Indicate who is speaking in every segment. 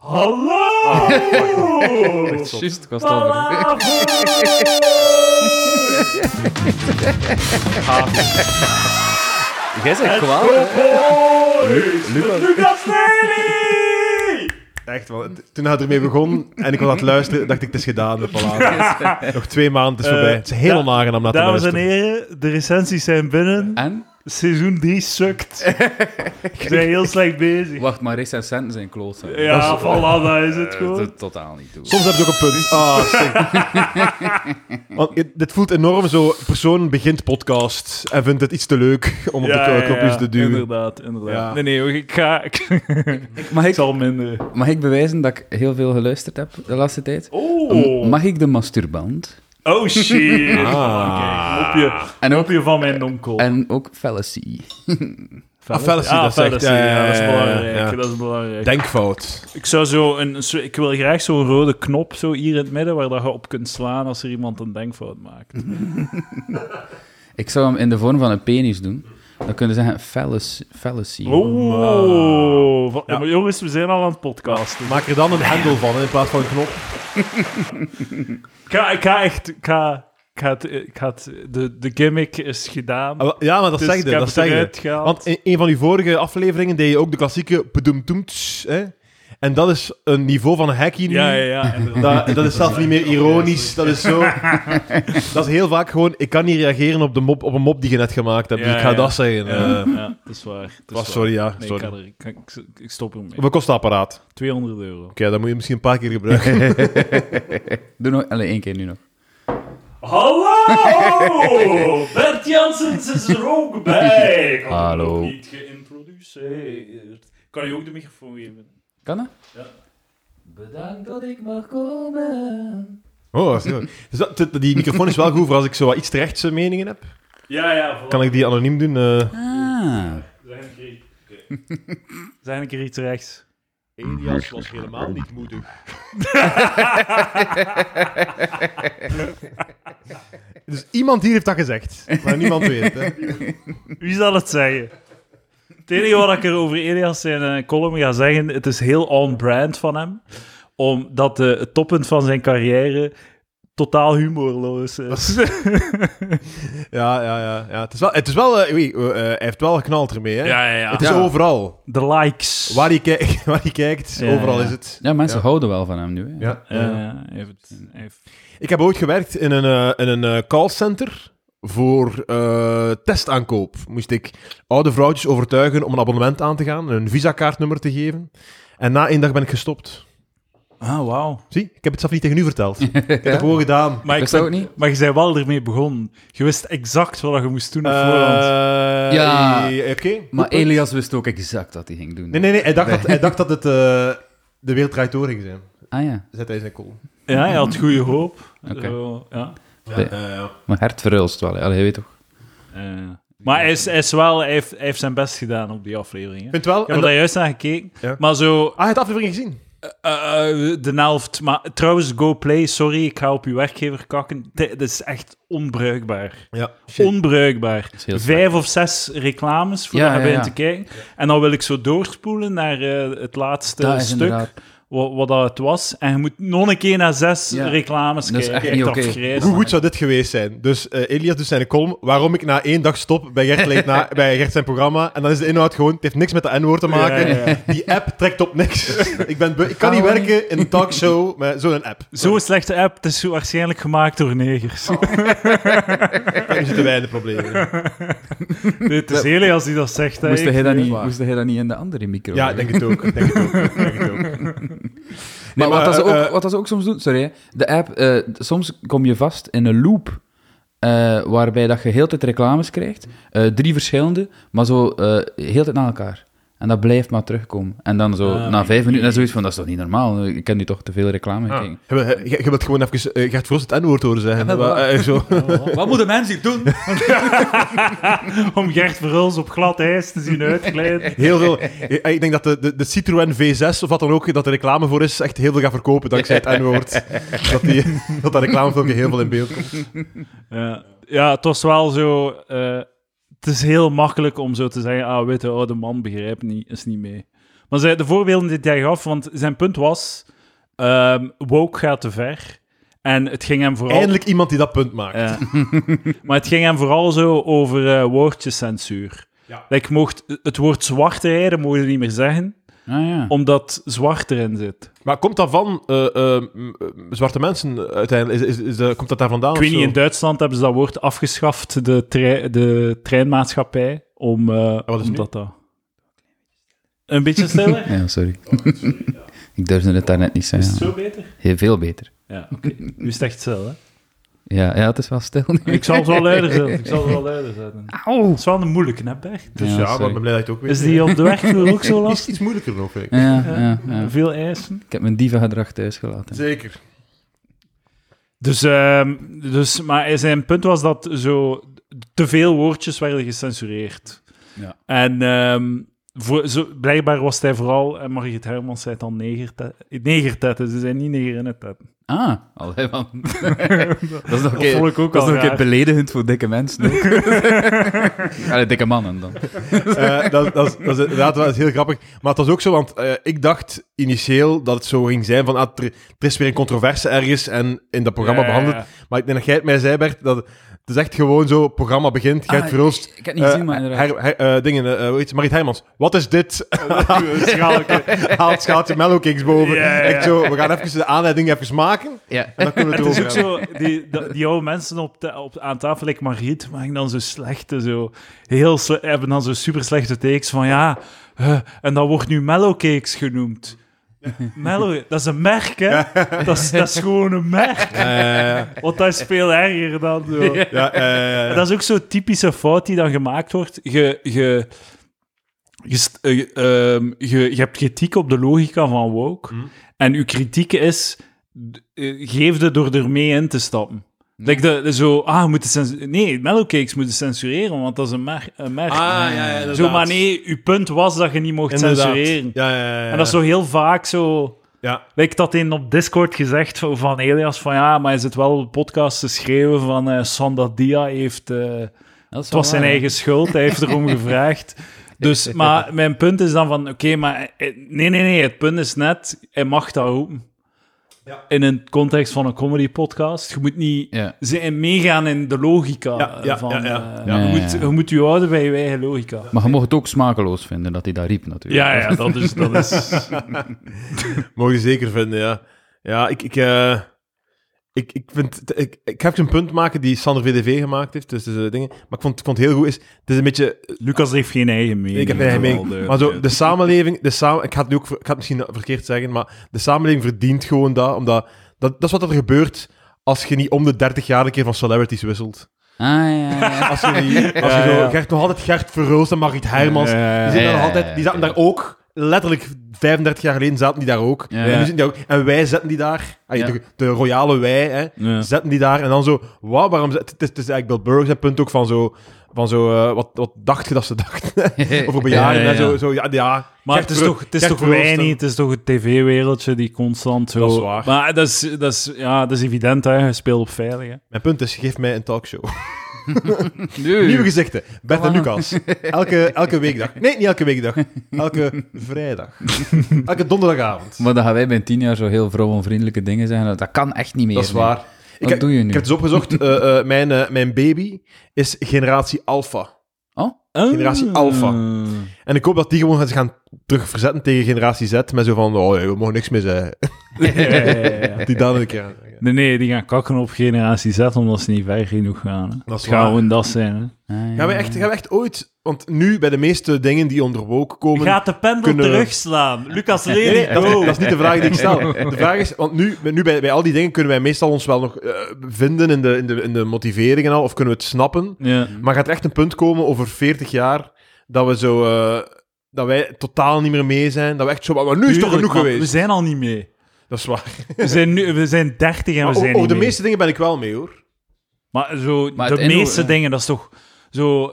Speaker 1: Hallo!
Speaker 2: Juist, ik was het al vergeten.
Speaker 1: Hallo!
Speaker 2: Jij bent kwaad, hè?
Speaker 1: Lucas Lely!
Speaker 3: Echt wel. T- Toen hij ermee begon en ik was aan het luisteren, dacht ik, het is gedaan. Voilà. Nog twee maanden het is voorbij.
Speaker 1: Eh,
Speaker 3: Het is heel
Speaker 1: da-
Speaker 3: onaangenaam naar te
Speaker 1: Dames
Speaker 3: luisteren.
Speaker 1: en heren, de recensies zijn binnen.
Speaker 4: En?
Speaker 1: Seizoen 3 sukt. Ze zijn heel slecht bezig.
Speaker 4: Wacht, maar recensenten zijn kloten.
Speaker 1: Ja, voilà, dat is het gewoon.
Speaker 4: totaal niet toe.
Speaker 3: Soms heb je ook een punt. Ah, stik. Want het- dit voelt enorm zo. Persoon begint podcast en vindt het iets te leuk om op
Speaker 1: Ja,
Speaker 3: de
Speaker 1: ja,
Speaker 3: knopjes
Speaker 1: ja,
Speaker 3: te duwen.
Speaker 1: Inderdaad, inderdaad.
Speaker 3: Ja.
Speaker 1: Nee, nee, hoor, ik ga... Ik,
Speaker 4: Mag
Speaker 1: ik
Speaker 4: ik,
Speaker 1: zal minder.
Speaker 4: mag ik bewijzen dat ik heel veel geluisterd heb de laatste tijd?
Speaker 1: Oh,
Speaker 4: Mag ik de masturband?
Speaker 1: oh shit. Kijk, op je...
Speaker 4: En ook,
Speaker 1: Op je van mijn domkool.
Speaker 4: en ook fallacy.
Speaker 3: Ah, fallacy,
Speaker 1: Ah,
Speaker 3: dat zegt-
Speaker 1: fallacy, ja, dat is
Speaker 3: ja, ja,
Speaker 1: belangrijk.
Speaker 3: ja.
Speaker 1: Dat is belangrijk.
Speaker 3: Denkfout.
Speaker 1: Ik zou zo een, een zo- ik wil graag zo'n rode knop zo hier in het midden waar dat je op kunt slaan als er iemand een denkfout maakt.
Speaker 3: Mm.
Speaker 4: Ik zou hem in de vorm van een penis doen. Dan kunnen ze zeggen fallacy. fallacy.
Speaker 3: Mm.
Speaker 1: Oh, van- maar jongens, we zijn al aan het podcasten.
Speaker 3: Maak er dan een hendel van hè, in plaats van een knop.
Speaker 1: Ik ga, ik ga echt, ik ga, ik ga het, ik ga het- de, de gimmick is gedaan.
Speaker 3: Ah, wel, Ja, maar dat
Speaker 1: Dus
Speaker 3: zeg je.
Speaker 1: ik heb
Speaker 3: Dat
Speaker 1: het
Speaker 3: zeg
Speaker 1: eruit
Speaker 3: je.
Speaker 1: gehaald.
Speaker 3: Want in een van uw vorige afleveringen deed je ook de klassieke bedoemtoemts. hè. En dat is een niveau van hacking. nu.
Speaker 1: Ja, ja, ja. inderdaad.
Speaker 3: Dat, dat is zelfs niet meer ironisch, dat is zo. Dat is heel vaak gewoon, ik kan niet reageren op, de mop, op een mop die je net gemaakt hebt, dus
Speaker 1: Ja,
Speaker 3: ik ga
Speaker 1: ja.
Speaker 3: dat zeggen.
Speaker 1: Ja,
Speaker 3: Eh,
Speaker 1: ja, dat is waar. dat is
Speaker 3: was-
Speaker 1: waar.
Speaker 3: sorry, ja.
Speaker 1: Nee,
Speaker 3: sorry.
Speaker 1: Ik, ga er, ik, ik- ik stop ermee.
Speaker 3: Hoeveel kost dat apparaat? Oké,
Speaker 1: 200 euro.
Speaker 3: dat moet je misschien een paar keer gebruiken.
Speaker 4: Doe nog alleen één keer nu nog.
Speaker 1: Hallo! Bert Janssens is er ook bij. Ik had hem
Speaker 4: Hallo.
Speaker 1: nog Niet geïntroduceerd. Kan je ook de microfoon geven?
Speaker 4: Kan dat?
Speaker 1: Ja.
Speaker 4: Bedankt dat ik mag komen.
Speaker 3: Oh, dat is heel- dus dat, dat- die microfoon is wel goed voor als ik zo wat iets terechtse meningen heb.
Speaker 1: Ja, ja.
Speaker 3: Kan ik die anoniem doen? eh?
Speaker 4: Ah.
Speaker 1: Zijn een keer. Zijn een keer iets rechts.
Speaker 3: Elias was helemaal niet moedig. dus iemand hier heeft dat gezegd, maar niemand weet. Hè.
Speaker 1: Wie zal het zeggen? Het enige wat ik er over Elias zijn eh, column ga zeggen, het is heel on-brand van hem, omdat eh, het toppunt van zijn carrière totaal humorloos is.
Speaker 3: Ja, ja, ja, ja. Het is wel, het is wel eh, oei, eh, eh, hij heeft wel geknald ermee. Hè?
Speaker 1: ja, ja.
Speaker 3: Het is
Speaker 4: Ja.
Speaker 3: overal.
Speaker 1: De likes.
Speaker 3: Waar je, kijk- waar je kijkt,
Speaker 1: Ja,
Speaker 3: overal
Speaker 1: ja.
Speaker 3: is het.
Speaker 4: Ja, mensen
Speaker 3: Ja.
Speaker 4: houden wel van hem nu. Hè.
Speaker 3: Ja.
Speaker 1: Eh, hij heeft- hij heeft-
Speaker 3: Ik heb ooit gewerkt in een, eh, in een eh, callcenter voor eh, testaankoop. Moest ik oude vrouwtjes overtuigen om een abonnement aan te gaan, een visa-kaartnummer te geven. En na één dag ben ik gestopt.
Speaker 1: Ah, wauw.
Speaker 3: Zie, ik heb het zelf niet tegen u verteld. Ik heb het gewoon gedaan.
Speaker 1: Maar, ik
Speaker 4: Wist dat ook
Speaker 1: vind-
Speaker 4: niet?
Speaker 1: maar je zei wel ermee begonnen. Je wist exact wat je moest doen op voorhand.
Speaker 3: Eh,
Speaker 4: Ja.
Speaker 3: Oké.
Speaker 4: Maar
Speaker 3: Goed punt.
Speaker 4: Elias wist ook exact wat hij ging doen.
Speaker 3: Nee, nee, nee. Hij dacht, Dat, hij dacht dat het eh, de wereld draait door ging zijn.
Speaker 4: Ah ja,
Speaker 3: Zet hij zijn kool.
Speaker 1: Ja, je had goede hoop.
Speaker 4: Oké.
Speaker 1: Zo, ja.
Speaker 4: Ja. mijn hart verhulst wel. hè. Allee, je weet toch.
Speaker 1: Eh, maar hij, is, hij is wel, hij, heeft, hij heeft zijn best gedaan op die aflevering. Hè.
Speaker 3: Ik vind wel...
Speaker 1: Ik heb
Speaker 3: en dat-
Speaker 1: daar juist naar gekeken.
Speaker 3: Ja.
Speaker 1: Maar zo,
Speaker 3: Ah, je hebt de aflevering gezien?
Speaker 1: eh, eh, de helft. Maar trouwens, go play. Sorry, ik ga op uw werkgever kakken. Dit is echt onbruikbaar.
Speaker 3: Ja.
Speaker 1: Onbruikbaar.
Speaker 4: is heel
Speaker 1: Vijf of zes reclames voor
Speaker 4: Ja,
Speaker 1: ja,
Speaker 4: ja,
Speaker 1: bij
Speaker 4: ja.
Speaker 1: te kijken. En dan wil ik zo doorspoelen naar eh, het laatste
Speaker 4: Dat is
Speaker 1: stuk.
Speaker 4: inderdaad-
Speaker 1: Wat, wat dat het was. En je moet nog een keer naar zes
Speaker 4: Ja.
Speaker 1: reclames
Speaker 4: Dat is
Speaker 1: kijken.
Speaker 4: echt niet oké.
Speaker 1: afgrijzelijk.
Speaker 3: Hoe goed zou dit geweest zijn? Dus eh, Elias doet zijn column waarom ik na één dag stop bij Gert, Leed na, bij Gert zijn programma. En dan is de inhoud gewoon, het heeft niks met de N-woord te maken.
Speaker 1: Ja, ja, ja.
Speaker 3: Die app trekt op niks. ik, ben beu- ik kan niet
Speaker 4: Gaan we
Speaker 3: werken in een talkshow met zo'n app.
Speaker 1: Zo'n slechte app, het is waarschijnlijk gemaakt door negers.
Speaker 4: Oh.
Speaker 3: Daar zitten wij in de problemen.
Speaker 1: Dit is Elias die dat zegt. hè.
Speaker 4: Moest
Speaker 1: Ik-
Speaker 4: hij, dat
Speaker 3: eh,
Speaker 4: niet,
Speaker 3: waar.
Speaker 4: moest hij dat niet in de andere micro?
Speaker 3: Ja, ik denk het ook. Ik Denk het ook. ik Denk het ook.
Speaker 4: maar,
Speaker 3: maar,
Speaker 4: wat, dat ze
Speaker 3: eh,
Speaker 4: ook,
Speaker 3: eh,
Speaker 4: wat dat ze ook soms doen, sorry, hè. de app, eh, d- soms kom je vast in een loop eh, waarbij dat je heel de tijd reclames krijgt, eh, drie verschillende, maar zo eh heel de tijd na elkaar. En dat blijft maar terugkomen. En dan zo na vijf minuten en zoiets van, dat is toch niet normaal? Ik ken nu toch te veel reclame gekeken.
Speaker 3: Je wil- Je, je wilt gewoon even eh, Gert Vrost het N-woord horen zeggen.
Speaker 4: Ja,
Speaker 3: Maar,
Speaker 4: voilà.
Speaker 3: eh, zo.
Speaker 4: Wat moeten mensen hier doen?
Speaker 1: Om Gert Verhulst op glad ijs te zien uitglijden.
Speaker 3: Heel veel. Ik ik denk dat de, de, de Citroën V6 of wat dan ook, dat er reclame voor is, echt heel veel gaat verkopen dankzij het N-woord. dat, die, dat dat reclamefilmpje heel veel in beeld komt.
Speaker 1: Ja, ja, het was wel zo... oh, eh, het is heel makkelijk om zo te zeggen, ah, witte oude man begrijpt niet, is niet mee. Maar zij, de voorbeelden dit hij gaf, want zijn punt was... ehm, woke gaat te ver. En het ging hem vooral...
Speaker 3: Eindelijk iemand die dat punt maakt.
Speaker 1: Ja. Eh, maar het ging hem vooral zo over eh, woordjescensuur.
Speaker 3: Ja.
Speaker 1: Dat ik mocht, het woord zwarte rijden mocht je niet meer zeggen,
Speaker 4: Ah ja.
Speaker 1: omdat zwart erin zit.
Speaker 3: Maar komt dat van eh, eh, m, eh, zwarte mensen uiteindelijk? Is, is, is, eh, komt dat daar vandaan?
Speaker 1: Ik weet
Speaker 3: of
Speaker 1: niet,
Speaker 3: zo?
Speaker 1: in Duitsland hebben ze dat woord afgeschaft, de, trei- de treinmaatschappij, om, eh,
Speaker 3: Oh, wat is nu?
Speaker 1: omdat dat... Een beetje stiller?
Speaker 4: Ja, sorry. ik durfde het daarnet niet
Speaker 1: Is het
Speaker 4: zeggen.
Speaker 1: zo beter?
Speaker 4: Heel veel beter.
Speaker 1: Ja, oké. Nu is het echt stil, hè?
Speaker 4: Ja, ja, het is wel stil nu.
Speaker 1: Ik zal het wel luider zetten. Ik zal het wel luider zetten. Het is wel een moeilijke, hè, Bert?
Speaker 3: Dus
Speaker 4: Ja,
Speaker 3: ja, maar
Speaker 4: sorry.
Speaker 3: ik ben blij dat je het ook weet.
Speaker 1: Is die op de weg ook zo
Speaker 3: Is
Speaker 1: lastig?
Speaker 3: iets moeilijker nog, vind ik.
Speaker 4: Ja, ja, ja.
Speaker 1: Veel eisen?
Speaker 4: Ik heb mijn dievengedrag thuis gelaten.
Speaker 3: Zeker.
Speaker 1: Dus, ehm, dus, maar zijn punt was dat zo te veel woordjes werden gecensureerd.
Speaker 4: Ja.
Speaker 1: En ehm, voor, zo, blijkbaar was hij vooral, en Margriet Hermans zei het al, negerte- negertetten. Ze zijn niet neger in het tetten.
Speaker 4: Ah, allee, man. dat is nog een
Speaker 1: Dat
Speaker 4: keer,
Speaker 1: vond ik ook
Speaker 4: dat is
Speaker 1: al
Speaker 4: nog een keer
Speaker 1: raar.
Speaker 4: beledigend voor dikke mensen. ook. allee, dikke mannen dan.
Speaker 3: Eh, dat, dat, is, dat is inderdaad wel heel grappig. Maar het was ook zo, want eh, ik dacht initieel dat het zo ging zijn van ah, er, er is weer een controverse ergens en in dat programma
Speaker 1: Ja, ja, ja.
Speaker 3: behandeld. Maar ik denk dat jij het mij zei, Bert, dat het is echt gewoon zo, het programma begint, Gert
Speaker 4: Ah,
Speaker 3: Verhulst...
Speaker 4: Ik heb het niet gezien, maar inderdaad.
Speaker 3: her, her- eh, dingen, eh, hoe heet ze? Mariet Heijmans, wat is dit?
Speaker 1: Oh,
Speaker 3: Haalt schaaltje mellowcakes boven.
Speaker 1: Ja, ja, ja.
Speaker 3: Echt zo, we gaan even de aanleiding even maken.
Speaker 4: Ja.
Speaker 3: En dan kunnen we
Speaker 1: Het
Speaker 3: het
Speaker 1: is ook
Speaker 3: erover hebben.
Speaker 1: zo, die, da- die oude mensen op ta- op, aan tafel, like Margriet, maken dan zo slechte, zo, heel sle- hebben dan zo super slechte takes van ja, eh, en dat wordt nu mellowcakes genoemd. Mellow, dat is een merk, hè? Dat is, dat is gewoon een merk.
Speaker 3: Eh,
Speaker 1: Want dat is veel erger dan zo.
Speaker 3: ja, eh,
Speaker 1: Dat is ook zo'n typische fout die dan gemaakt wordt. Je, je, je, st- eh, ehm, je, je hebt kritiek op de logica van woke.
Speaker 3: Mm.
Speaker 1: En uw kritiek is, d- eh, geef de door ermee in te stappen.
Speaker 3: Mhm.
Speaker 1: Like de, de zo, ah, we moeten censu- nee, mellowcakes moeten censureren, want dat is een, mer een merk.
Speaker 3: Ah, inderdaad.
Speaker 1: zo, maar nee, uw punt was dat je niet mocht
Speaker 3: Inderdaad.
Speaker 1: censureren.
Speaker 3: Ja, ja, ja, ja.
Speaker 1: En dat is zo heel vaak zo...
Speaker 3: Ja.
Speaker 1: Ik had een op Discord gezegd van, van Elias van ja, maar is het wel op de podcast te schreeuwen van eh Sanda Dia heeft... eh,
Speaker 4: Dat is
Speaker 1: het was zijn eigen schuld, hij heeft erom gevraagd. Dus, maar mijn punt is dan van, oké, maar... eh, Nee, nee, nee, het punt is net, hij mag dat roepen.
Speaker 3: Ja.
Speaker 1: In een context van een comedy podcast. Je moet niet
Speaker 4: Ja.
Speaker 1: ze- meegaan in de logica
Speaker 3: Ja,
Speaker 1: eh,
Speaker 3: ja,
Speaker 1: van...
Speaker 3: ja, ja.
Speaker 1: eh,
Speaker 4: Ja,
Speaker 1: je,
Speaker 4: ja,
Speaker 1: moet,
Speaker 4: ja.
Speaker 1: je moet je houden bij je eigen logica.
Speaker 4: Maar je mocht het ook smakeloos vinden dat hij dat riep, natuurlijk.
Speaker 1: Ja, ja, dat is... Dat is
Speaker 3: Mogen je zeker vinden, ja. Ja, ik... ik eh, Ik, ik, vind, ik, ik ga even een punt maken die Sander VDV gemaakt heeft, dus, dus eh, dingen. Maar ik vond, ik vond het heel goed, is, het is een beetje
Speaker 1: Lucas heeft geen eigen mening.
Speaker 3: Ik heb mijn eigen mening. Maar zo, de samenleving, de samen, ik, ga het nu ook, ver- ik ga het misschien verkeerd zeggen, maar de samenleving verdient gewoon dat, omdat dat, dat is wat er gebeurt als je niet om de 30 jaar een keer van celebrities wisselt.
Speaker 4: Ah, ja, ja, ja.
Speaker 3: Als je, die, als je
Speaker 1: Ja, ja.
Speaker 3: zo, Gert, nog altijd Gert Verhulst en Margriet Hermans, die, zitten
Speaker 4: ja,
Speaker 3: daar
Speaker 4: ja,
Speaker 3: nog altijd,
Speaker 4: ja,
Speaker 3: die zaten
Speaker 4: ja.
Speaker 3: daar ook, letterlijk 35 jaar geleden zaten die daar ook.
Speaker 4: Ja.
Speaker 3: En, nu zitten die daar ook. en wij zetten die daar, Ah,
Speaker 4: Ja.
Speaker 3: de, de royale wij, hè,
Speaker 1: Ja.
Speaker 3: zetten die daar en dan zo, wauw, waarom... ze- Het is, het is eigenlijk Bill Burr zijn punt ook van zo... Van zo eh, wat, wat dacht je dat ze dachten? Over bejaarden
Speaker 1: Ja, ja,
Speaker 3: en zo.
Speaker 1: ja.
Speaker 3: zo ja, ja.
Speaker 1: Maar
Speaker 3: Gert
Speaker 1: het is
Speaker 3: Ver-
Speaker 1: toch, het is
Speaker 3: Gert
Speaker 1: toch wij
Speaker 3: Verhulst en-
Speaker 1: niet, het is toch het tv-wereldje die constant zo...
Speaker 3: Dat is waar.
Speaker 1: Maar dat is, dat is, ja, dat is evident, hè. Je speelt op veilig, hè.
Speaker 3: Mijn punt is, geef mij een talkshow.
Speaker 4: Nu.
Speaker 3: Nieuwe gezichten. Bert en
Speaker 4: Kom aan.
Speaker 3: Lucas. Elke, elke weekdag. Nee, niet elke weekdag. Elke vrijdag. Elke donderdagavond.
Speaker 4: Maar dan gaan wij bij tien jaar zo heel vrouwenvriendelijke dingen zeggen. Dat kan echt niet meer.
Speaker 3: Dat is
Speaker 4: nee.
Speaker 3: waar. Ik,
Speaker 4: Wat
Speaker 3: heb-
Speaker 4: doe je nu?
Speaker 3: ik heb het eens opgezocht. Eh, eh, mijn, eh, mijn baby is generatie alpha.
Speaker 4: Oh? Ah,
Speaker 3: Ah. Generatie Alpha. En ik hoop dat die gewoon zich gaan terugverzetten tegen generatie Z. Met zo van, oh, we mogen niks meer zeggen.
Speaker 1: Ja, ja, ja, ja.
Speaker 3: Dat die dan een keer aan-
Speaker 1: Nee, nee, die gaan kakken op generatie Z, omdat ze niet ver genoeg gaan. Hè.
Speaker 3: Dat
Speaker 1: Het
Speaker 3: is
Speaker 1: gaat
Speaker 3: waar.
Speaker 1: gewoon dat zijn, hè.
Speaker 4: Ah, ja.
Speaker 3: Gaan we, echt, gaan we echt ooit... Want nu, bij de meeste dingen die onder woke komen...
Speaker 1: de pendel
Speaker 3: kunnen-
Speaker 1: terugslaan. Lucas
Speaker 3: Nee, nee, dat, is-
Speaker 1: go.
Speaker 3: dat is niet de vraag die ik stel. De vraag is, want nu, nu bij, bij al die dingen kunnen wij meestal ons wel nog eh, vinden in de, in, de, in de motivering en al, of kunnen we het snappen.
Speaker 1: Ja.
Speaker 3: Maar gaat er echt een punt komen over 40 jaar dat we zo... eh, dat wij totaal niet meer mee zijn. Dat we echt zo... Maar nu is het toch
Speaker 1: Tuurlijk,
Speaker 3: genoeg
Speaker 1: man.
Speaker 3: geweest?
Speaker 1: We zijn al niet mee.
Speaker 3: Dat is waar.
Speaker 1: We zijn, nu, we zijn 30 en we
Speaker 3: Maar
Speaker 1: zijn
Speaker 3: over
Speaker 1: niet
Speaker 3: de
Speaker 1: mee.
Speaker 3: meeste dingen ben ik wel mee, hoor.
Speaker 1: Maar zo,
Speaker 4: Maar
Speaker 1: de
Speaker 4: het inho-
Speaker 1: meeste
Speaker 4: ja.
Speaker 1: dingen, dat is toch zo...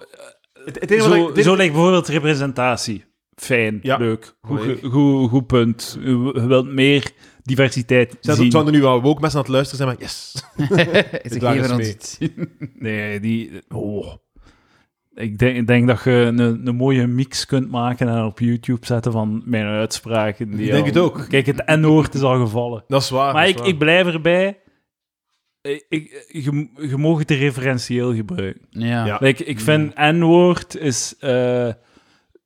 Speaker 3: Het, het enige wat
Speaker 1: Zo,
Speaker 3: ik- dit-
Speaker 1: zo lijkt bijvoorbeeld representatie. Fijn,
Speaker 3: Ja.
Speaker 1: leuk, goed,
Speaker 3: Leuk.
Speaker 1: ge- goed, goed punt. Je w- je wilt meer diversiteit
Speaker 3: Zijn
Speaker 1: zien.
Speaker 3: er- zouden er nu wel woke mensen aan het luisteren zijn, maar yes.
Speaker 4: Ze
Speaker 3: Daar is
Speaker 4: geven ons
Speaker 3: mee.
Speaker 4: iets.
Speaker 1: Nee, die... Oh. Ik denk, ik denk dat je een, een mooie mix kunt maken en op YouTube zetten van mijn uitspraken. Die
Speaker 3: Ik denk
Speaker 1: al-
Speaker 3: het ook.
Speaker 1: Kijk, het N-woord is al gevallen.
Speaker 3: Dat is waar.
Speaker 1: Maar
Speaker 3: dat is
Speaker 1: ik,
Speaker 3: waar.
Speaker 1: ik blijf erbij. Ik, ik- je, je mag het referentieel gebruiken.
Speaker 4: Ja.
Speaker 3: Ja.
Speaker 1: Like, ik vind N-woord is eh,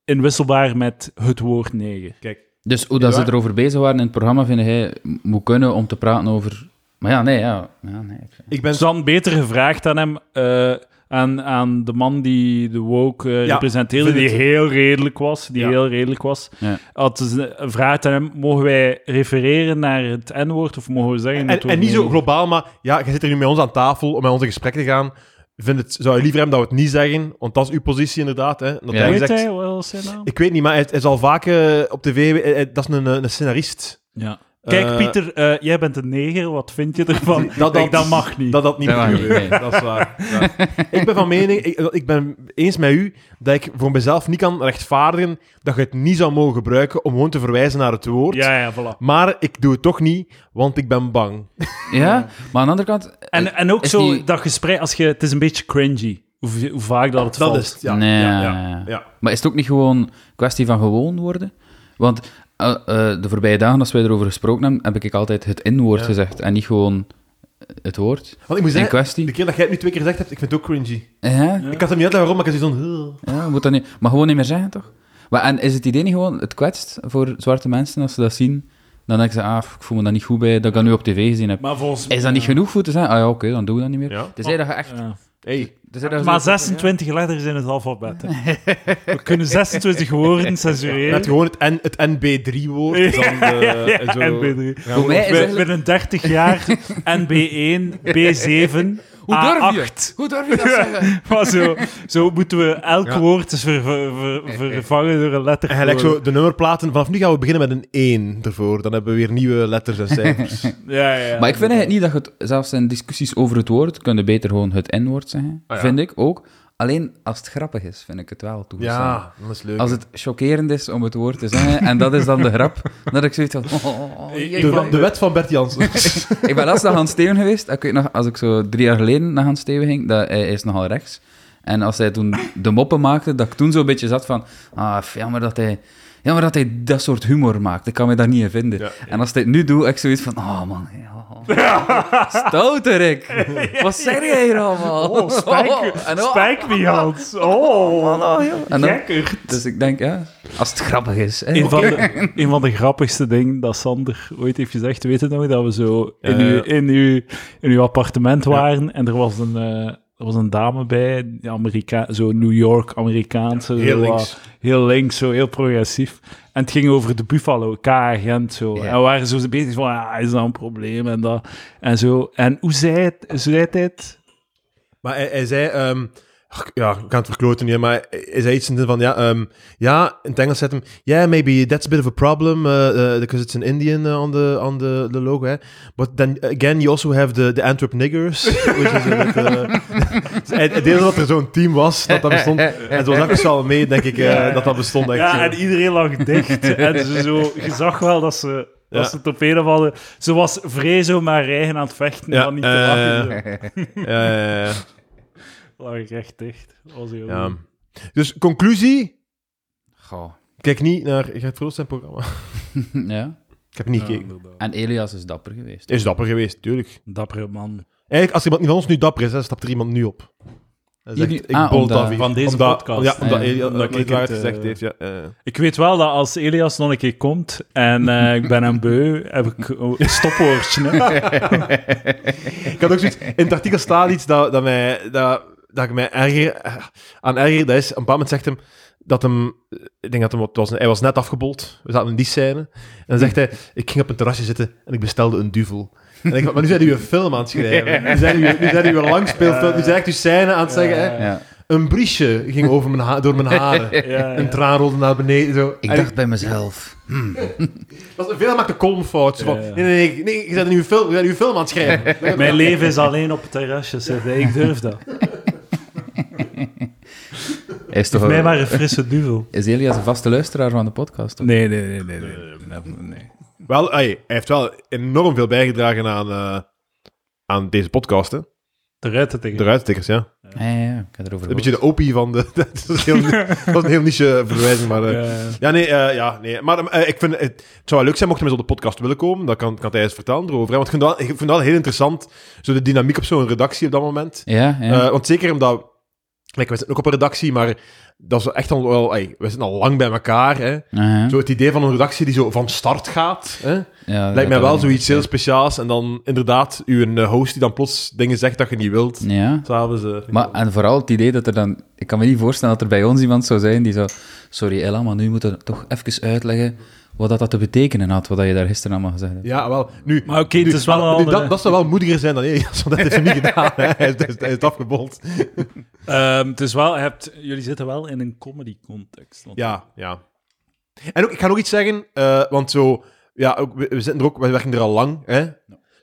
Speaker 1: inwisselbaar met het woord neger.
Speaker 3: Kijk,
Speaker 4: Dus hoe dat ze
Speaker 3: Ja.
Speaker 4: erover bezig waren in het programma, vind hij, moet kunnen om te praten over... Maar ja, nee, ja. ja nee, ik-
Speaker 3: ik ben...
Speaker 1: Dus dan beter gevraagd aan hem, eh, aan, aan de man die de woke eh,
Speaker 3: Ja,
Speaker 1: representeerde,
Speaker 3: vind
Speaker 1: die
Speaker 3: het-
Speaker 1: heel redelijk was, die
Speaker 3: Ja.
Speaker 1: heel redelijk was.
Speaker 4: Ja.
Speaker 1: Had ze gevraagd aan hem, mogen wij refereren naar het N-woord of mogen we zeggen...
Speaker 3: En,
Speaker 1: het woord
Speaker 3: en niet zo
Speaker 1: neger?
Speaker 3: globaal, maar ja, je zit er nu met ons aan tafel om met ons in gesprek te gaan. Vind het, zou je liever hebben dat we het niet zeggen? Want dat is uw positie inderdaad. Hè? Dat
Speaker 4: Ja.
Speaker 3: hij
Speaker 1: Weet
Speaker 3: zegt-
Speaker 1: hij, wat was zijn naam?
Speaker 3: Ik weet niet, maar hij, hij zal vaak eh, op tv... eh, eh, dat is een, eh, een scenarist.
Speaker 1: Ja. Kijk,
Speaker 3: Eh,
Speaker 1: Pieter, eh, jij bent een neger, wat vind je ervan? Ik
Speaker 3: dat-
Speaker 1: denk, dat mag niet.
Speaker 3: Dat dat niet
Speaker 4: Dat
Speaker 3: moet
Speaker 4: mag niet,
Speaker 3: gebeuren. Dat is waar. Ja. Ik ben van mening, ik, ik ben eens met u, dat ik voor mezelf niet kan rechtvaardigen dat je het niet zou mogen gebruiken om gewoon te verwijzen naar het woord.
Speaker 1: Ja, ja, voilà.
Speaker 3: Maar ik doe het toch niet, want ik ben bang.
Speaker 4: Ja, maar aan de andere kant...
Speaker 1: En, en ook
Speaker 4: eh, Is
Speaker 1: zo,
Speaker 4: die-
Speaker 1: dat gesprek, als je, het is een beetje cringy, hoe, hoe vaak dat het
Speaker 3: Dat
Speaker 1: valt.
Speaker 3: is het, ja.
Speaker 4: nee,
Speaker 3: Ja, ja, ja.
Speaker 4: Maar is het ook niet gewoon een kwestie van gewoon worden? Want eh, eh, de voorbije dagen, als wij erover gesproken hebben, heb ik altijd het inwoord
Speaker 3: Ja.
Speaker 4: gezegd en niet gewoon het woord
Speaker 3: Want ik moet
Speaker 4: in
Speaker 3: zeggen, de
Speaker 4: kwestie.
Speaker 3: keer dat jij het nu twee keer gezegd hebt, ik vind het ook cringy.
Speaker 4: Ja,
Speaker 3: Ik had hem niet uitleggen waarom, maar ik had zoiets van... "Ugh."
Speaker 4: ja, moet dat niet, maar gewoon niet meer zeggen, toch? Maar, en is het idee niet gewoon, het kwetst voor zwarte mensen als ze dat zien? Dan denken ze, ah, ik voel me daar niet goed bij dat ik dat nu op tv gezien heb.
Speaker 1: Maar volgens
Speaker 4: Is dat niet genoeg voor te zijn? Ah ja, oké, dan doen we dat niet meer.
Speaker 3: Ja.
Speaker 4: Tenzij dat je echt...
Speaker 1: Ja.
Speaker 3: Hey.
Speaker 4: tenzij dat je
Speaker 1: Maar
Speaker 4: zo-
Speaker 1: 26 letters in het alfabet. hè. We kunnen 26 woorden
Speaker 3: Dan heb je
Speaker 1: censureren.
Speaker 3: gewoon het, N, het NB3-woord. eh,
Speaker 1: Ja, ja, NB3.
Speaker 4: Voor mij
Speaker 1: Bij-
Speaker 4: is eigenlijk...
Speaker 1: Binnen 30 jaar NB1, B7,
Speaker 4: Hoe durf je?
Speaker 1: A8.
Speaker 4: Hoe durf je dat zeggen?
Speaker 1: Maar zo, zo moeten we elk
Speaker 3: Ja.
Speaker 1: woord eens ver- ver- ver- vervangen door een letter.
Speaker 3: En gelijk
Speaker 1: voor-
Speaker 3: zo de nummerplaten. Vanaf nu gaan we beginnen met een 1 ervoor. Dan hebben we weer nieuwe letters en cijfers.
Speaker 1: Ja, ja, ja.
Speaker 4: Maar ik vind het niet dat je het, zelfs in discussies over het woord, kun je beter gewoon het N-woord zeggen.
Speaker 3: Ah, ja.
Speaker 4: Vind ik ook. Alleen als het grappig is, vind ik het wel
Speaker 3: Dus
Speaker 4: toegestaan.
Speaker 3: ja, dat is leuk.
Speaker 4: Als het chockerend is om het woord te zeggen, en dat is dan de grap, dat ik zoiets van... oh, oh, oh, jee.
Speaker 3: de, de wet van Bert Jansen.
Speaker 4: Ik ben laatst naar Hans Steven geweest. Ik weet nog, als ik zo drie jaar geleden naar Hans Steven ging, dat, hij is nogal rechts. En als hij toen de moppen maakte, dat ik toen zo'n beetje zat van... Ah, f- jammer dat hij... Jammer dat hij dat soort humor maakt. Ik kan me daar niet in vinden.
Speaker 3: Ja.
Speaker 4: En als hij het nu doet, ik zoiets van... Oh, man. ja, oh. Stouterik. Wat zeg jij hier allemaal?
Speaker 1: Oh, spijk,
Speaker 4: En oh,
Speaker 1: spijk me, Hans. Oh,
Speaker 4: En dan-
Speaker 1: gekker.
Speaker 4: Dus ik denk, ja, als het grappig is. Hè.
Speaker 1: Een van, de, een van de grappigste dingen dat Sander ooit heeft gezegd, weet je nog, dat we zo in,
Speaker 3: Eh.
Speaker 1: uw, in, uw, in uw appartement waren en er was een, eh, er was een dame bij, die Amerika zo New York-Amerikaanse.
Speaker 3: Heel
Speaker 1: zo,
Speaker 3: links.
Speaker 1: ah, heel links, zo heel progressief. En het ging over de Buffalo, K-agent, zo.
Speaker 4: Ja.
Speaker 1: En we waren zo bezig van, ah, is dat een probleem en dat, en zo. En hoe zei het, hoe zei hij het?
Speaker 3: Maar hij, hij zei... ehm, ach, ja, ik kan het verkloten nu, maar hij zei iets in de zin van... Ja, ehm, ja in het Engels zet hem... Yeah, maybe that's a bit of a problem, uh, uh, because it's an Indian uh, on the, on the, the logo. Hè. But then again, you also have the, the Antwerp niggers. which is a bit, eh, dus hij, hij deelde dat er zo'n team was, dat dat bestond. En het was even al mee, denk ik, eh, dat dat bestond. Echt, eh.
Speaker 1: Ja,
Speaker 3: zo.
Speaker 1: en iedereen lag dicht. en ze zo, je zag wel dat ze, dat
Speaker 3: Ja.
Speaker 1: ze het op een of andere... Ze was vrezo maar eigen aan het vechten,
Speaker 3: Ja,
Speaker 1: maar niet te
Speaker 3: eh,
Speaker 1: lachen.
Speaker 3: Ja, ja, ja.
Speaker 1: Zo lag ik echt dicht. Dat was heel
Speaker 3: Ja.
Speaker 1: goed.
Speaker 3: Dus conclusie,
Speaker 4: Goh.
Speaker 3: kijk niet naar Gert Vrols zijn programma.
Speaker 4: Ja.
Speaker 3: Ik heb niet
Speaker 1: Ja,
Speaker 3: gekeken.
Speaker 1: inderdaad.
Speaker 4: En Elias is dapper geweest.
Speaker 3: Is dapper geweest, tuurlijk.
Speaker 1: Dappere man.
Speaker 3: Eigenlijk, als iemand van ons nu dapper is, dan stapt er iemand nu op. Hij zegt,
Speaker 4: Jullie-
Speaker 3: ik
Speaker 4: ah,
Speaker 3: bol
Speaker 4: omdat- Ah,
Speaker 3: dat weer.
Speaker 1: van deze
Speaker 3: Omdat-
Speaker 1: podcast.
Speaker 3: Ja, omdat
Speaker 4: Ja,
Speaker 3: Elias
Speaker 1: omdat
Speaker 3: omdat
Speaker 1: ik
Speaker 3: Edouard
Speaker 1: het, eh,
Speaker 3: gezegd heeft, ja. eh.
Speaker 1: Ik weet wel dat als Elias nog een keer komt en eh, ik ben hem beu, heb ik een stopwoordje. hè.
Speaker 3: Ik had ook zoiets... In het artikel staat iets dat, dat, mij, dat, dat ik mij erger, eh, aan erger... Dat is, op een bepaald moment zegt hem dat hem... eh, Ik denk dat hem... Het was, een- hij was net afgebold. We zaten in die scène. En dan zegt hij... Ik ging op een terrasje zitten en ik bestelde een duvel. En ik dacht, maar nu zijn u een film aan het schrijven. Nu zijn u, nu zijn u een lang speelfilm. Nu zijn echt uw scène aan het zeggen. Hè.
Speaker 4: Ja.
Speaker 3: Een briesje ging over mijn ha- door mijn haren.
Speaker 1: Ja, ja.
Speaker 3: Een traan rolde naar beneden. Zo.
Speaker 4: Ik
Speaker 3: En
Speaker 4: dacht bij mezelf...
Speaker 3: dat was, veel maakte columnfout. Zo van,
Speaker 1: Ja, ja.
Speaker 3: Nee, nee, nee, nee, je bent een nieuwe film, je bent een nieuwe film aan het schrijven.
Speaker 1: Mijn leven is alleen op het terrasje zitten. Ik durf dat.
Speaker 4: Hij Is, toch
Speaker 1: Voor mij
Speaker 4: een-
Speaker 1: maar een frisse duvel.
Speaker 4: is Elias een vaste luisteraar van de podcast? of?
Speaker 1: Nee, nee, nee. nee, nee. nee.
Speaker 3: Wel, ey, hij heeft wel enorm veel bijgedragen aan, eh, aan deze podcast. Hè.
Speaker 1: De ruitentikker.
Speaker 3: De ruitentikkers, ja.
Speaker 4: Ah, Ja, ja, ik heb erover
Speaker 3: Een beetje de opie van de... Dat is heel, dat was een heel niche verwijzing, maar... eh, ja, nee, eh, ja, nee. Maar eh, ik vind, het, het zou wel leuk zijn mocht hij met op de podcast willen komen. Dan kan, kan hij eens vertellen erover. hè. Want ik vind, dat, ik vind dat heel interessant, zo de dynamiek op zo'n redactie op dat moment.
Speaker 4: Ja, ja.
Speaker 3: Eh, want zeker omdat... Like, wij zitten ook op een redactie, maar dat is echt al wel... ey, we zitten al lang bij elkaar, hè.
Speaker 4: Aha.
Speaker 3: Zo het idee van een redactie die zo van start gaat, hè.
Speaker 4: Ja, dat
Speaker 3: Lijkt mij
Speaker 4: gaat
Speaker 3: wel
Speaker 4: niet.
Speaker 3: zoiets heel speciaals. En dan inderdaad, uw eh, host die dan plots dingen zegt dat je niet wilt.
Speaker 4: Ja.
Speaker 3: S'avonds... eh,
Speaker 4: Maar, en vooral het idee dat er dan... Ik kan me niet voorstellen dat er bij ons iemand zou zijn die zo... Sorry, Ella, maar nu moeten we toch even uitleggen wat dat, dat te betekenen had, wat dat je daar gisteren allemaal gezegd hebt.
Speaker 3: Ja, wel. Nu,
Speaker 1: Maar oké,
Speaker 3: nu-
Speaker 1: het is wel eh, een
Speaker 3: maar nu,
Speaker 1: andere-
Speaker 3: dat, dat zou wel moediger zijn dan Elias, want dat heeft hij niet gedaan. Hè. Hij, is, hij, is, hij is afgebold.
Speaker 1: Ehm, het is wel, je hebt, jullie zitten wel in een comedy-context. want-
Speaker 3: Ja, ja. En ook, ik ga nog iets zeggen, eh, want zo... Ja, ook, we, we zitten er ook, we werken er al lang, hè.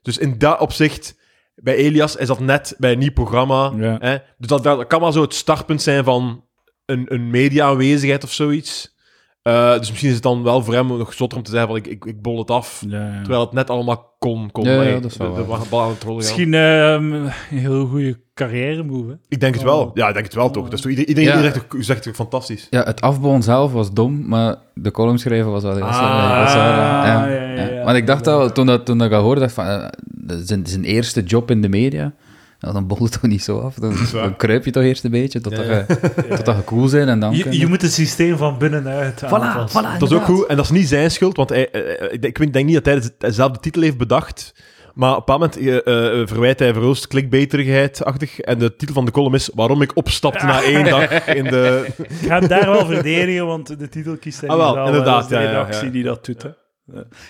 Speaker 3: Dus in dat opzicht, bij Elias is dat net bij een nieuw programma.
Speaker 4: Ja.
Speaker 3: Hè? Dus dat, dat kan wel zo het startpunt zijn van een, een media-aanwezigheid of zoiets. Eh, dus misschien is het dan wel voor hem nog zotter om te zeggen van ik, ik, ik bol het af. Terwijl het net allemaal kon. kon
Speaker 4: Ja, ja,
Speaker 3: maar,
Speaker 4: dat is wel
Speaker 3: de- de
Speaker 4: waar.
Speaker 3: bal aan het rollen gaan.
Speaker 1: Misschien ehm, een heel goede carrière-move. hè?
Speaker 3: Ik denk het wel. Ja, ik denk het wel toch. Dus iedereen, iedereen,
Speaker 4: Ja.
Speaker 3: iedereen zegt, ook- zegt ook fantastisch.
Speaker 4: Ja, het afbouwen zelf was dom, maar de column schrijven was wel heel slim.
Speaker 3: Ah,
Speaker 4: Dat is wel, eh, ja,
Speaker 1: ja, ja,
Speaker 4: ja.
Speaker 1: ja.
Speaker 4: Want ik dacht al, toen, dat, toen dat ik dat hoorde, dacht van... eh, dat is zijn, zijn eerste job in de media... Nou, dan bol het toch niet zo af. Dan,
Speaker 3: waar.
Speaker 4: dan kruip je toch eerst een beetje, totdat
Speaker 3: Ja, ja.
Speaker 4: je totdat je cool bent en dan kun
Speaker 1: Je, je moet het systeem van binnenuit aanpassen.
Speaker 4: Ah,
Speaker 3: Dat is ook goed. En dat is niet zijn schuld, want hij, eh, eh, ik denk- ik denk niet dat hij het- hij zelf de titel heeft bedacht. Maar op een bepaald moment eh, eh, verwijt hij Verhulst clickbaiterigheid-achtig. En de titel van de column is Waarom ik opstapte na één dag in de...
Speaker 1: Ik ga hem daar wel verdedigen, want de titel kiest hij
Speaker 3: Ah, wel,
Speaker 1: niet wel, hè.
Speaker 3: inderdaad,
Speaker 1: Dat is de
Speaker 3: ja, ja,
Speaker 1: redactie
Speaker 3: ja.
Speaker 1: die dat doet. Hè.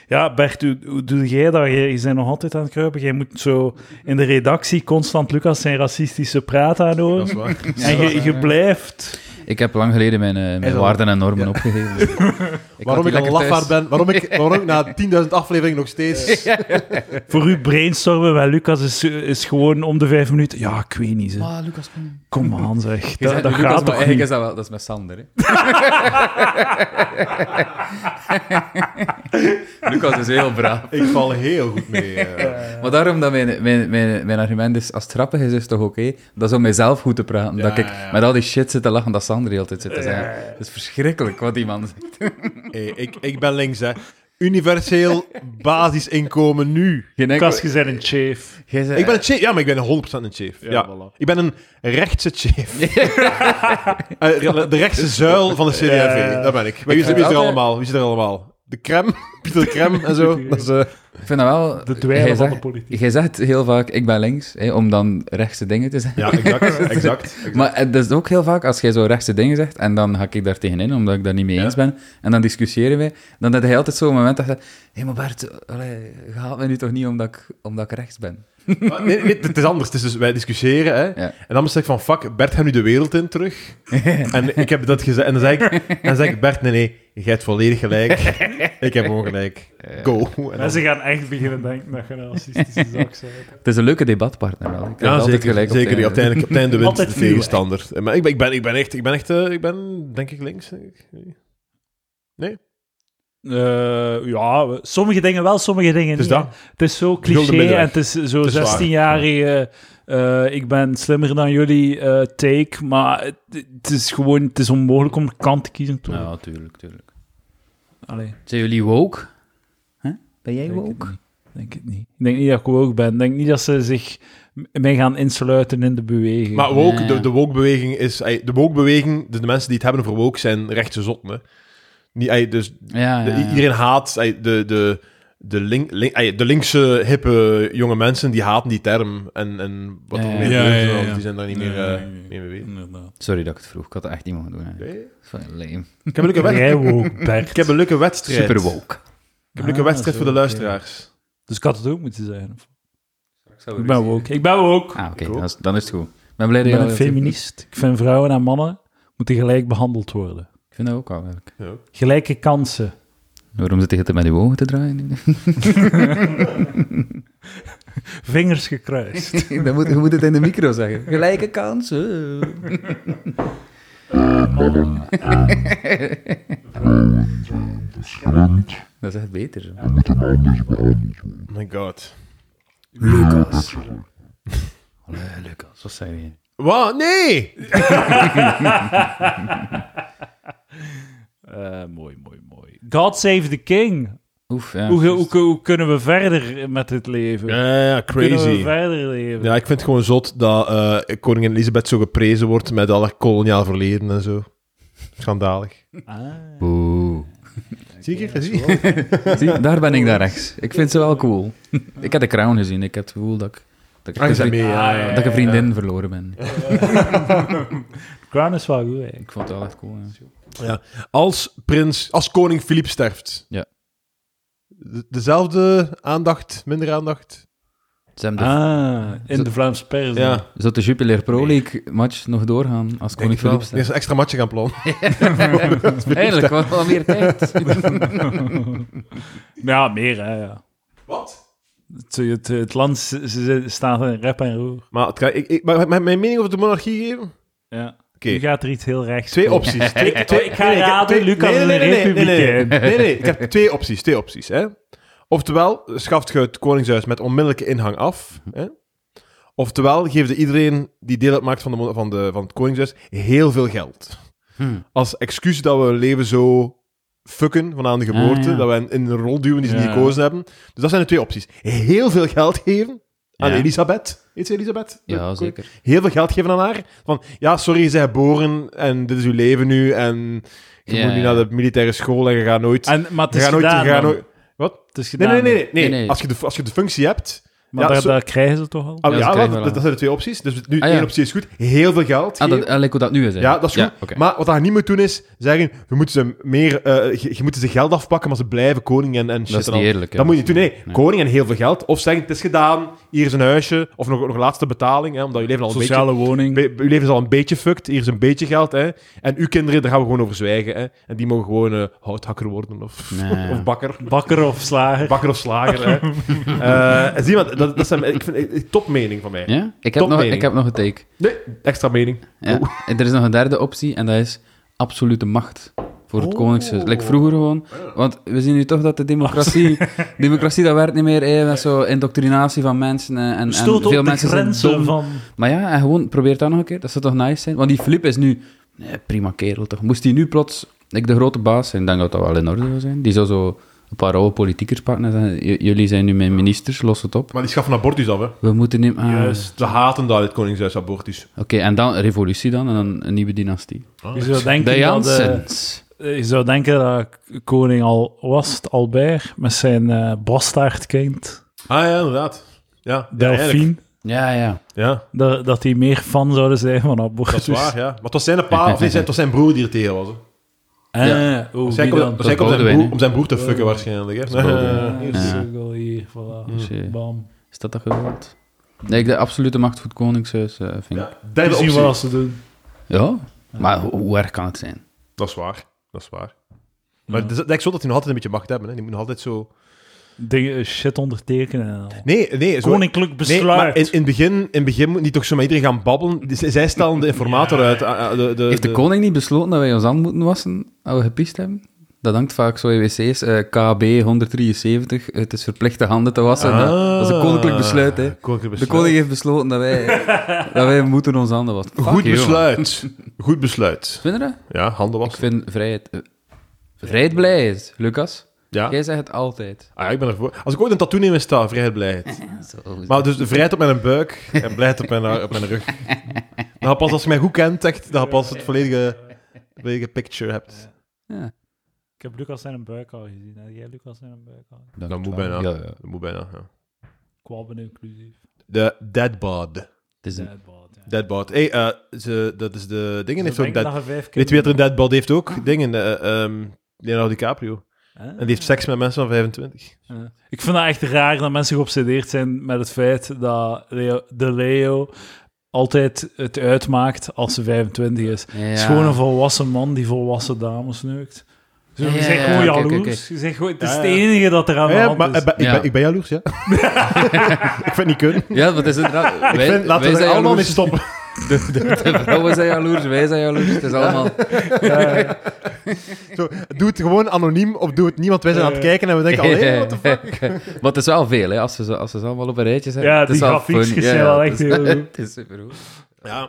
Speaker 1: Ja, Bert, hoe, hoe doe jij dat? Je, je bent nog altijd aan het kruipen. Jij moet zo in de redactie constant Lucas zijn racistische praat aanhoren.
Speaker 3: Dat is waar.
Speaker 1: En je, je blijft...
Speaker 4: Ik heb lang geleden mijn, eh,
Speaker 3: Is
Speaker 4: mijn
Speaker 3: al-
Speaker 4: waarden en normen opgegeven. Ik had
Speaker 3: waarom
Speaker 4: die
Speaker 3: ik
Speaker 4: lekker
Speaker 3: een lafaard
Speaker 4: thuis.
Speaker 3: ben. Waarom ik, waarom ik na 10.000 afleveringen nog steeds...
Speaker 1: Voor u brainstormen bij Lucas is, is gewoon om de vijf minuten... Ja, ik weet niet, zeg.
Speaker 4: Ah, Lucas, kom.
Speaker 1: Kom aan, zeg.
Speaker 4: Je
Speaker 1: Dat,
Speaker 4: zegt
Speaker 1: dat
Speaker 4: Lucas,
Speaker 1: gaat
Speaker 4: maar
Speaker 1: toch
Speaker 4: eigenlijk
Speaker 1: niet?
Speaker 4: is dat wel... Dat is met Sander, hè. Lucas is heel braaf.
Speaker 3: Ik val heel goed mee. eh.
Speaker 4: Maar daarom dat mijn, mijn, mijn, mijn argument is, als het grappig is, is het toch oké? Dat is om mijzelf goed te praten.
Speaker 3: Ja,
Speaker 4: dat ik
Speaker 3: ja, ja.
Speaker 4: met al die shit zit te lachen dat Sander heel altijd zit te zeggen. Het is verschrikkelijk wat die man zegt.
Speaker 3: Hey, ik, ik ben links, hè. Universeel basisinkomen nu.
Speaker 4: Geen enkel-
Speaker 1: Lucas, je bent een chief.
Speaker 4: Jij zei-
Speaker 3: Ik ben een chief, Eh, ja, maar ik ben een 100% een chief. Ja, Ik ben een rechtse chief. Eh, de rechtse zuil van de CDV,
Speaker 1: Ja.
Speaker 3: dat ben ik. Maar wie, is- wie is er
Speaker 4: Ja.
Speaker 3: allemaal? Wie zit er allemaal? De crème, Pieter de crème en zo. Dat is, eh,
Speaker 4: Ik vind dat wel...
Speaker 1: De dweil
Speaker 4: jij
Speaker 1: van
Speaker 4: zegt-
Speaker 1: de politiek.
Speaker 4: Jij zegt heel vaak, ik ben links, hè, om dan rechtse dingen te zeggen.
Speaker 3: ja, exact. exact.
Speaker 4: Maar het is ook heel vaak als jij zo rechtse dingen zegt en dan hak ik daar tegenin, omdat ik daar niet mee eens ben, en dan discussiëren we, dan heb je altijd zo'n moment dat je zegt, hé, maar Bert, allee, je haalt mij nu toch niet omdat ik, omdat ik rechts ben?
Speaker 3: Maar nee, nee, het is anders. Het is dus, wij discussiëren, hè.
Speaker 4: Ja.
Speaker 3: En dan zeg ik van, fuck, Bert gaat nu de wereld in terug. en ik heb dat gezegd. En dan zeg ik, en dan zeg ik Bert, nee, nee, jij hebt volledig gelijk. ik heb ongelijk. Go. En dan-
Speaker 1: Mensen gaan echt beginnen denken dat je een racistische zak bent.
Speaker 4: Het is een leuke debatpartner wel. Ik heb
Speaker 3: Ja,
Speaker 4: altijd
Speaker 3: zeker.
Speaker 4: gelijk op het
Speaker 3: zeker die
Speaker 4: einde.
Speaker 3: uiteindelijk op het einde wint de
Speaker 1: Altijd nieuw,
Speaker 3: tegenstander. Eh, Maar ik ben, ik ben, ik ben echt, ik ben echt, eh, ik ben denk ik links. denk ik.
Speaker 1: Eh, ja, we- sommige dingen wel, sommige dingen
Speaker 3: Dus
Speaker 1: niet.
Speaker 3: dat.
Speaker 1: Het is zo
Speaker 3: Gulden
Speaker 1: cliché
Speaker 3: middenweg.
Speaker 1: en het is zo
Speaker 3: is waar.
Speaker 1: 16-jarige. eh, ik ben slimmer dan jullie eh, take, maar het, het is gewoon het is onmogelijk om kant te kiezen. Toch?
Speaker 4: Ja, tuurlijk, tuurlijk.
Speaker 1: Allee,
Speaker 4: Zijn jullie woke? Huh? Ben jij
Speaker 1: denk het
Speaker 4: woke?
Speaker 1: niet. Denk het niet. Ik denk niet dat ik woke ben. Ik denk niet dat ze zich m- mij gaan insluiten in de beweging.
Speaker 3: Maar woke,
Speaker 4: Ja.
Speaker 3: de, de woke-beweging is... ey, De woke-beweging, de, de mensen die het hebben voor woke, zijn rechtse zotten. hè. Niet, ey, dus
Speaker 4: Ja,
Speaker 3: de-
Speaker 4: Ah, ja, ja.
Speaker 3: iedereen haat... ey, de, de, de, link, link- ey, de linkse, hippe, jonge mensen, die haten die term. En, en wat er
Speaker 4: Ja,
Speaker 3: meer
Speaker 1: ja,
Speaker 3: gebeurt,
Speaker 1: ja, ja, ja.
Speaker 3: die zijn daar niet meer, eh, meer mee bezig.
Speaker 1: Inderdaad.
Speaker 4: Sorry dat ik het vroeg. Ik had het echt niet mogen doen. eigenlijk.
Speaker 3: Nee.
Speaker 4: Dat is fucking lame.
Speaker 3: Ik heb een leuke,
Speaker 1: Ben
Speaker 3: wed-
Speaker 1: jij woke, Bert?
Speaker 3: ik heb een leuke wedstrijd.
Speaker 4: Super woke.
Speaker 3: Ik heb een leuke
Speaker 1: Ah,
Speaker 3: wedstrijd
Speaker 1: zo,
Speaker 3: voor de
Speaker 1: oké.
Speaker 3: luisteraars.
Speaker 1: Dus ik had het ook moeten zijn. of- Ik ben woke. Ik ben woke.
Speaker 4: Ah, oké.
Speaker 3: Ik ook.
Speaker 4: dan is- Dan is het goed. Ik ben blij dat
Speaker 1: Ik ben
Speaker 4: jij
Speaker 1: een
Speaker 4: dat-
Speaker 1: feminist. Ik vind vrouwen en mannen moeten gelijk behandeld worden.
Speaker 4: Ik vind dat ook wel, eigenlijk.
Speaker 3: Ja.
Speaker 1: Gelijke kansen.
Speaker 4: Waarom zit je het met die ogen te draaien?
Speaker 1: Vingers gekruist.
Speaker 4: dan moet, je moet het in de micro zeggen. Gelijke kansen. dat is echt beter. zo.
Speaker 3: Oh my god.
Speaker 4: Lucas. Allee, Lucas, wat zeg je?
Speaker 3: Wat? Nee!
Speaker 1: Eh, mooi, mooi, mooi. God save the king.
Speaker 4: Oef, ja.
Speaker 1: hoe, ge-
Speaker 4: juist.
Speaker 1: hoe, hoe, kunnen we verder met dit leven?
Speaker 3: Ja, ja,
Speaker 1: Kunnen we
Speaker 3: crazy.
Speaker 1: verder leven?
Speaker 3: Ja, ik vind het gewoon zot dat eh, koningin Elisabeth zo geprezen wordt met al haar koloniaal verleden en zo. Schandalig.
Speaker 1: Ah.
Speaker 4: Oeh.
Speaker 3: Zie ik
Speaker 1: Ja,
Speaker 3: het? Zie
Speaker 1: zo.
Speaker 4: Zie, daar ben ik daar rechts. Ik vind ze wel cool. Ik heb de crown gezien. Ik heb het gevoel dat ik, dat ik,
Speaker 3: Ah, je
Speaker 4: een,
Speaker 3: bent mee,
Speaker 4: vriend-
Speaker 3: ja, ja, ja.
Speaker 4: dat ik een vriendin verloren ben.
Speaker 1: Crown is wel goed, hè.
Speaker 4: Ik vond het wel echt cool. Ja.
Speaker 3: Als prins, als koning Filip sterft.
Speaker 4: Ja.
Speaker 3: De- dezelfde aandacht, minder aandacht.
Speaker 4: Ze hebben de,
Speaker 1: Ah, in de Vlaamse pers.
Speaker 3: Ja.
Speaker 1: dan.
Speaker 4: zou de Jupiler Pro League match nog doorgaan als
Speaker 3: denk
Speaker 4: Koning
Speaker 3: ik wel.
Speaker 4: Philips?
Speaker 3: Er is een extra matje gaan plannen.
Speaker 4: Eigenlijk, wel, wel meer tijd.
Speaker 1: Ja, meer, hè. Ja.
Speaker 3: Wat?
Speaker 1: Het, het, het land s- s- staat in rep en roer.
Speaker 3: Maar het kan- ik, ik, mag ik mijn mening over de monarchie geven? Oké.
Speaker 1: Ja. Nu gaat er iets heel rechts.
Speaker 3: Twee opties. Twee,
Speaker 1: Ik-
Speaker 3: twee-
Speaker 1: ik ga
Speaker 3: nee, nee,
Speaker 1: raden,
Speaker 3: twee-
Speaker 1: Lucas
Speaker 3: nee,
Speaker 1: is
Speaker 3: nee,
Speaker 1: een
Speaker 3: nee, nee, nee, nee.
Speaker 1: republikein.
Speaker 3: Nee, nee, ik heb twee opties. Twee opties hè. Oftewel, schaft je het Koningshuis met onmiddellijke inhang af. Hè? Oftewel, geeft iedereen die deel uitmaakt van, de, mo- van, de, van het Koningshuis heel veel geld.
Speaker 1: Hm.
Speaker 4: Hmm.
Speaker 3: Als excuus dat we leven zo fucken van aan de geboorte,
Speaker 4: Ah, ja.
Speaker 3: dat we hen in een rol duwen die ze niet
Speaker 1: Ja.
Speaker 3: gekozen hebben. Dus dat zijn de twee opties. Heel veel geld geven aan
Speaker 4: Ja.
Speaker 3: Elisabeth. Heet ze Elisabeth? De
Speaker 4: Ja,
Speaker 3: kon-
Speaker 4: zeker.
Speaker 3: heel veel geld geven aan haar. Van, ja, sorry, je bent geboren en dit is uw leven nu en je
Speaker 4: Ja,
Speaker 3: moet nu
Speaker 4: ja.
Speaker 3: naar de militaire school en je gaat nooit...
Speaker 1: En, maar het
Speaker 3: je
Speaker 1: is
Speaker 3: gaat nooit,
Speaker 1: gedaan
Speaker 3: je gaat
Speaker 1: dan.
Speaker 3: nooit Wat?
Speaker 1: Het is
Speaker 3: Nee,
Speaker 1: gedaan
Speaker 3: nee,
Speaker 1: dan.
Speaker 3: nee. nee, nee.
Speaker 4: Nee, nee.
Speaker 3: Als, je de, als je de functie hebt...
Speaker 1: Maar
Speaker 3: Ja,
Speaker 1: daar,
Speaker 3: zo-
Speaker 1: daar krijgen ze toch al?
Speaker 3: Ah,
Speaker 4: Ja,
Speaker 3: ja,
Speaker 4: dat krijgen
Speaker 3: wat,
Speaker 4: we
Speaker 3: dat,
Speaker 4: wel.
Speaker 3: dat zijn de twee opties. Dus nu
Speaker 4: Ah, ja.
Speaker 3: één optie is goed. Heel veel geld
Speaker 4: Ah, dat,
Speaker 3: geven.
Speaker 4: eh, like hoe dat nu is. hè?
Speaker 3: ja, dat is goed.
Speaker 4: oké.
Speaker 3: Maar wat je niet moet doen is zeggen, je moet ze, meer, eh, je, je moet ze geld afpakken, maar ze blijven koning en, en shit.
Speaker 4: dat is
Speaker 3: en
Speaker 4: niet
Speaker 3: al.
Speaker 4: eerlijk. hè.
Speaker 3: Dat moet je niet doen. Nee,
Speaker 4: Nee.
Speaker 3: koning en heel veel geld. Of zeggen, het is gedaan, hier is een huisje. Of nog, nog een laatste betaling, hè, omdat je leven al een beetje...
Speaker 1: Sociale woning.
Speaker 3: Be- Uw leven is al een beetje fucked, hier is een beetje geld. Hè? En uw kinderen, daar gaan we gewoon over zwijgen. Hè? En die mogen gewoon eh, houthakker worden of,
Speaker 4: Nee.
Speaker 3: of bakker.
Speaker 1: Bakker of slager.
Speaker 3: Bakker of slager. Hè? Eh, en zie maar, dat, dat zijn, ik vind eh, topmening van mij.
Speaker 4: Ja? Ik, heb
Speaker 3: Top
Speaker 4: nog,
Speaker 3: mening.
Speaker 4: ik heb nog een take.
Speaker 3: Nee, extra mening.
Speaker 4: Ja. En Er is nog een derde optie en dat is absolute macht voor het
Speaker 3: Oh.
Speaker 4: koningshuis. Like vroeger gewoon. Want we zien nu toch dat de democratie... democratie, dat werkt niet meer. eh, met zo indoctrinatie van mensen eh, en, en
Speaker 1: Stoot
Speaker 4: veel
Speaker 1: op de
Speaker 4: mensen zijn
Speaker 1: grenzen
Speaker 4: dom.
Speaker 1: van...
Speaker 4: Maar ja, en gewoon probeer dat nog een keer. Dat zou toch nice zijn? Want die Flip is nu... Nee, prima kerel toch. Moest hij nu plots ik de grote baas zijn, ik denk dat dat wel in orde zou zijn. Die zou zo een paar oude politiekers pakken en zeggen... "J- Jullie zijn nu mijn ministers, los het op.
Speaker 3: Maar die schaffen abortus af. Hè?
Speaker 4: We moeten niet... ah,
Speaker 1: Juist.
Speaker 3: Ze haten dat, het Koningshuis abortus.
Speaker 4: Oké, en dan revolutie dan en dan een nieuwe dynastie.
Speaker 3: Oh,
Speaker 1: Je zou
Speaker 4: De
Speaker 1: denken dat... eh,
Speaker 4: Janssens.
Speaker 1: Je zou denken dat koning al was het Albert met zijn eh bastaardkind,
Speaker 3: Ah ja, inderdaad. Ja, ja, eigenlijk.
Speaker 1: Delphine.
Speaker 4: eh, Ja, ja.
Speaker 3: ja,
Speaker 1: dat, dat die meer fan zouden zijn van Dus-
Speaker 3: dat is
Speaker 1: abortus.
Speaker 3: waar. Ja. Maar het was zijn, pa, of nee, zijn- het was zijn broer die er tegen was. Hè?
Speaker 1: Eh,
Speaker 4: Ja.
Speaker 1: oh,
Speaker 3: Zij
Speaker 1: wie
Speaker 3: komt
Speaker 1: dan?
Speaker 3: zij komt zijn
Speaker 4: Boudewijn,
Speaker 3: broer-
Speaker 4: hè?
Speaker 3: om zijn broer te fucken waarschijnlijk. Hè?
Speaker 4: Dat is Boudewijn.
Speaker 1: Ah,
Speaker 3: Eh,
Speaker 1: hier
Speaker 4: Ja.
Speaker 1: is ook al hier, voilà.
Speaker 4: Zie.
Speaker 1: Bam.
Speaker 4: Dus, eh, Is dat dat geweld? Nee, ik de absolute macht voor het koningshuis eh, vind ik.
Speaker 3: ja, Derde
Speaker 1: zien
Speaker 3: optie.
Speaker 1: wat ze doen.
Speaker 4: Ja? Maar ho- hoe erg kan het zijn?
Speaker 3: Dat is waar. Dat is waar. Maar het is- het lijkt zo dat die nog altijd een beetje macht hebben. Hè. Die moeten nog altijd zo...
Speaker 1: Dingen, eh, shit ondertekenen. en al.
Speaker 3: Nee, nee. Zo...
Speaker 1: Koninklijk
Speaker 3: Nee, maar
Speaker 1: besluit.
Speaker 3: in, in, het begin, in het begin moet niet toch zo met iedereen gaan babbelen. Die- zij- Zij stellen de informator uit. ah, ah, De, de,
Speaker 4: Heeft de koning niet besloten dat wij ons hand moeten wassen als we gepiest hebben? Dat hangt vaak zo in wc's. eh, KB 173, het is verplicht de handen te wassen. Dat- dat is een koninklijk besluit, hè.
Speaker 3: Ah. Koninklijk
Speaker 4: De
Speaker 3: besluit.
Speaker 4: koning heeft besloten dat wij, dat wij moeten onze handen wassen. Fuck
Speaker 3: Goed
Speaker 4: you, man.
Speaker 3: besluit. Goed besluit.
Speaker 4: Vind je dat?
Speaker 3: Ja, handen
Speaker 4: Ik
Speaker 3: wassen.
Speaker 4: vind vrijheid... eh, vrijheid blij is, Lucas.
Speaker 3: Ja.
Speaker 4: Jij zegt het altijd.
Speaker 3: Ah, ja, ik ben ervoor. Als ik ooit een tattoo neem, is dat vrijheid blijheid. Maar dus de vrijheid op mijn buik en blijheid op mijn, op mijn rug. Dan pas als je mij goed kent, echt, dan pas het volledige, volledige picture hebt.
Speaker 4: Ja.
Speaker 1: Ik heb Lucas zijn buik al gezien. Heb jij Lucas zijn buik al?
Speaker 3: Dat moet bijna. Dat moet bijna, ja.
Speaker 1: Kwabben inclusief.
Speaker 3: De deadbod.
Speaker 4: Het is een...
Speaker 1: Deadbot, ja.
Speaker 3: Deadbod. Hey, eh, ze, dat is de dingen. Heeft
Speaker 1: Zo
Speaker 3: ook
Speaker 1: denken
Speaker 3: dead,
Speaker 1: dat je vijf
Speaker 3: Weet je wie er
Speaker 1: kinderen-
Speaker 3: een deadbod heeft ook? Dingen. eh, ehm, Leonardo DiCaprio.
Speaker 1: Ah.
Speaker 3: En die heeft seks met mensen van 25.
Speaker 1: Ja. Ik vind dat echt raar dat mensen geobsedeerd zijn met het feit dat Leo- de Leo altijd het uitmaakt als ze 25 is.
Speaker 4: Ja.
Speaker 1: Het is gewoon een volwassen man die volwassen dames neukt. Zo,
Speaker 4: Ja,
Speaker 1: je
Speaker 4: ja,
Speaker 1: zegt
Speaker 4: ja,
Speaker 1: gewoon
Speaker 4: oké,
Speaker 1: jaloers.
Speaker 4: oké, oké.
Speaker 1: Je zegt gewoon, het is
Speaker 3: Ja,
Speaker 1: het
Speaker 3: ja.
Speaker 1: enige dat er aan de
Speaker 3: Ja,
Speaker 1: hand
Speaker 3: maar,
Speaker 1: is.
Speaker 3: eh, ben- ik,
Speaker 4: Ja.
Speaker 3: ben, ik ben jaloers, ja. ik vind het niet kunnen.
Speaker 4: Ja, want het is inderdaad...
Speaker 3: Ik vind, laten we er allemaal mee stoppen.
Speaker 4: De, de, de vrouwen zijn jaloers, wij zijn jaloers. Het is allemaal...
Speaker 3: Zo, doe het gewoon anoniem of doe het niemand. Wij zijn aan
Speaker 1: Eh.
Speaker 3: het kijken en we denken, alleen wat de fuck.
Speaker 4: maar het is wel veel, hè. Als ze, ze- als ze ze allemaal op een rijtje zijn.
Speaker 1: Ja,
Speaker 4: het is
Speaker 1: die
Speaker 4: wel
Speaker 1: grafiekjes
Speaker 4: funny.
Speaker 1: zijn wel echt
Speaker 4: het is-
Speaker 1: heel goed.
Speaker 4: Het is supergoed.
Speaker 3: Ja.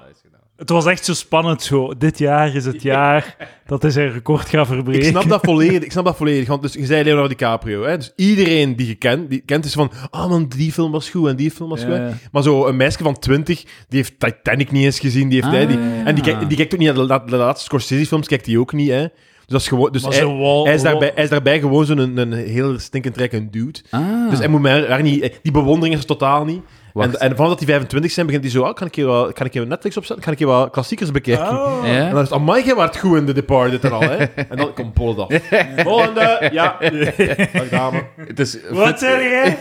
Speaker 1: Het was echt zo spannend zo. Dit jaar is het jaar dat hij zijn record gaat
Speaker 3: Ik
Speaker 1: verbreken.
Speaker 3: snap dat volledig. Ik snap dat volledig. Want dus, je zei Leonardo DiCaprio. Hè? Dus iedereen die je kent, die kent is van... Ah man, die film was goed en die film was goed.
Speaker 4: Ja.
Speaker 3: Maar zo een meisje van 20, die heeft Titanic niet eens gezien. Die heeft, hè, die,
Speaker 4: Ah.
Speaker 3: En die, kijkt- die kijkt ook niet naar de, la- de laatste Scorsese-films, kijkt die ook niet. Hè? Dus, dat is gewoon, dus
Speaker 1: Maar
Speaker 3: hij,
Speaker 1: zo wal-
Speaker 3: hij is daarbij,
Speaker 1: wal-
Speaker 3: hij is daarbij gewoon zo'n een, een heel stinkend rijke dude.
Speaker 4: Ah.
Speaker 3: Dus hij moet mij daar niet... Die bewondering is er totaal niet.
Speaker 4: Wacht.
Speaker 3: En, en vanaf dat die 25 zijn, begint hij zo... ah, kan, ik hier wel, kan ik hier Netflix opzetten? Kan ik hier wel klassiekers bekijken?
Speaker 4: Ah.
Speaker 1: Oh.
Speaker 3: En
Speaker 4: ja?
Speaker 3: dan is het, amai, jij waart goed in The Departed en al, hè. En dan komt Bolle af. Volgende, ja. Dag, dame.
Speaker 4: Het is...
Speaker 1: Wat zeg jij?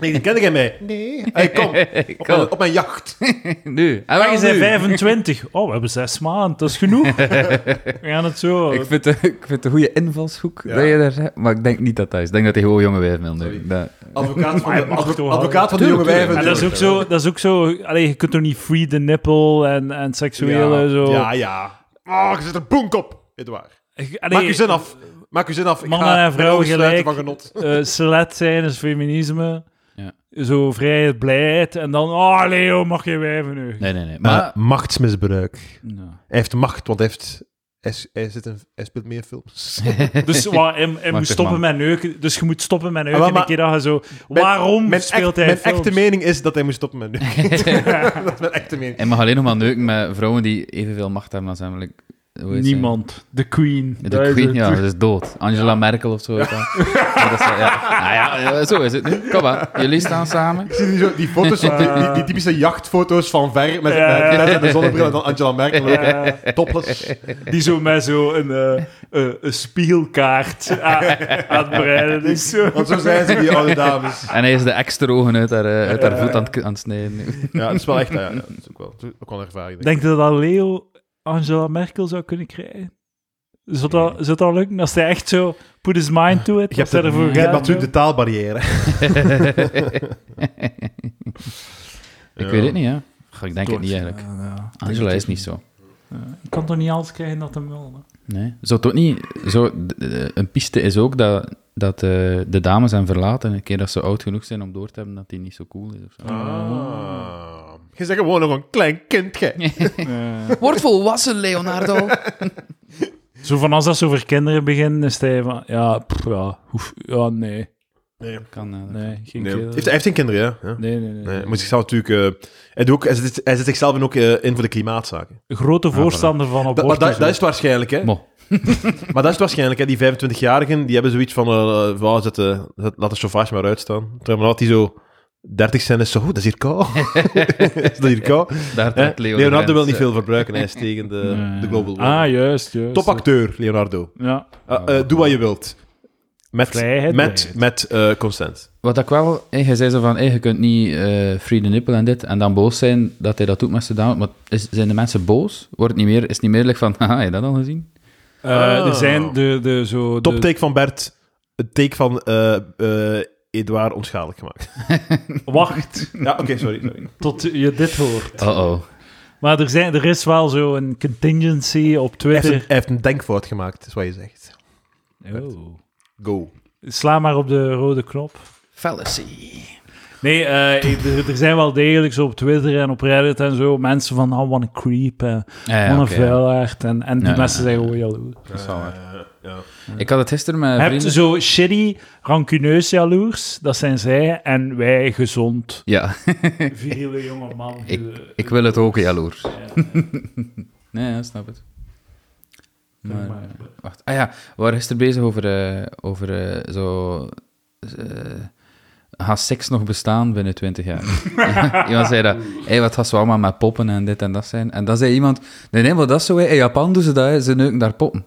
Speaker 3: Nee, die kende jij mij. Nee. Hey, kom. Op
Speaker 4: Kom.
Speaker 3: mijn, op mijn jacht.
Speaker 4: Nu. Ah, En
Speaker 1: Maar
Speaker 4: waar
Speaker 1: je
Speaker 4: is
Speaker 1: zei
Speaker 4: hij
Speaker 1: 25. Oh, we hebben zes maanden. Dat is genoeg. We gaan het zo.
Speaker 4: Ik vind, het- ik vind het een goede invalshoek
Speaker 3: Ja.
Speaker 4: dat je daar zegt, maar ik denk niet dat dat is. Ik denk dat hij gewoon jonge wijven wil nemen. Dat-
Speaker 3: Advocaat van
Speaker 1: Maar
Speaker 3: de,
Speaker 1: je mag
Speaker 3: advo-
Speaker 1: toch
Speaker 3: advocaat van de jonge
Speaker 4: tuurlijk.
Speaker 3: wijven.
Speaker 1: En dat is ook zo. Dat is ook zo allee, je kunt toch niet free the nipple en, en seksuele
Speaker 3: Ja,
Speaker 1: zo.
Speaker 3: ja, ja. Ah, je zit er boenk op. Edouard.
Speaker 1: Allee,
Speaker 3: Maak je zin af. Maak je zin af. Ik
Speaker 1: Mannen
Speaker 3: ga
Speaker 1: en vrouwen
Speaker 3: mijn ogen sluiten
Speaker 1: gelijk.
Speaker 3: van genot.
Speaker 1: eh, slet zijn is feminisme.
Speaker 4: Ja.
Speaker 1: Zo vrijheid, blijheid. En dan, oh Leo, mag je wijven nu.
Speaker 4: Nee, nee, nee.
Speaker 3: Ah.
Speaker 4: Maar...
Speaker 3: Eh, machtsmisbruik.
Speaker 4: Nou.
Speaker 3: Hij heeft macht, want hij, heeft, hij, hij, zit in, hij speelt meer films.
Speaker 1: Dus wa, hij, hij moet
Speaker 4: toch,
Speaker 1: stoppen
Speaker 4: man.
Speaker 1: met neuken. Dus je moet stoppen met neuken.
Speaker 3: Ah,
Speaker 1: en
Speaker 3: maar-
Speaker 1: een keer dat je zo... waarom
Speaker 3: mijn
Speaker 1: speelt hij
Speaker 3: echt- Mijn
Speaker 1: films?
Speaker 3: echte mening is dat hij moet stoppen met nu. dat is mijn echte mening.
Speaker 4: Hij mag alleen nog maar neuken met vrouwen die evenveel macht hebben als hem. like, hoe heet ze?
Speaker 1: Niemand. De queen.
Speaker 4: De
Speaker 1: Daar is
Speaker 4: Queen,
Speaker 1: het.
Speaker 4: ja, dat is dood. Angela Merkel of zo. weet je wel. Maar dat is wel- ja. Nou ja, ja, zo is het nu. Kom maar, jullie staan samen.
Speaker 3: Ik zie die, zo- die foto's, die, die, die typische jachtfoto's van ver met,
Speaker 1: Ja, ja,
Speaker 3: met,
Speaker 1: ja.
Speaker 3: met de zonnebril en dan Angela Merkel. ook.
Speaker 1: Eh,
Speaker 3: Topless.
Speaker 1: die zo met zo een, eh, eh, een spiegelkaart aan, aan het breiden is. Zo.
Speaker 3: Want zo zijn ze, die oude dames.
Speaker 4: En hij is de extra ogen uit haar, eh, uit haar voet aan het, aan het snijden. nu.
Speaker 3: Ja, dat is wel echt... Ja, ja, dat is ook wel, dat is ook wel een ervaring. Denk. ik.
Speaker 1: Denk je dat Leo Angela Merkel zou kunnen krijgen? Zou dat, zou dat lukken? Als hij echt zo put his mind to it,
Speaker 3: Je
Speaker 1: wat
Speaker 3: hebt,
Speaker 1: hij
Speaker 3: de,
Speaker 1: ervoor
Speaker 3: je hebt
Speaker 1: gaat
Speaker 3: natuurlijk de
Speaker 1: doen?
Speaker 3: taalbarrière.
Speaker 4: Ik
Speaker 3: Ja.
Speaker 4: weet het niet, ja. Goh, ik denk het niet eigenlijk.
Speaker 1: Ja, ja.
Speaker 4: Angela is niet zo.
Speaker 1: Ik kan toch niet alles krijgen dat hem wil. hè?
Speaker 4: Nee. Zou toch niet... Zo, d- d- een piste is ook dat, dat eh, de dames hem verlaten een keer dat ze oud genoeg zijn om door te hebben dat hij niet zo cool is. Of zo.
Speaker 3: Ah. Je zegt gewoon nog een klein kind, gij.
Speaker 4: Word volwassen, Leonardo.
Speaker 1: Zo van als dat zo voor kinderen beginnen, is hij van... Ja, pff, ja, hoef, ja nee.
Speaker 3: Nee.
Speaker 4: Kan, eh,
Speaker 1: Nee, geen
Speaker 3: Nee.
Speaker 1: kinderen.
Speaker 3: Heeft, hij heeft geen kinderen, hè? Ja.
Speaker 1: Nee, nee, nee.
Speaker 3: Nee, hij moet zichzelf natuurlijk... eh, hij, doet ook, hij, zet, hij zet zichzelf in ook eh, in voor de klimaatzaken.
Speaker 1: Een Grote voorstander van
Speaker 3: Dat, Ah, maar
Speaker 1: abortus.
Speaker 3: dat, dat is het waarschijnlijk, hè?
Speaker 4: Mo.
Speaker 3: Maar dat is het waarschijnlijk, hè? die 25-jarigen, die hebben zoiets van, eh, eh, wauw, zet, eh, zet- laat de chauffage maar uitstaan. Terwijl maar dat die zo 30 zijn, is zo, oeh, dat is hier koud. is dat hier koud?
Speaker 4: Daar
Speaker 3: Hè?
Speaker 4: trekt Leo de
Speaker 3: Leonardo wil
Speaker 4: grens,
Speaker 3: niet
Speaker 4: eh.
Speaker 3: veel verbruiken, hij is tegen de,
Speaker 4: Nee.
Speaker 3: de global warming.
Speaker 1: Ah, juist, juist.
Speaker 3: Topacteur, Leonardo.
Speaker 1: Ja.
Speaker 3: Ah, eh, doe wat je wilt. Met,
Speaker 1: Vrijheid,
Speaker 3: met,
Speaker 1: vrijheid. Dus-
Speaker 3: met eh, consent.
Speaker 4: Wat ik wel... Hey, hij zei zo van, hey, je kunt niet eh free the nipple en dit. En dan boos zijn dat hij dat doet met zijn dame. Maar is, zijn de mensen boos? Wordt het niet meer, is het niet meer like van, haha, heb je dat al gezien?
Speaker 1: Eh, Er zijn de, de, zo... de-
Speaker 3: Ah. Top take van Bert, het take van eh eh Edouard onschadelijk gemaakt.
Speaker 1: Wacht
Speaker 3: ja, oké, sorry. sorry.
Speaker 1: tot je dit hoort.
Speaker 4: Uh-oh.
Speaker 1: Maar er, zijn, er is wel zo'n contingency op
Speaker 3: Hij, heeft een,
Speaker 1: Twitter.
Speaker 3: hij heeft een denkfout gemaakt, is wat je zegt.
Speaker 1: Oh.
Speaker 3: Go.
Speaker 1: Sla maar op de rode knop.
Speaker 4: Fallacy.
Speaker 1: Nee, eh, ik- er, er zijn wel degelijk zo op Twitter en op Reddit en zo mensen van, oh, wat een creep, eh,
Speaker 4: Ja,
Speaker 1: wat
Speaker 4: ja,
Speaker 1: een
Speaker 4: oké.
Speaker 1: vuilaard. En, en die
Speaker 4: Ja, ja,
Speaker 1: mensen zijn gewoon jaloers.
Speaker 4: Dat is wel waar.
Speaker 3: Eh, ja.
Speaker 4: Ik had het gisteren met
Speaker 1: Je hebt
Speaker 4: vrienden...
Speaker 1: zo shitty, rancuneus jaloers, dat zijn zij, en wij gezond,
Speaker 4: Ja,
Speaker 1: viriele jonge man.
Speaker 4: ik, ik wil het ook jaloers. nee, ja, snap het. Maar, eh, wacht. Ah ja, we waren gisteren bezig over, eh, over eh, zo... eh gaat seks nog bestaan binnen 20 jaar? iemand zei dat. Hé, wat gaat ze allemaal met poppen en dit en dat zijn? En dan zei iemand... Nee, nee, maar dat is zo. hè. In Japan doen ze dat, hè. ze neuken daar poppen.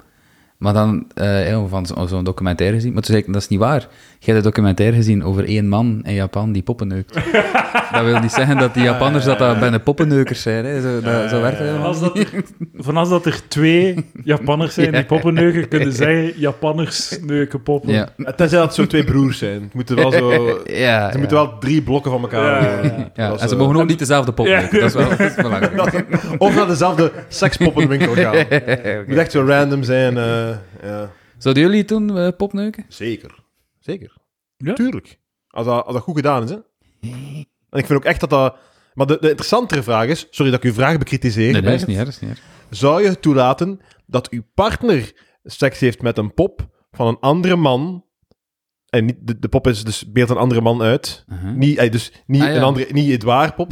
Speaker 4: Maar dan eh, heel van zo- zo'n documentaire gezien. Maar toen zei ik, dat is niet waar. Je hebt een documentaire gezien over één man in Japan die poppen neukt. dat wil niet zeggen dat die Japanners dat, dat bijna poppenneukers zijn. Hè. Zo, dat, zo werkt het helemaal
Speaker 1: Als
Speaker 4: niet.
Speaker 1: dat er, van als dat er twee Japanners zijn die poppen neuken, kunnen zeggen Japanners neuken poppen.
Speaker 4: Ja.
Speaker 3: Eh, Tenzij dat zo twee broers zijn. Het moeten wel zo... Ze
Speaker 4: Ja, Ah, ja.
Speaker 3: moeten wel drie blokken van elkaar...
Speaker 1: Ja,
Speaker 3: eh,
Speaker 1: ja, ja.
Speaker 4: Ja,
Speaker 3: dat is,
Speaker 4: en ze
Speaker 3: eh,
Speaker 4: mogen ook niet dezelfde pop
Speaker 1: Ja.
Speaker 4: neuken. Dat is wel dat is belangrijk.
Speaker 3: Of naar dezelfde sekspoppenwinkel gaan. Het moet echt zo random zijn. eh, ja.
Speaker 4: Zouden jullie toen eh popneuken?
Speaker 3: Zeker. Zeker.
Speaker 1: Ja?
Speaker 3: Tuurlijk. Als dat, als dat goed gedaan is, hè. En ik vind ook echt dat dat... Maar de, de interessantere vraag is... Sorry dat ik uw vraag bekritiseer.
Speaker 4: Nee, dat is
Speaker 3: Bert.
Speaker 4: niet erg. Dat is niet erg.
Speaker 3: Zou je toelaten dat uw partner seks heeft met een pop van een andere man? En niet, de, de pop is dus beeld een andere man uit.
Speaker 4: Uh-huh.
Speaker 3: Niet, eh, dus niet
Speaker 4: Ah, ja.
Speaker 3: een andere, niet Edouard pop.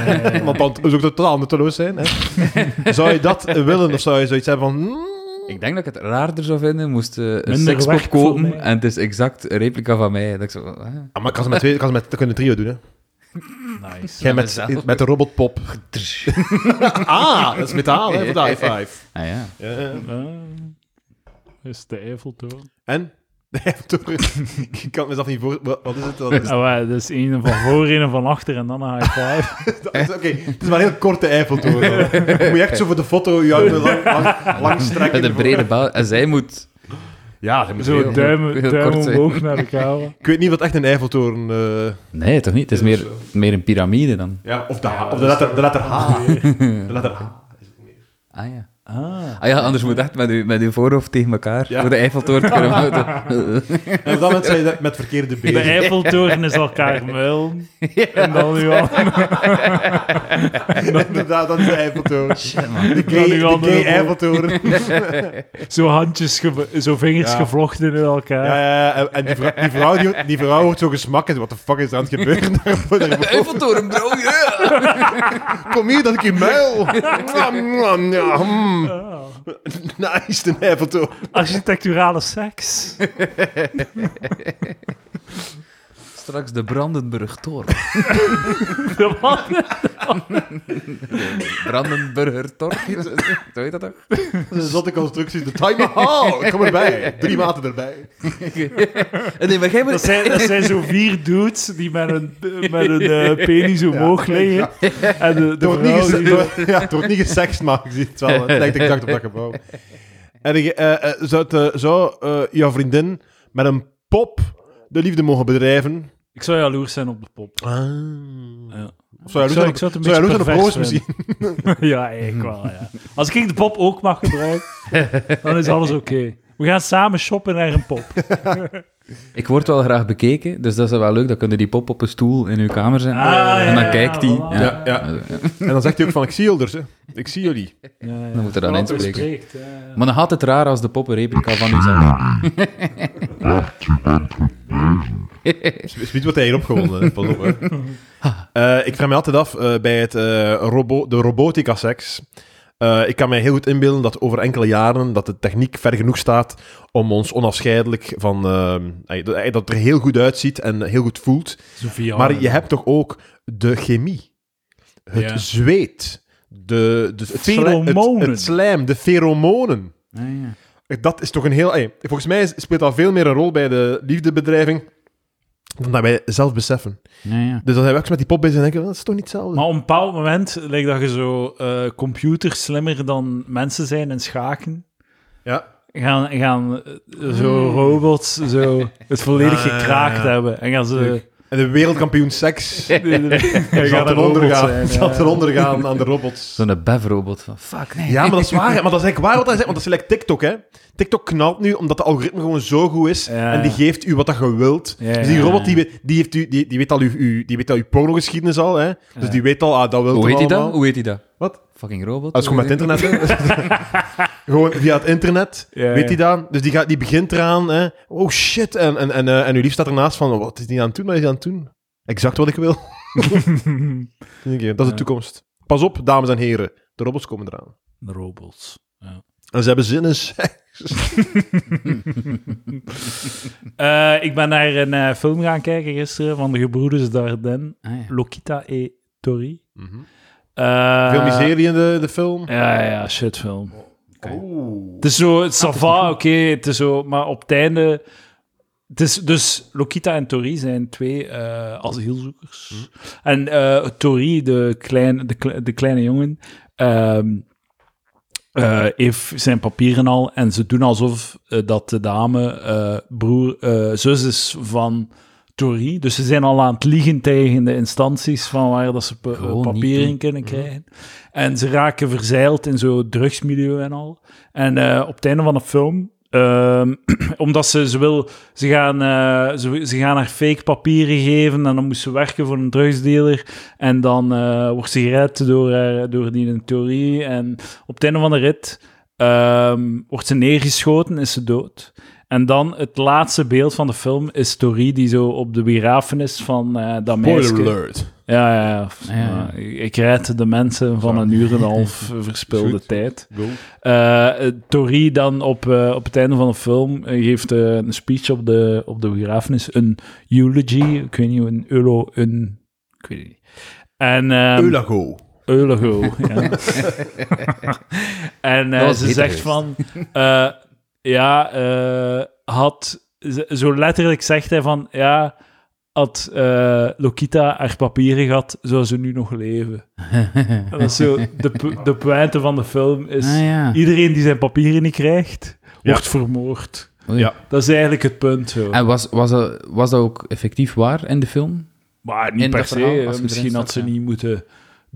Speaker 3: Want dan zou ook totaal nutteloos zijn. Hè? zou je dat willen of zou je zoiets hebben van. hmm,
Speaker 4: Ik denk dat ik het raarder zou vinden, moest eh, een
Speaker 1: Minder
Speaker 4: sekspop
Speaker 1: werk voor
Speaker 4: kopen
Speaker 1: mij.
Speaker 4: en het is exact een replica van mij. Dat ik zo, ah,
Speaker 3: Ah, maar ik kan ze met twee, ik kan ze met, dat kunnen trio doen. Hè?
Speaker 1: Nice.
Speaker 3: Jij
Speaker 4: mezelf.
Speaker 3: met, met de robotpop. ah, dat is metaal, hè, voor de high five.
Speaker 4: ah ja.
Speaker 3: Ja, ja.
Speaker 1: Eh, is de Eiffeltoren.
Speaker 3: En? Nee, toch, ik kan het mezelf niet voor. Wat wat is het? Wat is het?
Speaker 1: Ah, maar, dus een van voor, een van achter en dan een high five.
Speaker 3: Dat is- Oké, het is maar een heel korte Eiffeltoren. hoor. Moet je echt zo voor de foto je armen lang, lang, lang strekken.
Speaker 4: Met een brede bal. En zij moet...
Speaker 3: Ja, dat moet
Speaker 1: Zo
Speaker 3: heel-
Speaker 1: duimen,
Speaker 4: heel
Speaker 1: duimen
Speaker 4: kort zijn.
Speaker 1: omhoog naar de kamer.
Speaker 3: Ik weet niet wat echt een Eiffeltoren... eh,
Speaker 4: Nee, toch niet? Het is meer, meer een piramide dan.
Speaker 3: ja, of de, H- of de, letter, de letter H. De letter H.
Speaker 4: Ah ja.
Speaker 1: Ah.
Speaker 4: Ah ja, anders moet echt met uw, met uw voorhoofd tegen elkaar
Speaker 3: Ja.
Speaker 4: door de Eiffeltoren te kunnen houden.
Speaker 3: En op dat moment zijn je dat met verkeerde
Speaker 1: De E.
Speaker 3: benen.
Speaker 1: Eiffeltoren is elkaar muilen. En dan nu al.
Speaker 3: Inderdaad, dat is de Eiffeltoren.
Speaker 1: Dan
Speaker 3: De gay,
Speaker 1: nu
Speaker 3: de
Speaker 1: andere
Speaker 3: gay
Speaker 1: woorden.
Speaker 3: Eiffeltoren.
Speaker 1: Zo handjes, geve- zo vingers
Speaker 3: Ja.
Speaker 1: gevlochten in elkaar.
Speaker 3: Ja, ja, ja, en- en die vrouw, die vrouw, die, die vrouw wordt zo gesmakkend. Wat de fuck is er aan het gebeuren? daarvoor?
Speaker 4: De Eiffeltoren, bro! ja.
Speaker 3: Kom hier, dat ik je muil. Mwah, mwah, ja, mm.
Speaker 1: Oh.
Speaker 3: Nice, de Eiffeltoren.
Speaker 1: Architecturale seks.
Speaker 4: Straks de Brandenburg-toren.
Speaker 1: De man-
Speaker 4: Brandenburger-toren. Zo heet dat ook?
Speaker 3: Dat is een zotte constructie. De Taj Mahal. Kom erbij. Drie maten erbij.
Speaker 4: Nee, maar jij
Speaker 1: Dat
Speaker 4: moet...
Speaker 1: zijn, dat zijn zo vier dudes die met een, met een eh, penis omhoog liggen. En de,
Speaker 3: Het
Speaker 1: de
Speaker 3: wordt, niet
Speaker 1: vrouw
Speaker 3: gese-
Speaker 1: die-
Speaker 3: het wordt- ja, het wordt niet gesext, maar je ziet het wel. Het lijkt exact op dat gebouw. En je, eh, eh, zou, het, eh, zou eh, jouw vriendin met een pop de liefde mogen bedrijven?
Speaker 1: Ik zou jaloers zijn op de pop. Ja.
Speaker 3: Of zou
Speaker 1: Ik zou-
Speaker 3: jij jaloers
Speaker 1: ik zou het
Speaker 3: zijn
Speaker 1: een
Speaker 3: op- zou jij jaloers zijn
Speaker 1: beetje
Speaker 3: op roos
Speaker 1: pervers
Speaker 3: misschien?
Speaker 1: Ja, eigenlijk
Speaker 3: Mhm.
Speaker 1: wel, ja. Als ik de pop ook mag gebruiken, dan is alles oké. We gaan samen shoppen naar een pop.
Speaker 4: Ik word wel graag bekeken, dus dat is wel leuk. Dan kunnen die pop op een stoel in uw kamer zijn.
Speaker 1: Ah,
Speaker 4: en dan
Speaker 1: ja,
Speaker 4: kijkt die.
Speaker 1: voilà.
Speaker 4: Ja,
Speaker 3: Ja, ja. En dan zegt hij ook van, ik zie elders, hè. Ik zie jullie.
Speaker 1: Ja, ja.
Speaker 4: Dan moet er dan
Speaker 1: Want hij
Speaker 4: inspreken.
Speaker 1: spreekt, ja, ja.
Speaker 4: Maar dan gaat het raar als de pop een replica van u zijn.
Speaker 3: Spiet wat hij hierop gewonnen. hè. Pas op, hè. Eh, ik vraag me altijd af eh, bij het, eh, robo de robotica-seks. Eh, ik kan mij heel goed inbeelden dat over enkele jaren dat de techniek ver genoeg staat om ons onafscheidelijk van... ehm, ey, dat- ey, dat het er heel goed uitziet en heel goed voelt.
Speaker 1: Sophia.
Speaker 3: Maar je hebt toch ook de chemie. Het
Speaker 1: Ja.
Speaker 3: zweet. De, de, het, sli- het,
Speaker 1: Pheromonen.
Speaker 3: het slijm. De feromonen.
Speaker 4: Ah, ja.
Speaker 3: Dat is toch een heel... ey, volgens mij speelt dat veel meer een rol bij de liefdebedrijving dan dat wij zelf beseffen.
Speaker 4: Ja, ja.
Speaker 3: Dus dan zijn we ook zo met die pop bezig en denken, dat is toch niet hetzelfde?
Speaker 1: Maar op een bepaald moment lijkt dat je zo eh, computers slimmer dan mensen zijn en schaken.
Speaker 3: Ja.
Speaker 1: Gaan, gaan eh, zo robots zo het volledig
Speaker 3: Ah, Hmm. ja,
Speaker 1: gekraakt
Speaker 3: ja.
Speaker 1: hebben. En gaan ze...
Speaker 3: En de wereldkampioen seks
Speaker 1: En
Speaker 3: zal
Speaker 1: gaan
Speaker 3: ten
Speaker 1: een robot
Speaker 3: onder gaan.
Speaker 1: zijn,
Speaker 3: Zal
Speaker 1: ja.
Speaker 3: ten onder gaan aan de robots.
Speaker 4: Zo'n bevrobot van, fuck nee.
Speaker 3: Ja, maar dat is waar. hè. Maar dat is eigenlijk waar wat hij zegt. Want dat is gelijk TikTok, hè. TikTok knalt nu omdat de algoritme gewoon zo goed is.
Speaker 1: Ja.
Speaker 3: En die geeft u wat dat je wilt.
Speaker 1: Ja,
Speaker 3: Dus die
Speaker 1: ja,
Speaker 3: robot, die,
Speaker 1: ja.
Speaker 3: weet- die, heeft u, die, die weet al uw, uw, die weet al uw pornogeschiedenis al, hè. Dus
Speaker 1: Ja.
Speaker 3: die weet al, ah, dat wil
Speaker 4: Hoe
Speaker 3: hij
Speaker 4: heet hij
Speaker 3: allemaal.
Speaker 4: dat? Hoe heet hij dat?
Speaker 3: Wat?
Speaker 4: Fucking robot.
Speaker 3: Dat is gewoon met
Speaker 4: Hoe heet
Speaker 3: internet, hè. Gewoon via het internet.
Speaker 1: Ja,
Speaker 3: weet
Speaker 1: ja.
Speaker 3: hij dat? Dus die, gaat, die begint eraan. Hè. Oh shit. En, en, en, eh, en uw lief staat ernaast van: wat is die aan het doen? Wat is die aan het doen? Exact wat ik wil. Denk je, Dat is de
Speaker 1: Ja.
Speaker 3: toekomst. Pas op, dames en heren. De robots komen eraan.
Speaker 1: De robots.
Speaker 3: En ze hebben zin in seks.
Speaker 1: Eh, ik ben naar een eh, film gaan kijken gisteren van de gebroeders Dardenne.
Speaker 4: hij? Ah, ja.
Speaker 1: Lokita e Tori.
Speaker 3: Mhm.
Speaker 1: Eh,
Speaker 3: Veel miserie in de, de film.
Speaker 1: Ja, ja, shitfilm. Ik Het is zo, het Sava, oké, het is zo, maar op het einde. Het is dus Lokita en Tori zijn twee eh asielzoekers. En eh Tori, de, klein, de, kle- de kleine jongen, ehm, eh, heeft zijn papieren al. En ze doen alsof eh, dat de dame eh, broer, eh, zus is van Tori. Dus ze zijn al aan het liegen tegen de instanties van waar dat ze pa- eh,
Speaker 4: Gewoon niet
Speaker 1: papieren
Speaker 4: doen.
Speaker 1: kunnen krijgen. En ze raken verzeild in zo'n drugsmilieu en al. En eh, op het einde van de film, ehm, omdat ze, ze wil, ze gaan, eh, ze, ze gaan haar fake papieren geven en dan moest ze werken voor een drugsdealer. En dan eh, wordt ze gered door, haar- door die Tori. En op het einde van de rit ehm, wordt ze neergeschoten, is ze dood. En dan het laatste beeld van de film is Tori die zo op de begrafenis van eh dat meisje...
Speaker 3: Spoiler alert.
Speaker 1: Ja, ja, ja. Of,
Speaker 4: Ja, ja.
Speaker 1: eh, ik- ik rijd de mensen van een uur en een half eh, verspilde
Speaker 3: Goed.
Speaker 1: tijd.
Speaker 3: Go.
Speaker 1: Eh, eh, Tori dan op, eh, op het einde van de film eh, geeft eh, een speech op de, op de begrafenis. Een eulogy, ik weet niet, een eulo, een... Ik weet het niet. En, ehm,
Speaker 3: Eulago.
Speaker 1: Eulago, ja. en eh,
Speaker 4: Dat was
Speaker 1: ze
Speaker 4: beter
Speaker 1: zegt
Speaker 4: geweest.
Speaker 1: van... eh, ja, eh, had... ze- Zo letterlijk zegt hij van... Ja, had eh, Lokita haar papieren gehad, zou ze nu nog leven. En dat is zo... De, pu- de pointe van de film is...
Speaker 4: Ah, ja.
Speaker 1: Iedereen die zijn papieren niet krijgt,
Speaker 3: Ja.
Speaker 1: wordt vermoord.
Speaker 4: Oei.
Speaker 3: Ja.
Speaker 1: Dat is eigenlijk het punt, zo.
Speaker 4: En was, was, dat, was dat ook effectief waar in de film?
Speaker 1: Maar niet
Speaker 4: In
Speaker 1: per
Speaker 4: dat verhaal,
Speaker 1: se.
Speaker 4: als je
Speaker 1: Misschien
Speaker 4: erin
Speaker 1: had ze
Speaker 4: staat, ja.
Speaker 1: niet moeten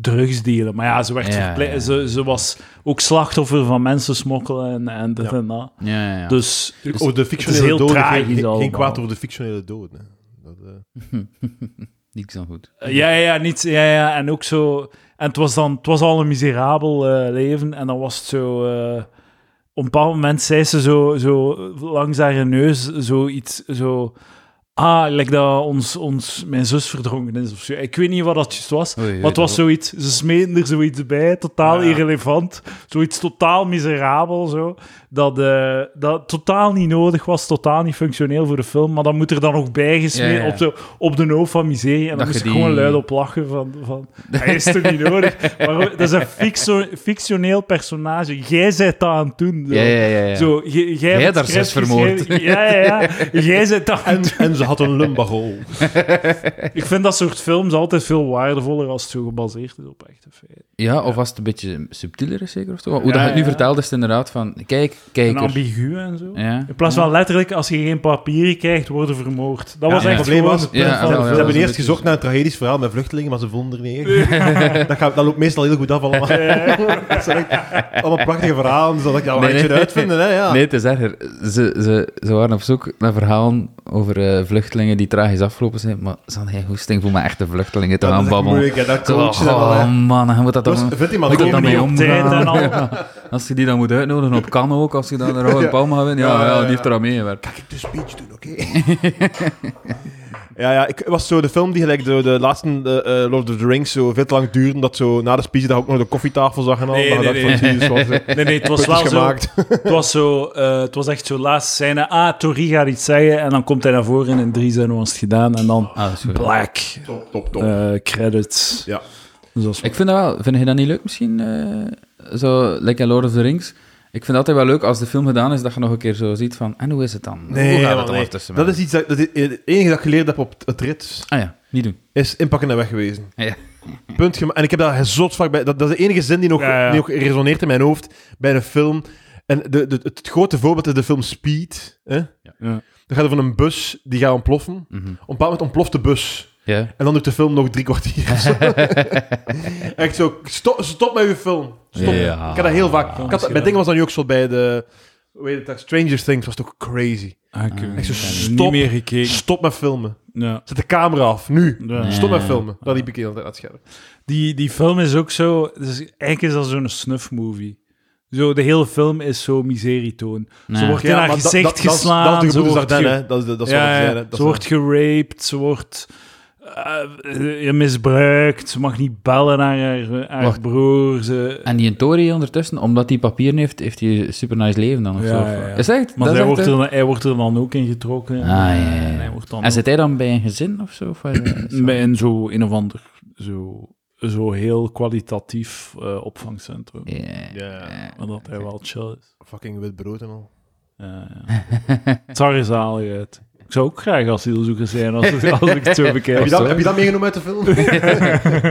Speaker 1: drugs delen. Maar ja, ze, werd
Speaker 4: Ja,
Speaker 1: verple-
Speaker 4: ja.
Speaker 1: Ze, ze was ook slachtoffer van mensen smokkelen en, en dit
Speaker 3: Ja.
Speaker 1: en dat.
Speaker 4: Ja, ja, ja.
Speaker 1: Dus
Speaker 3: Over de
Speaker 1: heel
Speaker 3: fictionele doden.
Speaker 1: tragisch
Speaker 3: Geen, geen- geen
Speaker 1: allemaal.
Speaker 3: kwaad over de fictionele doden. hè. Dat, eh,
Speaker 4: Niks dan goed.
Speaker 1: eh, ja, ja, ja, niet, ja, ja, en ook zo... En het was, dan, het was al een miserabel eh, leven. En dan was het zo... eh, op een bepaald moment zei ze zo, zo langs haar neus zoiets zo... Ah, lijkt dat ons, ons, mijn zus verdronken is of zo. Ik weet niet wat dat juist was.
Speaker 4: Oei, oei,
Speaker 1: Wat
Speaker 4: dat
Speaker 1: was zoiets? Ze smeten er zoiets bij, totaal
Speaker 3: Ja.
Speaker 1: irrelevant. Zoiets totaal miserabel, zo. Dat, eh, dat totaal niet nodig was, totaal niet functioneel voor de film. Maar dat moet er dan nog bij gesmeed
Speaker 4: Ja, ja.
Speaker 1: Op, zo, op de hoofd van miserie. En dan
Speaker 4: Dat
Speaker 1: moest
Speaker 4: je
Speaker 1: ik gewoon
Speaker 4: die-
Speaker 1: luid op lachen van... van hij is toch niet nodig? Maar dat is een fictio- fictioneel personage. Jij bent dat aan het doen. Zo.
Speaker 4: Ja, ja, ja. ja.
Speaker 1: Zo, j- jij
Speaker 4: Jij
Speaker 1: hebt
Speaker 4: daar
Speaker 1: het
Speaker 4: zes
Speaker 1: script
Speaker 4: vermoord.
Speaker 1: geschreven. Ja, ja, ja. Jij bent dat aan
Speaker 3: En, en ze had een lumbago.
Speaker 1: Ik vind dat soort films altijd veel waardevoller als het zo gebaseerd is op echte feiten.
Speaker 4: Ja, of was het een beetje subtieler is zeker? Of zo? Hoe dat je het
Speaker 1: ja,
Speaker 4: nu
Speaker 1: ja.
Speaker 4: vertelde is het inderdaad van, kijk,
Speaker 1: En
Speaker 4: kijker.
Speaker 1: ambigu en zo.
Speaker 4: ja.
Speaker 1: In plaats van letterlijk, als je geen papieren krijgt, worden vermoord. Dat
Speaker 3: Ja,
Speaker 1: was
Speaker 3: het
Speaker 1: echt
Speaker 3: probleem
Speaker 1: gewoon
Speaker 3: was-
Speaker 1: het punt
Speaker 4: Ja,
Speaker 1: van de
Speaker 4: ja,
Speaker 3: Ze
Speaker 1: film.
Speaker 3: hebben
Speaker 4: dat is
Speaker 3: eerst
Speaker 4: een
Speaker 3: gezocht naar een tragedisch verhaal met vluchtelingen, maar ze vonden er niet echt. dat, gaat, dat loopt meestal heel goed af allemaal. Dat zijn echt allemaal prachtige verhalen, zodat ik dat
Speaker 4: Nee,
Speaker 3: nee,
Speaker 4: nee.
Speaker 3: uitvinden. Hè, ja.
Speaker 4: Nee, het is erger. Ze, ze, ze waren op zoek naar verhalen over eh, vluchtelingen die tragisch afgelopen zijn, maar ze hadden geen goesting voor mijn echte vluchtelingen te
Speaker 3: dat is echt
Speaker 4: aanbabbelen.
Speaker 3: moeilijk, hè, dat
Speaker 4: Zo,
Speaker 3: coachen en al, hè.
Speaker 4: oh man, je moet dat
Speaker 3: Dus
Speaker 4: dan...
Speaker 3: vindt iemand
Speaker 4: moet
Speaker 3: ook
Speaker 4: dat dan
Speaker 3: niet.
Speaker 4: mee
Speaker 1: op tijd en al.
Speaker 4: omgaan. Ja. Als je die dan moet uitnodigen op kan ook, als je dan een rode
Speaker 3: Ja.
Speaker 4: palm gaat winnen, ja,
Speaker 3: Ja,
Speaker 4: ja,
Speaker 3: ja,
Speaker 4: die
Speaker 3: ja.
Speaker 4: heeft er aan meegewerkt.
Speaker 3: Kan ik de speech doen, oké? ja, ja, ik het was zo de film die gelijk de, de laatste eh, eh, Lord of the Rings zo veel te lang duurde, dat zo na de speech dat je ook nog de koffietafel zag en al.
Speaker 1: Nee,
Speaker 3: dat je
Speaker 1: nee,
Speaker 3: dacht van, Jezus, wat is dit?
Speaker 1: Nee, nee, het was
Speaker 3: Punt
Speaker 1: wel
Speaker 3: is
Speaker 1: zo.
Speaker 3: gemaakt.
Speaker 1: Het was, zo, eh, het was echt zo laatste scène. Ah, Tori gaat iets zeggen en dan komt hij naar voren en in drie zinnen was het gedaan. En dan
Speaker 4: Ah, dat is goed.
Speaker 1: black
Speaker 3: Top, top, top.
Speaker 1: eh, credits.
Speaker 3: Ja.
Speaker 1: Dus dat is-
Speaker 4: Ik vind dat wel. Vind je dat niet leuk misschien? eh, zo, like in Lord of the Rings. Ik vind het altijd wel leuk als de film gedaan is, dat je nog een keer zo ziet van, en hoe is het dan? hoe
Speaker 3: Nee,
Speaker 4: gaat
Speaker 3: man,
Speaker 4: het dan
Speaker 3: nee.
Speaker 4: tussen
Speaker 3: dat is iets dat, dat is- het enige dat ik geleerd heb op het- het rit
Speaker 4: Ah ja, niet doen.
Speaker 3: is inpakken en wegwezen.
Speaker 4: Ja.
Speaker 3: Punt gema- En ik heb daar zot vaak bij. Dat, dat is de enige zin die nog,
Speaker 1: Ja, ja.
Speaker 3: die nog resoneert in mijn hoofd bij een film. En de, de, het grote voorbeeld is de film Speed. Hè?
Speaker 1: Ja.
Speaker 3: Dan gaat er van een bus die gaat ontploffen. Op
Speaker 4: Mhm.
Speaker 3: een bepaald moment ontploft de bus.
Speaker 4: Ja.
Speaker 3: En dan doet de film nog drie kwartier. of zo. Echt zo, stop, stop met uw film. Stop.
Speaker 4: Ja.
Speaker 3: Ik had dat heel vaak. Ik had, dat- bij dingen was dat nu ook zo bij de... Hoe heet het daar? Stranger Things was toch crazy.
Speaker 1: Ah, ik heb
Speaker 3: Echt zo,
Speaker 1: niet
Speaker 3: stop,
Speaker 1: meer gekeken.
Speaker 3: stop met filmen.
Speaker 1: Ja.
Speaker 3: Zet de camera af, nu.
Speaker 1: Ja.
Speaker 3: Stop met
Speaker 4: Ja.
Speaker 3: filmen. Dat liep ik heel tijd aan het scherm.
Speaker 1: Die, die film is ook zo... Dus eigenlijk is dat zo'n snuffmovie. Zo, de hele film is zo miserietoon. Ze
Speaker 4: Ja.
Speaker 1: wordt in haar
Speaker 3: maar
Speaker 1: gezicht
Speaker 3: dat, dat,
Speaker 1: geslaan.
Speaker 3: Dat, is- dat is de
Speaker 1: ze
Speaker 3: gebroeders
Speaker 1: wordt
Speaker 3: Ardennes,
Speaker 1: ge-
Speaker 3: hè. Dat is, de- dat is
Speaker 1: ja,
Speaker 3: wat ik
Speaker 1: ja.
Speaker 3: zei, hè. Dat
Speaker 1: ze
Speaker 3: is-
Speaker 1: wordt geraped, ze wordt eh, eh, misbruikt, ze mag niet bellen naar haar, haar
Speaker 4: Wacht.
Speaker 1: broer. Ze,
Speaker 4: En die Tori ondertussen, omdat hij papieren heeft, heeft hij een super nice leven dan of
Speaker 1: Ja,
Speaker 4: zo.
Speaker 1: ja, ja.
Speaker 4: Is echt, eh,
Speaker 1: maar
Speaker 4: dat
Speaker 1: zij
Speaker 4: is
Speaker 1: wordt
Speaker 4: echt,
Speaker 1: er, dan- hij wordt er dan ook in getrokken.
Speaker 4: Ah, ja, ja, ja.
Speaker 1: En hij wordt dan
Speaker 4: En zit hij dan bij een gezin of zo? Of, eh,
Speaker 1: ook- bij een zo een of ander zo zo heel kwalitatief eh, opvangcentrum.
Speaker 4: Ja.
Speaker 3: Ja.
Speaker 1: En dat hij wel chill is.
Speaker 3: Fucking wit brood en al.
Speaker 1: Ja, ja. het zag er zalig uit. Ik zou ook graag asielzoeker zijn als, het- als ik het zo bekijk.
Speaker 3: Heb je,
Speaker 4: zo,
Speaker 3: dat,
Speaker 4: hè?
Speaker 3: heb je dat meegenomen uit de film?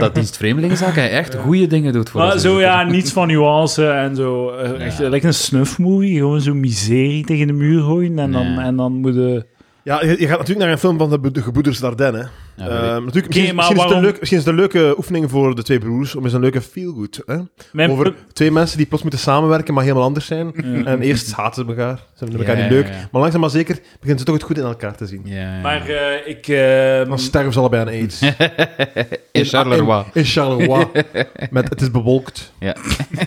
Speaker 4: dat dienst vreemdelingenzaak hij echt goede dingen doet voor
Speaker 1: Maar
Speaker 4: ons.
Speaker 1: Ah, zo ja, niets van nuance en zo. Eh, Echt, eh, Lijkt een snuffmovie, gewoon zo miserie tegen de muur gooien en, dan,
Speaker 4: Nee.
Speaker 1: en dan moet je...
Speaker 3: ja, je, je gaat natuurlijk naar een film van de, be- de gebroeders Dardenne. hè.
Speaker 4: Ja,
Speaker 3: Ehm,
Speaker 4: weet ik.
Speaker 3: natuurlijk, misschien,
Speaker 1: maar
Speaker 3: misschien is het een
Speaker 1: waarom-
Speaker 3: leuk, misschien is het een leuke oefening voor de twee broers om eens een leuke feelgood. Hè?
Speaker 1: Mijn
Speaker 3: Over
Speaker 1: punt-
Speaker 3: twee mensen die plots moeten samenwerken, maar helemaal anders zijn.
Speaker 1: Ja.
Speaker 3: En eerst haten ze elkaar. Ze vinden elkaar
Speaker 4: Ja,
Speaker 3: niet
Speaker 4: ja,
Speaker 3: leuk.
Speaker 4: ja.
Speaker 3: Maar langzaam maar zeker beginnen ze toch het goed in elkaar te zien.
Speaker 4: Ja, ja.
Speaker 1: Maar eh, ik... ehm,
Speaker 3: Dan sterven ze allebei aan aids. Ah,
Speaker 4: in Charleroi.
Speaker 3: In, in Charleroi. Met het is bewolkt.
Speaker 4: Ja.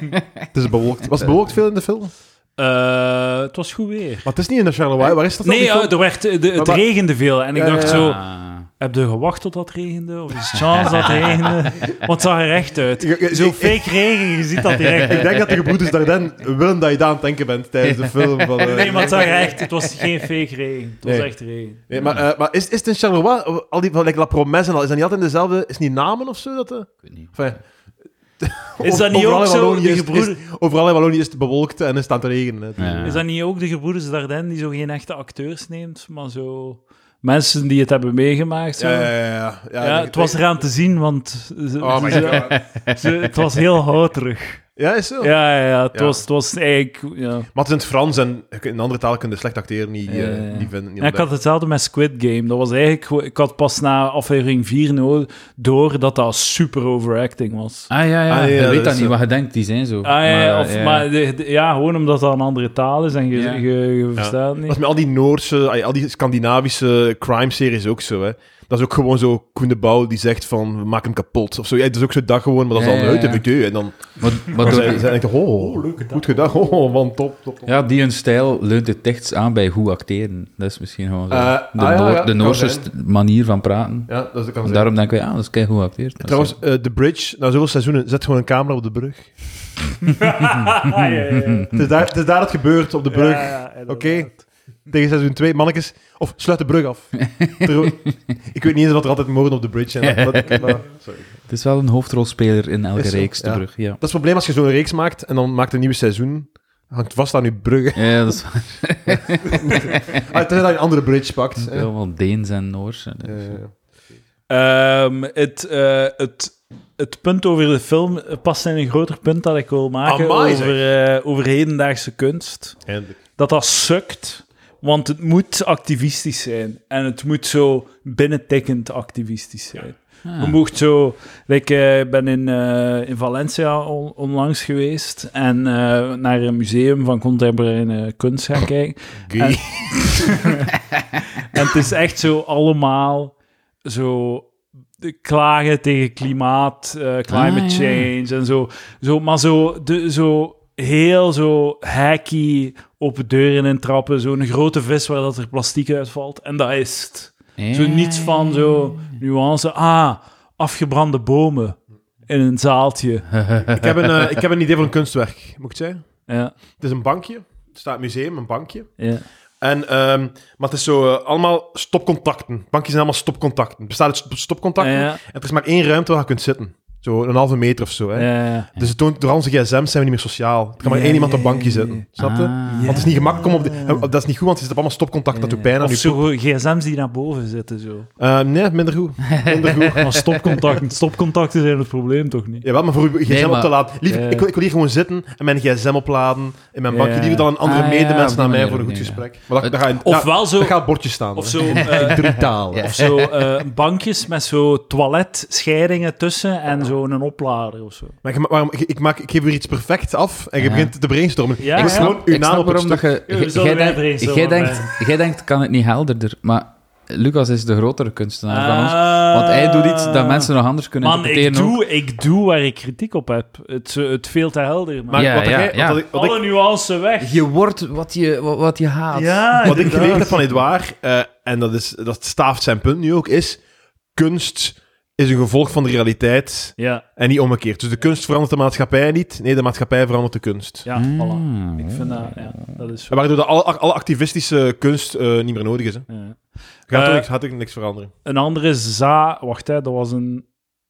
Speaker 3: het is bewolkt. Was het bewolkt veel in de film?
Speaker 1: eh, het was goed weer.
Speaker 3: Maar het is niet in de Charleroi. Waar is dat dan?
Speaker 1: Nee,
Speaker 3: Die film?
Speaker 1: ja, er werd, eh, de- het
Speaker 3: maar-
Speaker 1: regende veel. En ik
Speaker 3: Ja,
Speaker 1: dacht
Speaker 3: ja,
Speaker 1: zo,
Speaker 4: Ah.
Speaker 1: heb je gewacht tot dat regende? Of is het chance dat het regende? Want het zag er echt uit.
Speaker 3: Ik- ik-
Speaker 1: Zo
Speaker 3: ik-
Speaker 1: fake regen, je ziet dat direct.
Speaker 3: Ik denk dat de gebroeders Dardenne willen dat je daar aan het denken bent tijdens de film. Van, eh,
Speaker 1: Nee, maar het zag er echt... Het was geen fake regen. Het was
Speaker 3: Nee.
Speaker 1: echt regen.
Speaker 3: Nee, maar, eh, maar is, is het in Charleroi, eh, al die, van, like La Promesse en al, is dat niet altijd dezelfde, is het niet namen of zo? Dat, eh?
Speaker 4: Ik weet niet.
Speaker 3: Enfin,
Speaker 1: Is
Speaker 3: Of-
Speaker 1: dat niet
Speaker 3: overal
Speaker 1: ook
Speaker 3: in
Speaker 1: zo,
Speaker 3: Wallonië
Speaker 1: die
Speaker 3: is-
Speaker 1: gebroeder...
Speaker 3: is- overal in Wallonië is het bewolkt en is het aan het regenen. hè.
Speaker 4: Ja.
Speaker 1: Is dat niet ook de gebroeders Dardenne die zo geen echte acteurs neemt, maar zo mensen die het hebben meegemaakt? Zo?
Speaker 3: Ja, ja, ja, ja.
Speaker 1: Ja,
Speaker 3: Ja, denk
Speaker 1: het
Speaker 3: ik.
Speaker 1: was eraan te zien, want ze-
Speaker 3: Oh my
Speaker 1: ze-
Speaker 3: god.
Speaker 1: ze- het was heel houterig.
Speaker 3: Ja, is zo.
Speaker 1: Ja, ja, ja, het,
Speaker 3: Ja.
Speaker 1: Was, het was eigenlijk... Ja.
Speaker 3: Maar het is in het Frans en je kunt- in andere talen kun je slecht acteren niet, eh,
Speaker 1: Ja, ja, ja.
Speaker 3: niet vinden. Niet
Speaker 1: Ja, ik had hetzelfde met Squid Game. Dat was eigenlijk, gewoon- ik had pas na aflevering 4 no- door dat dat super overacting was.
Speaker 4: Ah ja, ja.
Speaker 3: Ah, ja,
Speaker 4: je
Speaker 3: ja,
Speaker 4: weet
Speaker 3: dat
Speaker 4: dat
Speaker 3: is
Speaker 4: niet,
Speaker 3: zo.
Speaker 4: wat je denkt, die zijn zo.
Speaker 1: Ah, ja, ja, of,
Speaker 4: ja.
Speaker 1: Maar de- de- ja, gewoon omdat dat een andere taal is en je,
Speaker 4: Ja.
Speaker 1: je, je verstaat
Speaker 3: Dat
Speaker 1: niet.
Speaker 3: is met al die Noorse, ay, al die Scandinavische crime-series ook zo. Hè. Dat is ook gewoon zo Koen de Bouw die zegt van, maak hem kapot. Of zo. Ja, het is ook zo dag gewoon, maar dat
Speaker 4: Ja,
Speaker 3: is dan
Speaker 4: ja,
Speaker 3: uit de
Speaker 4: ja.
Speaker 3: milieu. En dan
Speaker 4: Maar, maar
Speaker 3: dan
Speaker 4: door
Speaker 3: zijn
Speaker 4: die-
Speaker 3: ze echt, oh, goed gedaan. Oh, man, top, top, top.
Speaker 4: ja, die hun stijl leunt het dichtst aan bij hoe acteren. Dat is misschien gewoon zo.
Speaker 3: Eh,
Speaker 4: de,
Speaker 3: ah, ja,
Speaker 4: Noor-
Speaker 3: ja,
Speaker 4: de
Speaker 3: kan
Speaker 4: Noorse
Speaker 3: zijn.
Speaker 4: st- manier van praten.
Speaker 3: Ja, dat is de kans.
Speaker 4: Daarom denken we, ja, dat is kei goed acteerd. Dat is-
Speaker 3: Trouwens, eh, The Bridge, na zoveel seizoenen, zet gewoon een camera op de brug.
Speaker 1: Ah, ja, ja, ja.
Speaker 3: het, is daar, het is daar het gebeurt, op de brug.
Speaker 1: Ja, ja, inderdaad.
Speaker 3: Oké, tegen seizoen 2, mannetjes, of sluit de brug af. Ter- ik weet niet eens wat er altijd moorden op de bridge zijn. maar dat- maar- sorry.
Speaker 4: het is wel een hoofdrolspeler in elke
Speaker 3: Is zo,
Speaker 4: reeks, de
Speaker 3: ja.
Speaker 4: brug. Ja.
Speaker 3: Dat is het probleem als je zo'n reeks maakt en dan maakt een nieuw seizoen. Hangt vast aan je bruggen.
Speaker 4: ja, dat is
Speaker 3: Ah, tenzij dat je een andere bridge pakt. hè. Eh,
Speaker 4: helemaal Deens en Noors. en-
Speaker 3: Ja, ja, ja.
Speaker 1: Ehm, het, eh, het, het punt over de film past in een groter punt dat ik wil maken
Speaker 3: Amai, zeg.
Speaker 1: over, eh, over hedendaagse kunst.
Speaker 3: En-
Speaker 1: Dat dat sukt, want het moet activistisch zijn. En het moet zo binnentikkend activistisch zijn.
Speaker 4: Ah.
Speaker 3: Eh,
Speaker 1: Je mocht zo... like, eh, Ik ben in, eh, in Valencia on- onlangs geweest en eh, naar een museum van contemporaine kunst gaan kijken.
Speaker 3: Gay.
Speaker 1: En het is echt zo allemaal zo de klagen tegen klimaat, eh, climate
Speaker 4: Ah, ja.
Speaker 1: change en zo, zo. Maar zo, de, zo heel zo hacky open deuren en trappen. Zo'n grote vis waar dat er plastiek uitvalt. En dat is het. Zo
Speaker 4: Ja,
Speaker 1: niets van zo nuance. Ah, afgebrande bomen in een zaaltje.
Speaker 3: ik, heb een, eh, ik heb een idee voor een kunstwerk, moet ik het zeggen.
Speaker 1: Ja,
Speaker 3: Het is een bankje. Het staat museum, een bankje.
Speaker 1: ja.
Speaker 3: En, ehm, maar het is zo eh, allemaal stopcontacten. Bankjes zijn allemaal stopcontacten. Het bestaat uit stop- stopcontacten.
Speaker 1: Ja,
Speaker 3: En er is maar één ruimte waar je kunt zitten. Zo een halve meter of zo. Hè.
Speaker 1: ja.
Speaker 3: Dus het toont, door onze gsm's zijn we niet meer sociaal. Er kan maar
Speaker 1: Ja,
Speaker 3: één iemand
Speaker 1: ja,
Speaker 3: op
Speaker 1: ja,
Speaker 3: bankje
Speaker 1: ja.
Speaker 3: zitten. Snap je?
Speaker 4: Ah.
Speaker 3: Want het is niet gemakkelijk om op de- eh, Dat is niet goed, want je zit op allemaal stopcontact. Dat doet pijn aan
Speaker 1: Of
Speaker 3: je poep.
Speaker 1: zo gsm's die naar boven zitten, zo.
Speaker 3: Eh, nee, minder goed. Minder goed.
Speaker 1: Maar stopcontacten, stopcontacten zijn het probleem toch niet?
Speaker 3: Jawel, maar voor uw gsm op
Speaker 4: maar-
Speaker 3: te laden. Lief,
Speaker 1: Ja.
Speaker 3: ik, wil, ik wil hier gewoon zitten en mijn gsm opladen in mijn
Speaker 1: Ja.
Speaker 3: bankje. Liever dan een andere
Speaker 4: Ah, ja,
Speaker 3: medemens
Speaker 4: op die
Speaker 3: naar mij
Speaker 4: manier
Speaker 3: voor een
Speaker 4: ook, ja.
Speaker 3: goed gesprek. Maar dat, dat, ga je,
Speaker 1: Of
Speaker 3: ja,
Speaker 1: wel zo...
Speaker 3: dat gaat het bordje staan.
Speaker 1: Of
Speaker 3: hè.
Speaker 1: zo, eh,
Speaker 3: Drie talen.
Speaker 1: of zo eh, bankjes met zo toiletscheidingen tussen en zo'n oplader of zo.
Speaker 3: Maar je- waarom, ik, ik maak, ik geef weer iets perfect af en je
Speaker 4: Ja.
Speaker 3: begint te brainstormen.
Speaker 1: Ja,
Speaker 3: ik
Speaker 1: ja.
Speaker 3: moet gewoon uw
Speaker 4: Ik
Speaker 3: naam
Speaker 4: snap
Speaker 3: op het
Speaker 4: waarom dat
Speaker 3: stuk.
Speaker 4: je...
Speaker 1: Ja, we
Speaker 4: jij
Speaker 1: zullen
Speaker 4: denkt-
Speaker 1: wij er eens
Speaker 4: jij
Speaker 1: over
Speaker 4: denkt, jij denkt, kan het niet helderder, maar Lucas is de grotere kunstenaar van ons.
Speaker 1: Ah.
Speaker 4: Want hij doet iets dat mensen nog anders kunnen
Speaker 1: Man, ik
Speaker 4: interpreteren. ook.
Speaker 1: doe, ik doe waar ik kritiek op heb. Het, eh, het veel te helder, man.
Speaker 3: Maar
Speaker 4: Ja,
Speaker 3: wat
Speaker 4: ja,
Speaker 3: jij-
Speaker 4: ja.
Speaker 3: wat ik- wat ik-
Speaker 1: Alle nuance weg.
Speaker 4: Je wordt wat je, wat, wat je haat.
Speaker 1: Ja,
Speaker 3: Wat
Speaker 1: Ah,
Speaker 3: ik
Speaker 1: inderdaad.
Speaker 3: geleerd heb van Edouard, eh, en dat, is, dat staaft zijn punt nu ook, is kunst is een gevolg van de realiteit
Speaker 1: Ja,
Speaker 3: en niet omgekeerd. Dus de kunst verandert de maatschappij niet, nee, de maatschappij verandert de kunst.
Speaker 1: ja, voilà. Ik vind dat, ja, dat is zo.
Speaker 3: Waardoor dat alle, alle activistische kunst eh, niet meer nodig is. Hè.
Speaker 1: Ja.
Speaker 3: Gaat,
Speaker 1: Eh,
Speaker 3: er niks, gaat er niks veranderen.
Speaker 1: Een andere za... Wacht, hè, dat was een,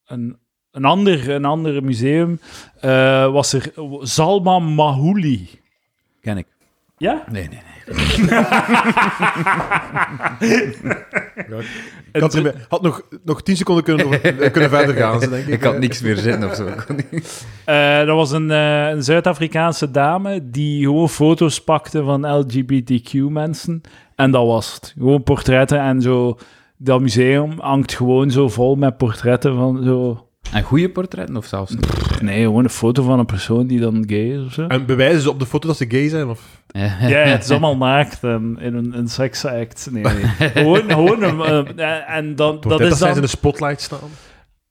Speaker 1: een een ander, een ander museum, eh, was er Zalma Mahuli.
Speaker 4: Ken ik.
Speaker 1: Ja?
Speaker 4: Nee, nee, nee.
Speaker 3: Ik had, er mee- had nog, nog tien seconden kunnen, eh, kunnen verder gaan, zo denk ik.
Speaker 4: Ik had niks meer zitten of zo. Ik kon niet-
Speaker 1: Eh, dat was een, eh, een Zuid-Afrikaanse dame die gewoon foto's pakte van LGBTQ-mensen. En dat was het. Gewoon portretten en zo. Dat museum hangt gewoon zo vol met portretten van zo...
Speaker 4: En goede portretten of zelfs niet.
Speaker 1: Nee, gewoon een foto van een persoon die dan gay is of zo.
Speaker 3: En bewijzen ze op de foto dat ze gay zijn? Of...
Speaker 1: Ja, het is allemaal naakt en in een, een seksact. Nee, nee. Gewoon, gewoon een, eh, en dan,
Speaker 3: Dat,
Speaker 1: dat is
Speaker 3: zij
Speaker 1: dan...
Speaker 3: ze in de spotlight staan.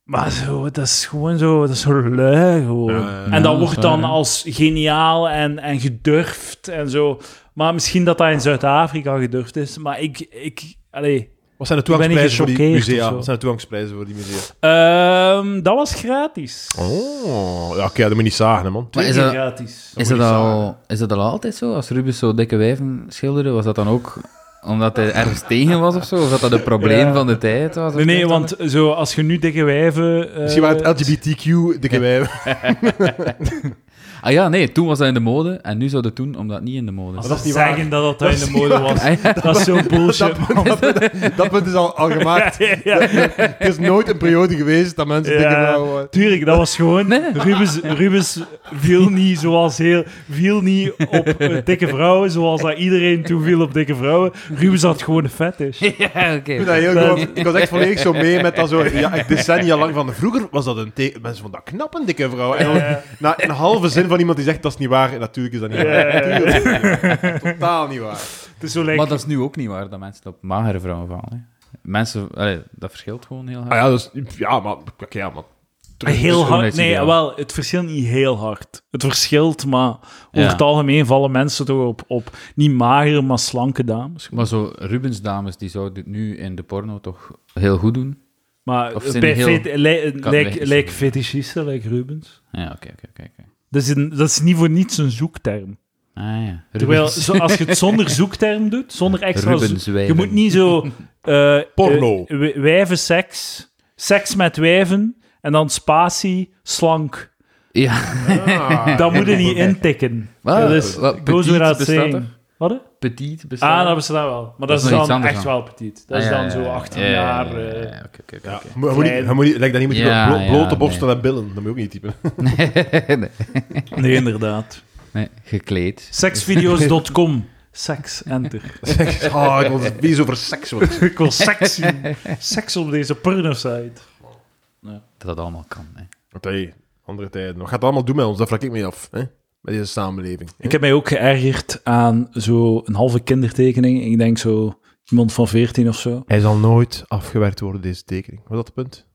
Speaker 1: Maar zo, dat is gewoon zo, dat is zo lui gewoon.
Speaker 3: Ja,
Speaker 1: en
Speaker 4: dat
Speaker 1: dat
Speaker 4: is
Speaker 1: wordt
Speaker 4: waar,
Speaker 1: dan
Speaker 4: hè.
Speaker 1: als geniaal en, en gedurfd en zo. Maar misschien dat dat in Zuid-Afrika gedurfd is. Maar ik, ik, allee.
Speaker 3: Wat zijn de
Speaker 1: Ik ben niet
Speaker 3: toegangsprijzen voor die
Speaker 1: gechoqueerd of
Speaker 3: musea?
Speaker 1: zo.
Speaker 3: Wat zijn de toegangsprijzen voor die musea?
Speaker 1: Ehm, dat was gratis.
Speaker 3: Oh, ja, oké, dat moet je niet zagen, hè, man.
Speaker 4: Maar is
Speaker 1: Twee
Speaker 4: dat-
Speaker 1: keer gratis.
Speaker 4: Is
Speaker 3: moet
Speaker 4: dat,
Speaker 3: je
Speaker 4: al, is dat al altijd zo? Als Rubens zo dikke wijven schilderde, was dat dan ook omdat hij ergens tegen was of zo? Of dat dat een probleem
Speaker 1: Ja.
Speaker 4: van de tijd was? of
Speaker 1: Nee, nee,
Speaker 4: wat dan
Speaker 1: want zo, als je nu dikke wijven... eh,
Speaker 3: Misschien waren het LGBTQ, dikke wijven.
Speaker 4: ook? Ah ja, nee, toen was dat in de mode en nu zou dat toen, omdat het niet in de mode is.
Speaker 1: als
Speaker 3: dat is
Speaker 1: ze
Speaker 3: niet waar.
Speaker 1: zeggen dat dat, in de mode was.
Speaker 4: Ah ja.
Speaker 1: Dat is zo
Speaker 3: Oh,
Speaker 1: bullshit, man.
Speaker 3: Dat punt is al, al gemaakt.
Speaker 1: Ja.
Speaker 3: Er is nooit een periode geweest dat mensen dikke
Speaker 1: Ja,
Speaker 3: vrouwen waren.
Speaker 1: Tuurlijk, dat was gewoon... Rubens, Rubens viel niet zoals heel... Viel niet op eh, dikke vrouwen, zoals dat iedereen toen viel op dikke vrouwen. Rubens had gewoon een fetish.
Speaker 4: Ja,
Speaker 3: Ik,
Speaker 4: oké.
Speaker 3: vind dat heel
Speaker 1: Dat-
Speaker 3: gewoon- ik was echt volledig zo mee met dat zo, ja, echt decennia lang van vroeger was dat een teken. Mensen vonden dat knap, een dikke vrouw. En dan, na een halve zin van iemand die zegt dat is niet waar, en natuurlijk is dat niet waar.
Speaker 1: Ja.
Speaker 3: Natuurlijk is dat niet waar. Totaal niet waar.
Speaker 1: Het is zo like,
Speaker 4: Maar dat is nu ook niet waar dat mensen op magere vrouwen vallen. hè. Mensen, allee, dat verschilt gewoon heel hard.
Speaker 3: Ah ja, dus, ja, maar, oké, ja, man.
Speaker 4: Ah,
Speaker 1: heel hard...
Speaker 4: schoonheidsideaal.
Speaker 1: Nee, wel, het verschilt niet heel hard. Het verschilt, maar over
Speaker 4: Ja.
Speaker 1: het algemeen vallen mensen toch op, op niet magere, maar slanke dames.
Speaker 4: Maar zo Rubens dames, die zouden het nu in de porno toch heel goed doen?
Speaker 1: Maar
Speaker 4: Of zijn
Speaker 1: bij
Speaker 4: heel
Speaker 1: fet- li- like,
Speaker 4: katwijkjes.
Speaker 1: like fetischisten, like Rubens.
Speaker 4: Ja, oké, oké, oké. oké.
Speaker 1: Dat is, een- dat is niet voor niets een zoekterm.
Speaker 4: Ah ja.
Speaker 1: Terwijl,
Speaker 4: Rubens.
Speaker 1: zo, als je het zonder zoekterm doet, zonder extra... zo-
Speaker 4: Rubens wijven.
Speaker 1: Je moet niet zo... eh,
Speaker 3: Porno.
Speaker 1: eh, wi- wijven seks, seks met wijven, en dan spatie, slank.
Speaker 4: Ja.
Speaker 1: Dat moet je niet intikken.
Speaker 4: Wel,
Speaker 1: dat is,
Speaker 4: Ah. wel,
Speaker 1: goes
Speaker 4: petit
Speaker 1: without
Speaker 4: bestaat
Speaker 1: saying.
Speaker 4: er?
Speaker 1: Wat? hè?
Speaker 4: Petit bestaat
Speaker 1: Ah,
Speaker 4: er?
Speaker 1: dat bestaat wel. Maar
Speaker 4: Dat
Speaker 1: dat,
Speaker 4: is
Speaker 1: is
Speaker 4: nog
Speaker 1: dan
Speaker 4: iets anders
Speaker 1: echt
Speaker 4: dan.
Speaker 1: wel petit. Dat is
Speaker 4: Ah, ja,
Speaker 1: dan
Speaker 4: ja,
Speaker 1: zo
Speaker 4: ja.
Speaker 1: 18
Speaker 4: Ja, ja,
Speaker 1: jaar...
Speaker 4: ja,
Speaker 1: eh.
Speaker 4: ja, oké, oké, oké,
Speaker 3: Ja,
Speaker 4: oké.
Speaker 3: maar je moet niet- je moet niet- like dat niet moet je
Speaker 4: Ja,
Speaker 3: blo- blote
Speaker 4: ja,
Speaker 3: borsten en billen, dat moet je ook niet typen.
Speaker 4: nee,
Speaker 1: Nee, inderdaad.
Speaker 4: nee, gekleed.
Speaker 1: Sexvideo's.com. Seks, enter.
Speaker 3: Ah, ik wil wie is over seks wordt.
Speaker 1: Ik wil seks zien. Seks op deze pornosite.
Speaker 4: Dat dat allemaal kan. Hè.
Speaker 3: Want hey, andere tijden. Wat gaat dat allemaal doen met ons? Dat vraag ik me af. Hè? Met deze samenleving.
Speaker 1: Ik heb mij ook geërgerd aan zo'n halve kindertekening. Ik denk zo iemand van 14 of zo.
Speaker 3: Hij zal nooit afgewerkt worden, deze tekening. Was dat het punt?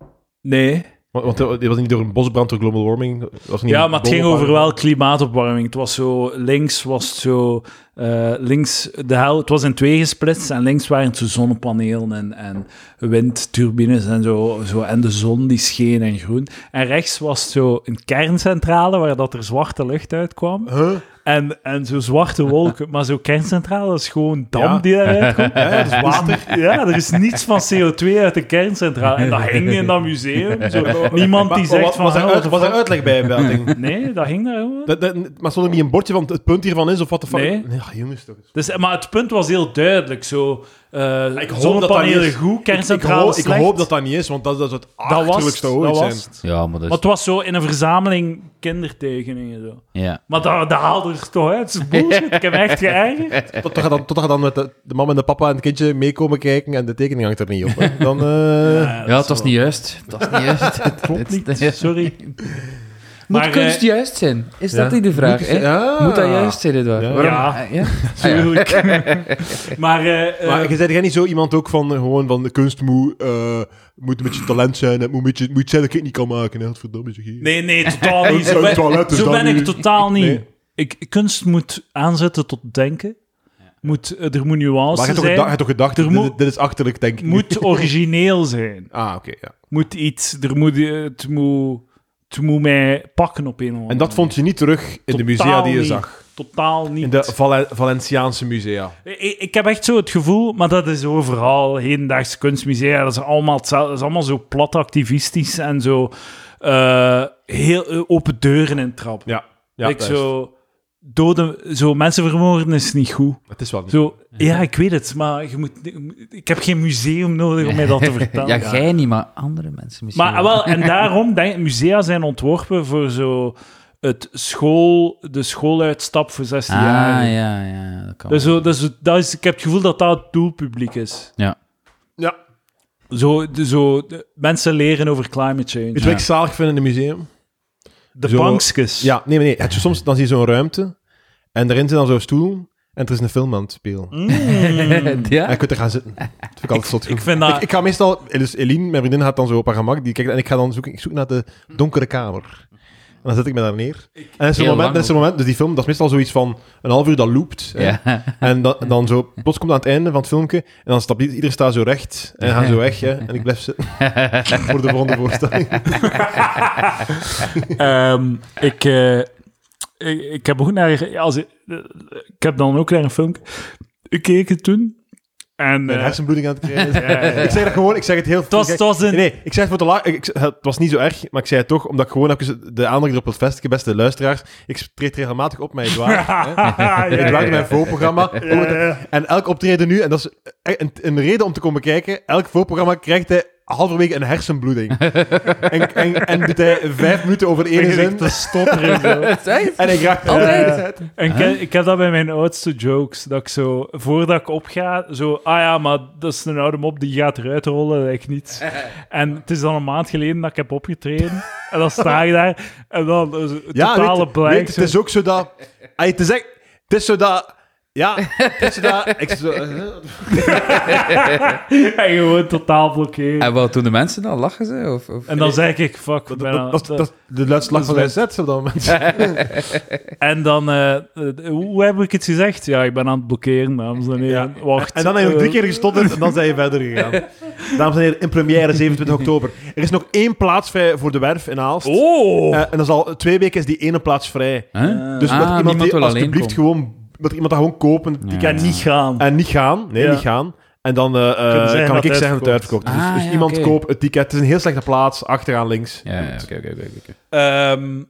Speaker 1: Nee.
Speaker 3: Want, want eh, dit was niet door een bosbrand, door global warming. Dat Was niet
Speaker 1: Ja,
Speaker 3: een
Speaker 1: maar het ging
Speaker 3: bom-
Speaker 1: over wel klimaatopwarming. Het was zo, links was het zo, eh, links de hel, het was in twee gesplitst en links waren het zo zonnepanelen en, en windturbines en zo, zo. En de zon die scheen en groen. En rechts was het zo een kerncentrale waar dat er zwarte lucht uitkwam.
Speaker 3: Huh?
Speaker 1: En, en zo zwarte wolken. Maar zo'n kerncentrale is gewoon dam
Speaker 3: Ja.
Speaker 1: die daaruit komt.
Speaker 3: Ja, ja, dat is water.
Speaker 1: Ja, er is niets van CO2 uit de kerncentrale. En dat hing in dat museum. Zo, niemand die
Speaker 3: Maar- maar
Speaker 1: zegt
Speaker 3: "Oh, wat-
Speaker 1: van...
Speaker 3: was, er
Speaker 1: "Ah,
Speaker 3: uit-
Speaker 1: what
Speaker 3: was
Speaker 1: the
Speaker 3: er uitleg bij bij dat ding?
Speaker 1: fuck?" Nee, dat hing daar gewoon.
Speaker 3: Dat- dat- maar stond er niet een bordje van het punt hiervan is of wat de fuck?
Speaker 1: Nee.
Speaker 3: ja, jongens toch. eens.
Speaker 1: Dus, maar het punt was heel duidelijk. Zo, eh
Speaker 3: Ik hoop dat dat
Speaker 1: zonnepanelen
Speaker 3: niet is.
Speaker 1: goed,
Speaker 3: Ik,
Speaker 1: kerncentrale
Speaker 3: hoop, ik
Speaker 1: slecht.
Speaker 3: hoop dat dat niet is, want dat, dat zou het
Speaker 1: dat was,
Speaker 3: achterlijkste
Speaker 1: het,
Speaker 3: ooit
Speaker 1: dat
Speaker 3: zijn.
Speaker 1: was het.
Speaker 4: Ja, maar dat
Speaker 1: Maar
Speaker 4: is...
Speaker 1: het was zo in een verzameling kindertekeningen. Zo.
Speaker 4: Ja.
Speaker 1: Maar dat, dat haalde er toch uit. Het is bullshit. ik heb me echt geërgerd.
Speaker 3: Tot, tot, je dan, tot je dan met de, de mama en de papa en het kindje meekomen kijken en de tekening hangt er niet op. hè. Dan, eh,
Speaker 4: Ja, het was niet juist. Het was niet juist. Het
Speaker 1: Klopt niet, sorry.
Speaker 4: Moet
Speaker 1: Maar,
Speaker 4: kunst
Speaker 1: eh,
Speaker 4: juist zijn? Is dat
Speaker 3: ja.
Speaker 4: niet de vraag?
Speaker 3: Moet-
Speaker 4: hè?
Speaker 3: ja.
Speaker 4: Moet dat juist zijn, Edouard?
Speaker 3: Ja.
Speaker 1: Ja.
Speaker 4: eh, ja?
Speaker 1: Tuurlijk. maar eh,
Speaker 3: Maar
Speaker 1: eh,
Speaker 3: je zei jij niet zo iemand ook van eh, gewoon van de kunst moet, eh, moet een beetje talent zijn. Het moet, een beetje, moet zijn dat ik het niet kan maken. Hè. Verdomme zeg hier.
Speaker 1: Nee, nee, totaal niet. Zo
Speaker 3: Een
Speaker 1: ben,
Speaker 3: toilet is
Speaker 1: zo
Speaker 3: dat
Speaker 1: ben
Speaker 3: nu.
Speaker 1: ik totaal niet.
Speaker 3: Nee.
Speaker 1: Ik, kunst moet aanzetten tot denken. Moet, eh, er moet
Speaker 3: maar je
Speaker 1: nuance
Speaker 3: hebt toch, geda- je
Speaker 1: zijn.
Speaker 3: hebt toch gedacht,
Speaker 1: Er
Speaker 3: dit,
Speaker 1: moet-
Speaker 3: dit is achterlijk denk ik.
Speaker 1: moet origineel zijn.
Speaker 3: Ah, oké, ja.
Speaker 1: Moet iets... Er moet, eh, het moet... Het het moet mij pakken op een of andere
Speaker 3: En dat vond je niet terug in de
Speaker 1: Totaal
Speaker 3: musea die je
Speaker 1: niet.
Speaker 3: zag.
Speaker 1: manier. Totaal niet.
Speaker 3: In de Valen- Valenciaanse musea.
Speaker 1: Ik, ik heb echt zo het gevoel, maar dat is overal, hedendaagse kunstmusea, dat is allemaal hetzelfde. Dat is allemaal zo plat activistisch en zo eh, heel eh, open deuren in trappen.
Speaker 3: Ja, ja
Speaker 1: ik
Speaker 3: dat is-
Speaker 1: zo, doden, zo mensen vermoorden is niet goed.
Speaker 3: Het is wel niet.
Speaker 1: Zo, ja, ik weet het, maar je moet, ik heb geen museum nodig om mij dat te vertellen.
Speaker 4: Ja, jij niet, maar andere mensen misschien.
Speaker 1: Maar ah, wel, en daarom denk musea zijn ontworpen voor zo het school, de schooluitstap voor 16
Speaker 4: Ah,
Speaker 1: jaar.
Speaker 4: ja, ja, dat kan.
Speaker 1: Dus, zo, dus dat is, ik heb het gevoel dat dat het doelpubliek is.
Speaker 3: Ja.
Speaker 1: Zo, de, zo, de- mensen leren over climate change.
Speaker 3: Weet je wat ik zalig vind in een museum?
Speaker 1: De
Speaker 3: Zo-
Speaker 1: bankjes.
Speaker 3: Ja, nee, maar nee. Het, soms dan zie je zo'n ruimte en daarin zit dan zo'n stoel en er is een film aan het spelen.
Speaker 1: Mm.
Speaker 4: wel. ja?
Speaker 3: En je kunt er gaan zitten. Dat vind ik altijd zot goed.
Speaker 1: ik vind dat-
Speaker 3: Ik, ik ga meestal... Dus Eline, mijn vriendin, gaat dan zo op haar gemak. Die kijkt, en ik ga dan zoeken, ik zoek naar de donkere kamer. En dan zet ik me daar neer. En dan is er
Speaker 4: Heel
Speaker 3: een moment,
Speaker 4: lang
Speaker 3: dan is er een moment... Dus die film, dat is meestal zoiets van een half uur dat loopt. hè.
Speaker 4: Ja.
Speaker 3: En dan, dan zo... Plots komt aan het einde van het filmpje en dan stapt i- ieder staat zo recht en gaan zo weg. Hè, en ik blijf zitten voor de volgende voorstelling.
Speaker 1: Ehm, ik, eh, ik, ik heb ook naar... Als, ik eh, ik heb dan ook naar een filmpje gekeken toen. En,
Speaker 3: Mijn
Speaker 1: eh,
Speaker 3: hersenbloeding aan het krijgen.
Speaker 1: ja, ja.
Speaker 3: Ik zeg dat gewoon, ik zeg het heel...
Speaker 1: het, was, het was een...
Speaker 3: Nee, nee, ik zei het voor te laag. Ik, ik- het was niet zo erg, maar ik zei het toch, omdat ik gewoon even de aandacht erop wil vestigen, beste luisteraars. Ik treed regelmatig op mijn Edouard. hè.
Speaker 1: ja, ja,
Speaker 3: Ik Edouard in mijn voorprogramma. En elk optreden nu, en dat is echt een, een reden om te komen kijken, elk voorprogramma krijgt hij halverwege een hersenbloeding. en, en, en doet hij vijf minuten over de ene zin.
Speaker 1: te stotteren. zo.
Speaker 3: En ik raakt...
Speaker 4: Altijd.
Speaker 1: En ik, ik heb dat bij mijn oudste jokes. Dat ik zo, voordat ik opga, zo... Ah ja, maar dat is een oude mop, die gaat eruit rollen, lijkt niets. En het is dan een maand geleden dat ik heb opgetreden. En dan sta ik daar. En dan eh, zo, totale
Speaker 3: weet-
Speaker 1: blank.
Speaker 3: weet,
Speaker 1: zo.
Speaker 3: het is ook zo dat... Ay, het, is echt, het is zo dat... Ja, het is zo dat... Ik, zo, eh,
Speaker 1: En gewoon totaal blokkeren.
Speaker 4: En wat doen de mensen dan? Lachen ze? Of, of...
Speaker 1: En dan zeg ik, fuck. ik ben aan- eh,
Speaker 3: dat, dat, dat, de luidslag
Speaker 1: dat
Speaker 3: van
Speaker 1: is
Speaker 3: zijn zet op dat moment.
Speaker 1: en dan, eh, eh, hoe heb ik het gezegd? Ja, ik ben aan het blokkeren, dames en heren. Wacht.
Speaker 3: En dan heb je
Speaker 1: eh,
Speaker 3: nog drie keer gestotterd en dan zijn je verder gegaan. Dames en heren, in première 27 oktober. Er is nog één plaats vrij voor de werf in Aalst.
Speaker 1: Oh!
Speaker 3: Eh, en dan zal twee weken is die ene plaats vrij.
Speaker 4: Huh?
Speaker 3: Dus
Speaker 4: Ah,
Speaker 3: dat iemand
Speaker 4: niemand
Speaker 3: die
Speaker 4: wil alleen
Speaker 3: alsjeblieft
Speaker 4: komen.
Speaker 3: gewoon, dat iemand dat gewoon kopen die
Speaker 4: Ja.
Speaker 1: ik kan
Speaker 3: tickets,
Speaker 1: niet gaan.
Speaker 3: en niet gaan. Nee,
Speaker 1: Ja.
Speaker 3: niet gaan. En dan eh, eh,
Speaker 1: Kunnen zeggen
Speaker 3: kan
Speaker 1: dat
Speaker 3: ik
Speaker 1: het
Speaker 3: zeggen dat het uitverkocht is. Dus,
Speaker 4: Ah,
Speaker 3: dus
Speaker 4: ja,
Speaker 3: iemand
Speaker 4: oké.
Speaker 3: koopt het ticket. Het is een heel slechte plaats, achteraan links.
Speaker 4: Ja, ja, oké, oké, oké, oké.
Speaker 1: Ehm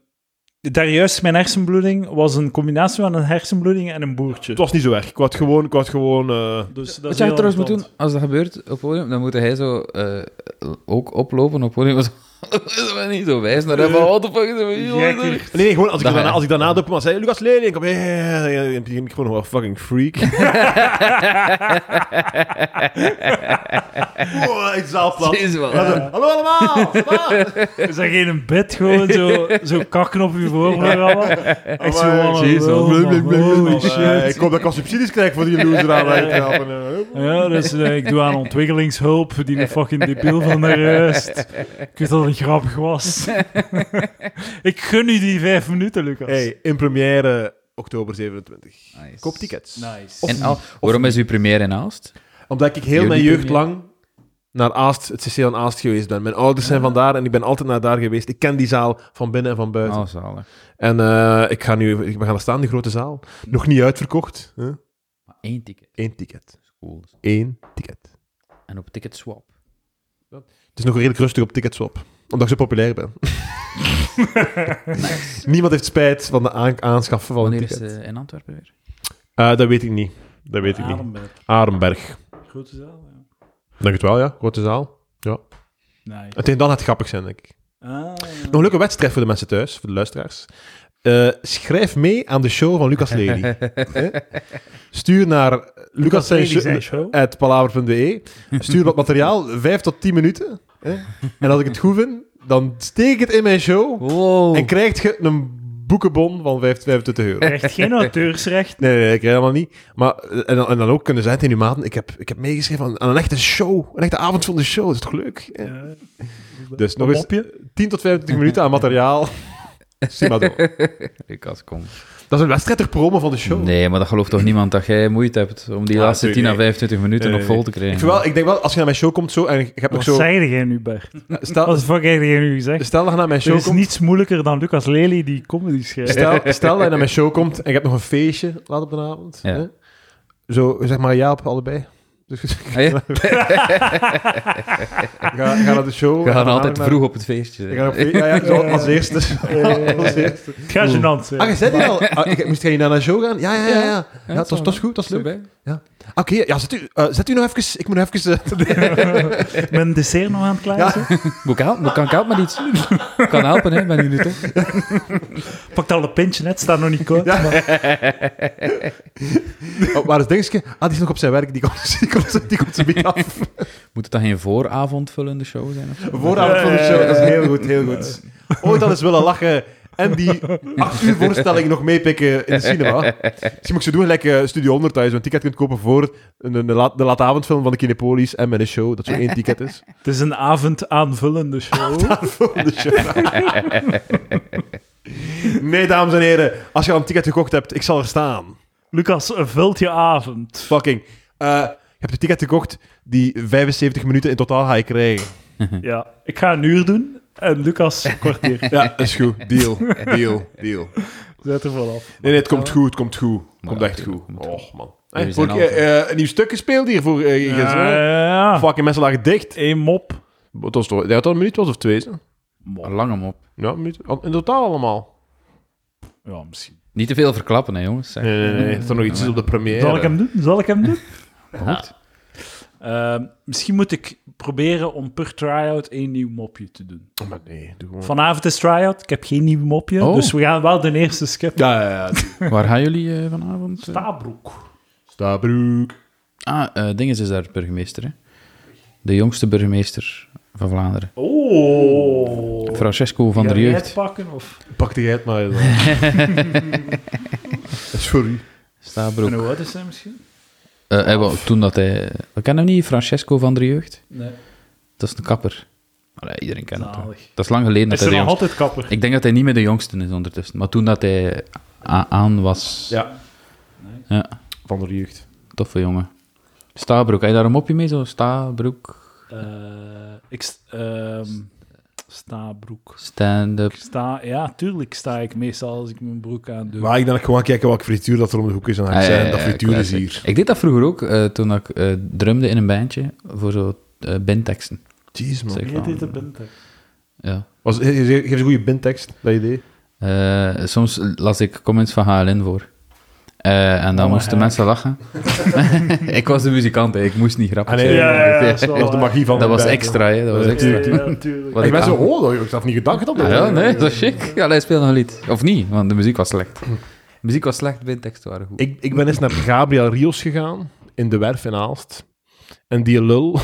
Speaker 1: daar juist mijn hersenbloeding was een combinatie van een hersenbloeding en een boertje.
Speaker 3: Het was niet zo erg. Ik wou het gewoon... Ik wou het gewoon eh,
Speaker 1: Dus dat
Speaker 4: Wat
Speaker 1: is
Speaker 4: jij
Speaker 1: heel
Speaker 4: trouwens moet doen,
Speaker 1: irritant.
Speaker 4: als dat gebeurt op podium, dan moet hij zo eh, ook oplopen op podium. Zo, niet zo wijs naar hem, van, what the fuck is er met jullie?
Speaker 1: Gekker.
Speaker 3: Nee, nee, gewoon als ik
Speaker 4: Dat-
Speaker 3: daarna, als ik daarna doe, maar zei Lucas Lely, ik kom eh, eh, eh, ik ben gewoon een fucking freak. oh, ik zaalplat.
Speaker 4: Het is wel-
Speaker 3: Ja, zo, Hallo allemaal!
Speaker 1: Is dat geen een bed gewoon zo, zo kakken op je voorprogramma? Echt zo
Speaker 3: Amai,
Speaker 1: van,
Speaker 4: jezus.
Speaker 1: wow, man, holy
Speaker 3: Eh, Ik
Speaker 1: shit.
Speaker 3: hoop dat ik al subsidies krijg voor die loser aan mij te helpen. Eh,
Speaker 1: Ja, dus eh, ik doe aan ontwikkelingshulp, die een fucking debiel van de rest. Ik weet dat het grappig was. ik gun u die vijf minuten, Lucas.
Speaker 3: Hey, in première oktober 27.
Speaker 4: Ah, Nice.
Speaker 3: Koop tickets.
Speaker 1: Of-
Speaker 4: En Al- waarom is uw première in Aalst?
Speaker 3: Omdat ik heel
Speaker 4: Jullie
Speaker 3: mijn jeugd
Speaker 4: première?
Speaker 3: lang naar Aast, het CC aan Aast geweest ben. Mijn ouders zijn van daar en ik ben altijd naar daar geweest. Ik ken die zaal van binnen en van buiten.
Speaker 4: Oh, zalig.
Speaker 3: En eh, ik ga nu, we gaan er staan, die grote zaal. Nog niet uitverkocht. Huh?
Speaker 4: Maar één ticket.
Speaker 3: Eén ticket.
Speaker 4: Cool.
Speaker 3: Eén ticket.
Speaker 4: En op ticketswap.
Speaker 3: Oh, Het is nog redelijk rustig op ticketswap. Omdat ik zo populair ben. Niemand heeft spijt van de aan- aanschaffen van
Speaker 4: Wanneer
Speaker 3: een
Speaker 4: is
Speaker 3: ticket.
Speaker 4: eh, in Antwerpen weer?
Speaker 3: Eh, dat weet ik niet. Dat weet ik niet.
Speaker 1: Ademberg.
Speaker 3: Arenberg.
Speaker 1: Grote zaal, ja.
Speaker 3: Denk het wel, ja. Grote zaal.
Speaker 1: Nice.
Speaker 3: En tegen dan gaat het grappig zijn, denk ik.
Speaker 1: Ah.
Speaker 3: Nog een leuke wedstrijd voor de mensen thuis, voor de luisteraars. Eh, schrijf mee aan de show van Lucas Lely. Eh? Stuur naar Lucas, zijn
Speaker 1: Lely
Speaker 3: show-
Speaker 1: zijn show.
Speaker 3: at palaver.be. Stuur wat materiaal, 5 tot 10 minuten. Hè? En als ik het goed vind, dan steek ik het in mijn show.
Speaker 4: Wow.
Speaker 3: En krijgt je een boekenbon van 5 25 euro. Nee,
Speaker 1: Echt geen auteursrecht.
Speaker 3: nee, nee, ik krijg helemaal niet. Maar, eh, en, dan- en dan ook kunnen zij tegen je maten, ik heb, ik heb meegeschreven aan, aan een echte show. Een echte avond van de show,
Speaker 1: Eh,
Speaker 3: dat is toch leuk? Ja.
Speaker 1: Ja.
Speaker 3: Dus nog
Speaker 1: Een
Speaker 3: eens 10 tot 25 minuten aan materiaal. Zie maar door.
Speaker 4: Lucas, kom.
Speaker 3: Dat is een wedstrijd ter promo van de show.
Speaker 4: Nee, maar dat gelooft toch niemand dat jij moeite hebt om die
Speaker 3: Ja,
Speaker 4: laatste 10 à
Speaker 3: natuurlijk
Speaker 4: 25 minuten
Speaker 3: Nee,
Speaker 4: nog
Speaker 3: nee,
Speaker 4: vol te
Speaker 3: Ik,
Speaker 4: krijgen.
Speaker 3: vind wel, ik denk wel, als je naar mijn show komt zo, en je hebt ook
Speaker 1: Wat
Speaker 3: zo...
Speaker 1: zei jij nu, Bert? Wat
Speaker 3: Stel,
Speaker 1: de fuck heb jij nu gezegd?
Speaker 3: stel dat je naar mijn
Speaker 1: Er
Speaker 3: show
Speaker 1: is
Speaker 3: komt...
Speaker 1: niets moeilijker dan Lucas Lely die comedy schrijft.
Speaker 3: Stel, stel dat je naar mijn show komt en je hebt nog een feestje laat op de avond.
Speaker 4: Ja.
Speaker 3: Hè? Zo, zeg maar ja op allebei. Dus
Speaker 4: Ah, ja?
Speaker 3: ga, ga naar de show.
Speaker 4: We gaan
Speaker 3: ga
Speaker 4: altijd
Speaker 3: naar-
Speaker 4: vroeg op het feestje.
Speaker 3: Ik ga op- ja, ja, zo, als eerste. als eerste.
Speaker 1: Het gaat gênant zijn.
Speaker 3: Ah, je zei die al. Ah, ik- moest jij naar de show gaan? Ja, ja, ja. ja. ja dat, is, dat is goed, dat is leuk.
Speaker 4: Erbij.
Speaker 3: Oké, ja, zet u, eh, zet u nog even... Ik moet nog even... eh,
Speaker 1: Mijn dessert nog aan het klaarzetten.
Speaker 4: Moet ik helpen? Kan ik helpen met iets? Ik kan helpen, hè? Ben jullie toch?
Speaker 1: Pakt al een pintje net, staat nog niet koud.
Speaker 3: Ja. oh, maar het dingetje... Ah, die is nog op zijn werk. Die komt, die komt, die komt zijn beetje af.
Speaker 4: Moet het dan geen vooravondvullende show zijn? Of zo?
Speaker 3: Vooravond van de show. Dat is Eh, heel goed, heel goed. Ooit al eens willen lachen en die acht uur voorstelling nog meepikken in de cinema. Misschien moet ik ze doen gelijk eh, Studio 100, dat je zo'n ticket kunt kopen voor een, een, laat, de late avondfilm van de Kinepolis en met een show, dat zo één ticket is.
Speaker 1: Het is een avond aanvullende show.
Speaker 3: Volgende show. Nee, dames en heren, als je al een ticket gekocht hebt, ik zal er staan.
Speaker 1: Lucas, vult je avond.
Speaker 3: Fucking. Eh, je hebt een ticket gekocht die 75 minuten in totaal ga je krijgen.
Speaker 1: Ja, ik ga een uur doen en Lucas een kwartier.
Speaker 3: Ja, is goed. Deal, deal, deal.
Speaker 1: Zet er vanaf.
Speaker 3: Nee, nee, het komt goed, het komt goed. Het
Speaker 4: Maar
Speaker 3: komt
Speaker 4: ja,
Speaker 3: echt goed.
Speaker 4: tuurlijk, het komt
Speaker 3: Och, man.
Speaker 4: Jullie
Speaker 3: Eh,
Speaker 4: zijn
Speaker 3: vorige keer, eh, een nieuw stuk gespeeld hier voor... eh,
Speaker 1: Ja,
Speaker 3: gisteren.
Speaker 1: ja.
Speaker 3: Fucking mensen lagen dicht.
Speaker 1: Eén mop.
Speaker 3: Het was toch, ik denk dat dat een minuut was of twee. Hè?
Speaker 4: Maar Lang hem op.
Speaker 3: Ja, een minuut. In totaal allemaal.
Speaker 1: Ja, misschien.
Speaker 4: Niet te veel verklappen, hè, jongens. Zeg.
Speaker 3: Nee, nee, nee. Er staat nog iets op de première.
Speaker 1: Zal ik hem doen? Zal ik hem doen?
Speaker 4: Goed.
Speaker 1: Ehm, misschien moet ik proberen om per try-out één nieuw mopje te doen.
Speaker 3: Oh, maar nee, doe gewoon.
Speaker 1: Vanavond is try-out, ik heb geen nieuw mopje,
Speaker 4: Oh.
Speaker 1: dus we gaan wel de eerste skip.
Speaker 3: Ja, ja, ja.
Speaker 4: Waar gaan jullie eh, vanavond? eh?
Speaker 1: Stabroek.
Speaker 3: Stabroek.
Speaker 4: Ah, eh Dinges is daar burgemeester, hè? De jongste burgemeester van Vlaanderen.
Speaker 1: Oh.
Speaker 4: Francesco van der
Speaker 1: Ga jij
Speaker 4: Jeugd.
Speaker 1: het pakken of?
Speaker 3: Pak die het maar. dan. dat is voor u.
Speaker 4: Stabroek.
Speaker 1: En hoe oud is hij misschien?
Speaker 4: Eh, hij wou- toen dat hij... We kennen hem niet, Francesco van der Jeugd.
Speaker 1: Nee.
Speaker 4: Dat is een kapper. Allee, iedereen kent hem.
Speaker 1: Zalig.
Speaker 4: Dat is lang geleden dat
Speaker 1: Is
Speaker 4: hij
Speaker 1: er
Speaker 4: de
Speaker 1: nog
Speaker 4: jongste...
Speaker 1: altijd kapper?
Speaker 4: Ik denk dat hij niet meer de jongste is ondertussen. Maar toen dat hij a- aan was...
Speaker 3: Ja.
Speaker 4: Ja.
Speaker 3: Van de jeugd.
Speaker 4: Toffe jongen. Stabroek. Heb je daar een mopje mee, zo? Stabroek.
Speaker 1: Eh, ik st- ehm, Stabroek.
Speaker 4: Stand-up.
Speaker 1: Ik sta, ja, tuurlijk sta ik meestal als ik mijn broek aan doe.
Speaker 3: Maar ik denk gewoon kijken welke frituur dat er om de hoek is. En dan ga ik
Speaker 4: Ah, ja,
Speaker 3: zeggen,
Speaker 4: ja,
Speaker 3: dat
Speaker 4: ja,
Speaker 3: frituur is
Speaker 4: classic.
Speaker 3: hier.
Speaker 4: Ik deed dat vroeger ook, eh, toen ik eh, drumde in een bandje, voor zo eh bandteksten.
Speaker 3: Jeez, man.
Speaker 4: Zeg
Speaker 1: Je
Speaker 4: van,
Speaker 1: dit de punten.
Speaker 4: Ja.
Speaker 3: Was, geef eens een goede bindtekst, dat idee.
Speaker 4: Eh, soms las ik comments van HLN voor. Eh, en dan
Speaker 1: Oh,
Speaker 4: moesten
Speaker 1: heck.
Speaker 4: mensen lachen. ik was de muzikant, hè, ik moest niet grappig
Speaker 3: Ah, nee,
Speaker 4: zijn.
Speaker 3: nee, nee,
Speaker 1: Ja, ja, dat is wel
Speaker 3: Dat is de
Speaker 1: waar.
Speaker 3: magie van
Speaker 4: Dat was
Speaker 3: de-
Speaker 4: extra, hè. Dat was
Speaker 3: Ja,
Speaker 4: extra.
Speaker 3: tuurlijk.
Speaker 1: Ja, natuurlijk.
Speaker 4: Wat
Speaker 3: Ik
Speaker 4: ik
Speaker 3: ben zo,
Speaker 4: aan-
Speaker 3: oh, dat heb ik zelf niet gedacht. Dat
Speaker 4: Ah, ja, nee, dat is chic. Ja, hij speelde een lied. Of niet, want de muziek was slecht. De muziek was slecht, de teksten waren goed.
Speaker 3: Ik, ik ben eens naar Gabriel Rios gegaan, in de werf in Aalst. En die lul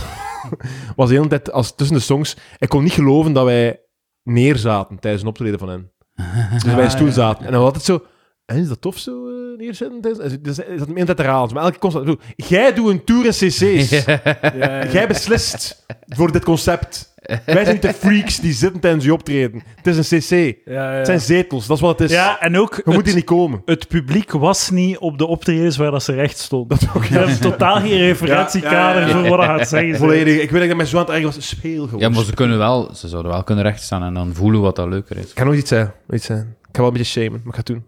Speaker 3: was de hele tijd als, tussen de songs... Ik kon niet geloven dat wij neerzaten tijdens een optreden van hen. Dus wij in een stoel
Speaker 1: Ah, ja.
Speaker 3: zaten. En dan was het zo... "Hè, is dat tof zo eh, neerzetten? tijdens- Dus, dus, dat me altijd herhaald. Maar elke constant... zo, Jij doet een tour in cc's.
Speaker 1: Ja, ja.
Speaker 3: Jij beslist voor dit concept. Wij zijn niet de freaks die zitten tijdens je optreden. Het is een cc.
Speaker 1: Ja, ja.
Speaker 3: Het zijn zetels, dat is wat het is.
Speaker 1: Ja, en ook
Speaker 3: We
Speaker 1: het,
Speaker 3: moeten hier niet komen.
Speaker 1: het publiek was niet op de optredens waar dat ze recht stond. Dat
Speaker 3: ook,
Speaker 1: Je hebt totaal geen referentiekader
Speaker 3: Ja, ja, ja.
Speaker 1: voor wat hij gaat zeggen.
Speaker 3: Volledig. Ik weet dat ik met zo aan het eigen was. Speel gewoon.
Speaker 4: Ja, maar ze, kunnen wel, ze zouden wel kunnen rechtstaan en dan voelen wat dat leuker is.
Speaker 3: Ik kan nog iets zijn. Iets zijn. Ik ga wel een beetje shamen, maar ik ga het doen.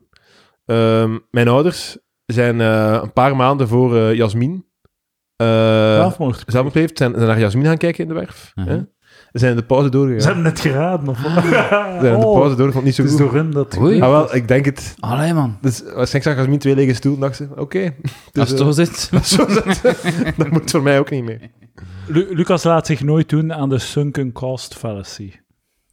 Speaker 3: Ehm, mijn ouders zijn eh, een paar maanden voor eh Jasmin. eh,
Speaker 1: Zelfmoord.
Speaker 3: zelfmoord heeft, zijn, zijn naar Jasmin gaan kijken in de werf.
Speaker 4: Mhm.
Speaker 3: hè? Zijn in de pauze doorgegaan.
Speaker 1: Ze hebben het geraden, of wat?
Speaker 3: Zijn in de
Speaker 1: Oh,
Speaker 3: pauze door, vond het
Speaker 1: het
Speaker 3: niet
Speaker 1: is
Speaker 3: zo goed.
Speaker 1: door hun dat...
Speaker 4: Oei.
Speaker 3: Ah, wel, ik denk het.
Speaker 4: Allee, man.
Speaker 3: Dus, waarschijnlijk zag Jasmin twee lege stoelen, dacht ze. Oké.
Speaker 4: Als het
Speaker 3: eh,
Speaker 4: zo zit...
Speaker 3: zo is het. dat moet voor mij ook niet meer.
Speaker 1: Lu- Lucas laat zich nooit doen aan de sunken cost fallacy.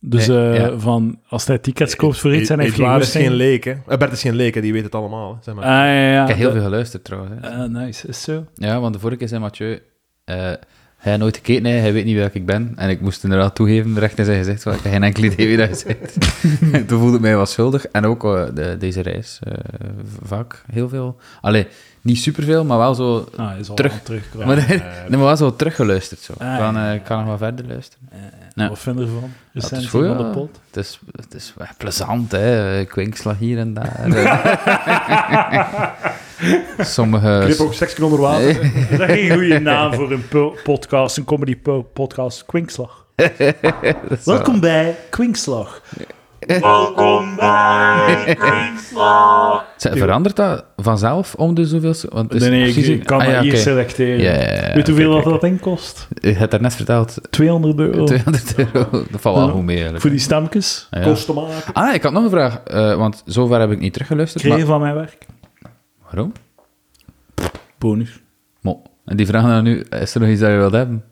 Speaker 1: Dus
Speaker 4: Nee,
Speaker 1: eh,
Speaker 4: ja. Eh,
Speaker 1: van, als hij tickets koopt voor iets en hij heeft geen
Speaker 3: Edouard is geen
Speaker 1: goesting...
Speaker 3: leek, hè. Eh, Bert is geen leek, hè, die weet het allemaal. hè, Zeg maar.
Speaker 1: Ah, ja, ja.
Speaker 4: Ik heb heel veel geluisterd, trouwens. hè.
Speaker 1: Ah, nice, is zo.
Speaker 4: Ja, want de vorige keer zei Mathieu... eh, hij heeft nooit gekeken, hè, hij weet niet wie ik ben. En ik moest inderdaad toegeven, recht in zijn gezicht, want ik had geen enkel idee wie dat je bent. Toen voelde ik mij wat schuldig. En ook eh, de- deze reis, eh, vaak, heel veel... Allee, Niet superveel, maar wel zo...
Speaker 1: Ah, hij is al
Speaker 4: Terug.
Speaker 1: aan het terugkomen.
Speaker 4: maar, nee, maar wel zo teruggeluisterd. Zo.
Speaker 1: eh, Ah,
Speaker 4: van,
Speaker 1: ja,
Speaker 4: eh,
Speaker 1: ja,
Speaker 4: ik kan nog wel verder luisteren. Ja.
Speaker 1: Wat vind je ervan?
Speaker 4: is
Speaker 1: Recensie
Speaker 4: goed,
Speaker 1: van de
Speaker 4: ja.
Speaker 1: pot.
Speaker 4: Het is, het is wel plezant, hè. Kwinkslag hier en daar. Sommige...
Speaker 3: Knip ook seksken onder water.
Speaker 1: Is dat geen goede naam voor een po- podcast, een comedy po- podcast? Kwinkslag. Welkom bij Kwinkslag. Welkom bij Kwinkslag.
Speaker 4: Zeg, verandert dat vanzelf om de zoveelste? Want het is
Speaker 1: Nee, nee,
Speaker 4: precies-
Speaker 1: ik kan
Speaker 4: Ah,
Speaker 1: dat
Speaker 4: ja,
Speaker 1: hier
Speaker 4: oké.
Speaker 1: selecteren.
Speaker 4: Ja, ja, ja,
Speaker 1: Weet je hoeveel
Speaker 4: oké,
Speaker 1: dat, dat inkost?
Speaker 4: oké. Je hebt daarnet verteld,
Speaker 1: 200 euro.
Speaker 4: 200 euro. Dat valt wel
Speaker 1: Oh. Ja.
Speaker 4: goed mee, eigenlijk.
Speaker 1: Voor die stemmetjes.
Speaker 4: Ja.
Speaker 3: Kost te maken.
Speaker 4: Ah, ik had nog een vraag, eh, want zover heb ik niet teruggeluisterd.
Speaker 1: Kreeg
Speaker 4: Maar...
Speaker 1: je van mijn werk.
Speaker 4: Waarom?
Speaker 1: Bonus.
Speaker 4: Mo. En die vragen dan nu, is er nog iets dat je wilt hebben?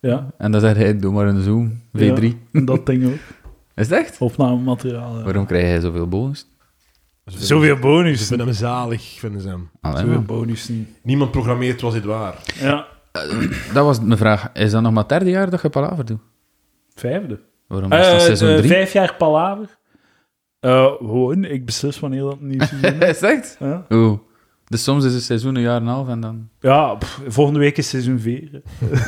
Speaker 1: Ja,
Speaker 4: En dan zeg hij, doe maar een Zoom, V3.
Speaker 1: ja, dat ding ook.
Speaker 4: Is het echt?
Speaker 1: Opnamemateriaal. ja.
Speaker 4: Waarom krijg jij zoveel bonus?
Speaker 3: Dus
Speaker 1: Zoveel
Speaker 3: Ze
Speaker 1: bonus.
Speaker 3: vinden hem zalig, vinden ze hem.
Speaker 4: Allee,
Speaker 1: Zoveel
Speaker 4: man.
Speaker 1: bonus niet.
Speaker 3: Niemand programmeert, was dit waar.
Speaker 1: Ja,
Speaker 4: Dat was mijn vraag. Is dat nog maar het derde jaar dat je palaver doet?
Speaker 1: vijfde.
Speaker 4: Waarom is dat
Speaker 1: Eh,
Speaker 4: seizoen
Speaker 1: eh,
Speaker 4: 3?
Speaker 1: vijf jaar palaver. Eh, gewoon, ik beslis wanneer dat een nieuw seizoen is.
Speaker 4: Is het echt?
Speaker 1: Ja,
Speaker 4: Oeh. Dus soms is het seizoen een jaar en een half en dan...
Speaker 1: ja pff, volgende week is seizoen 4.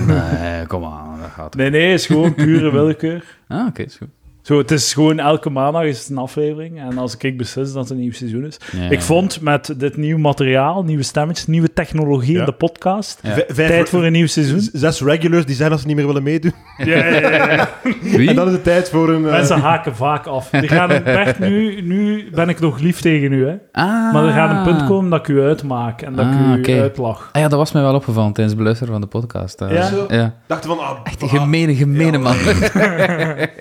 Speaker 4: Nee, kom aan, dat gaat
Speaker 1: Nee, nee, het is gewoon pure willekeur.
Speaker 4: Ah, oké, is goed.
Speaker 1: Zo, het is gewoon elke maandag is het een aflevering. En als ik beslis dat het een nieuw seizoen is.
Speaker 4: Ja.
Speaker 1: Ik vond met dit nieuw materiaal, nieuwe stemmetjes, nieuwe technologie
Speaker 3: Ja.
Speaker 1: in de podcast.
Speaker 4: Ja.
Speaker 3: Vij- vijf-
Speaker 1: Tijd voor een nieuw seizoen.
Speaker 3: z- Zes regulars die zeggen dat ze niet meer willen meedoen.
Speaker 1: Ja, ja, ja, ja.
Speaker 4: Wie?
Speaker 3: En dan is het tijd voor een... eh,
Speaker 1: Mensen haken vaak af. Die gaan, Bert, nu, nu ben ik nog lief tegen u, hè.
Speaker 4: Ah.
Speaker 1: Maar er gaat een punt komen dat ik u uitmaak en dat
Speaker 4: Ah,
Speaker 1: ik u
Speaker 4: oké.
Speaker 1: uitlach.
Speaker 4: Ah ja, dat was mij wel opgevallen tijdens het beluisteren van de podcast. eh.
Speaker 1: Ja?
Speaker 3: Zo.
Speaker 4: ja. Ah,
Speaker 3: Dachten van, ah,
Speaker 4: Die gemene, gemene man.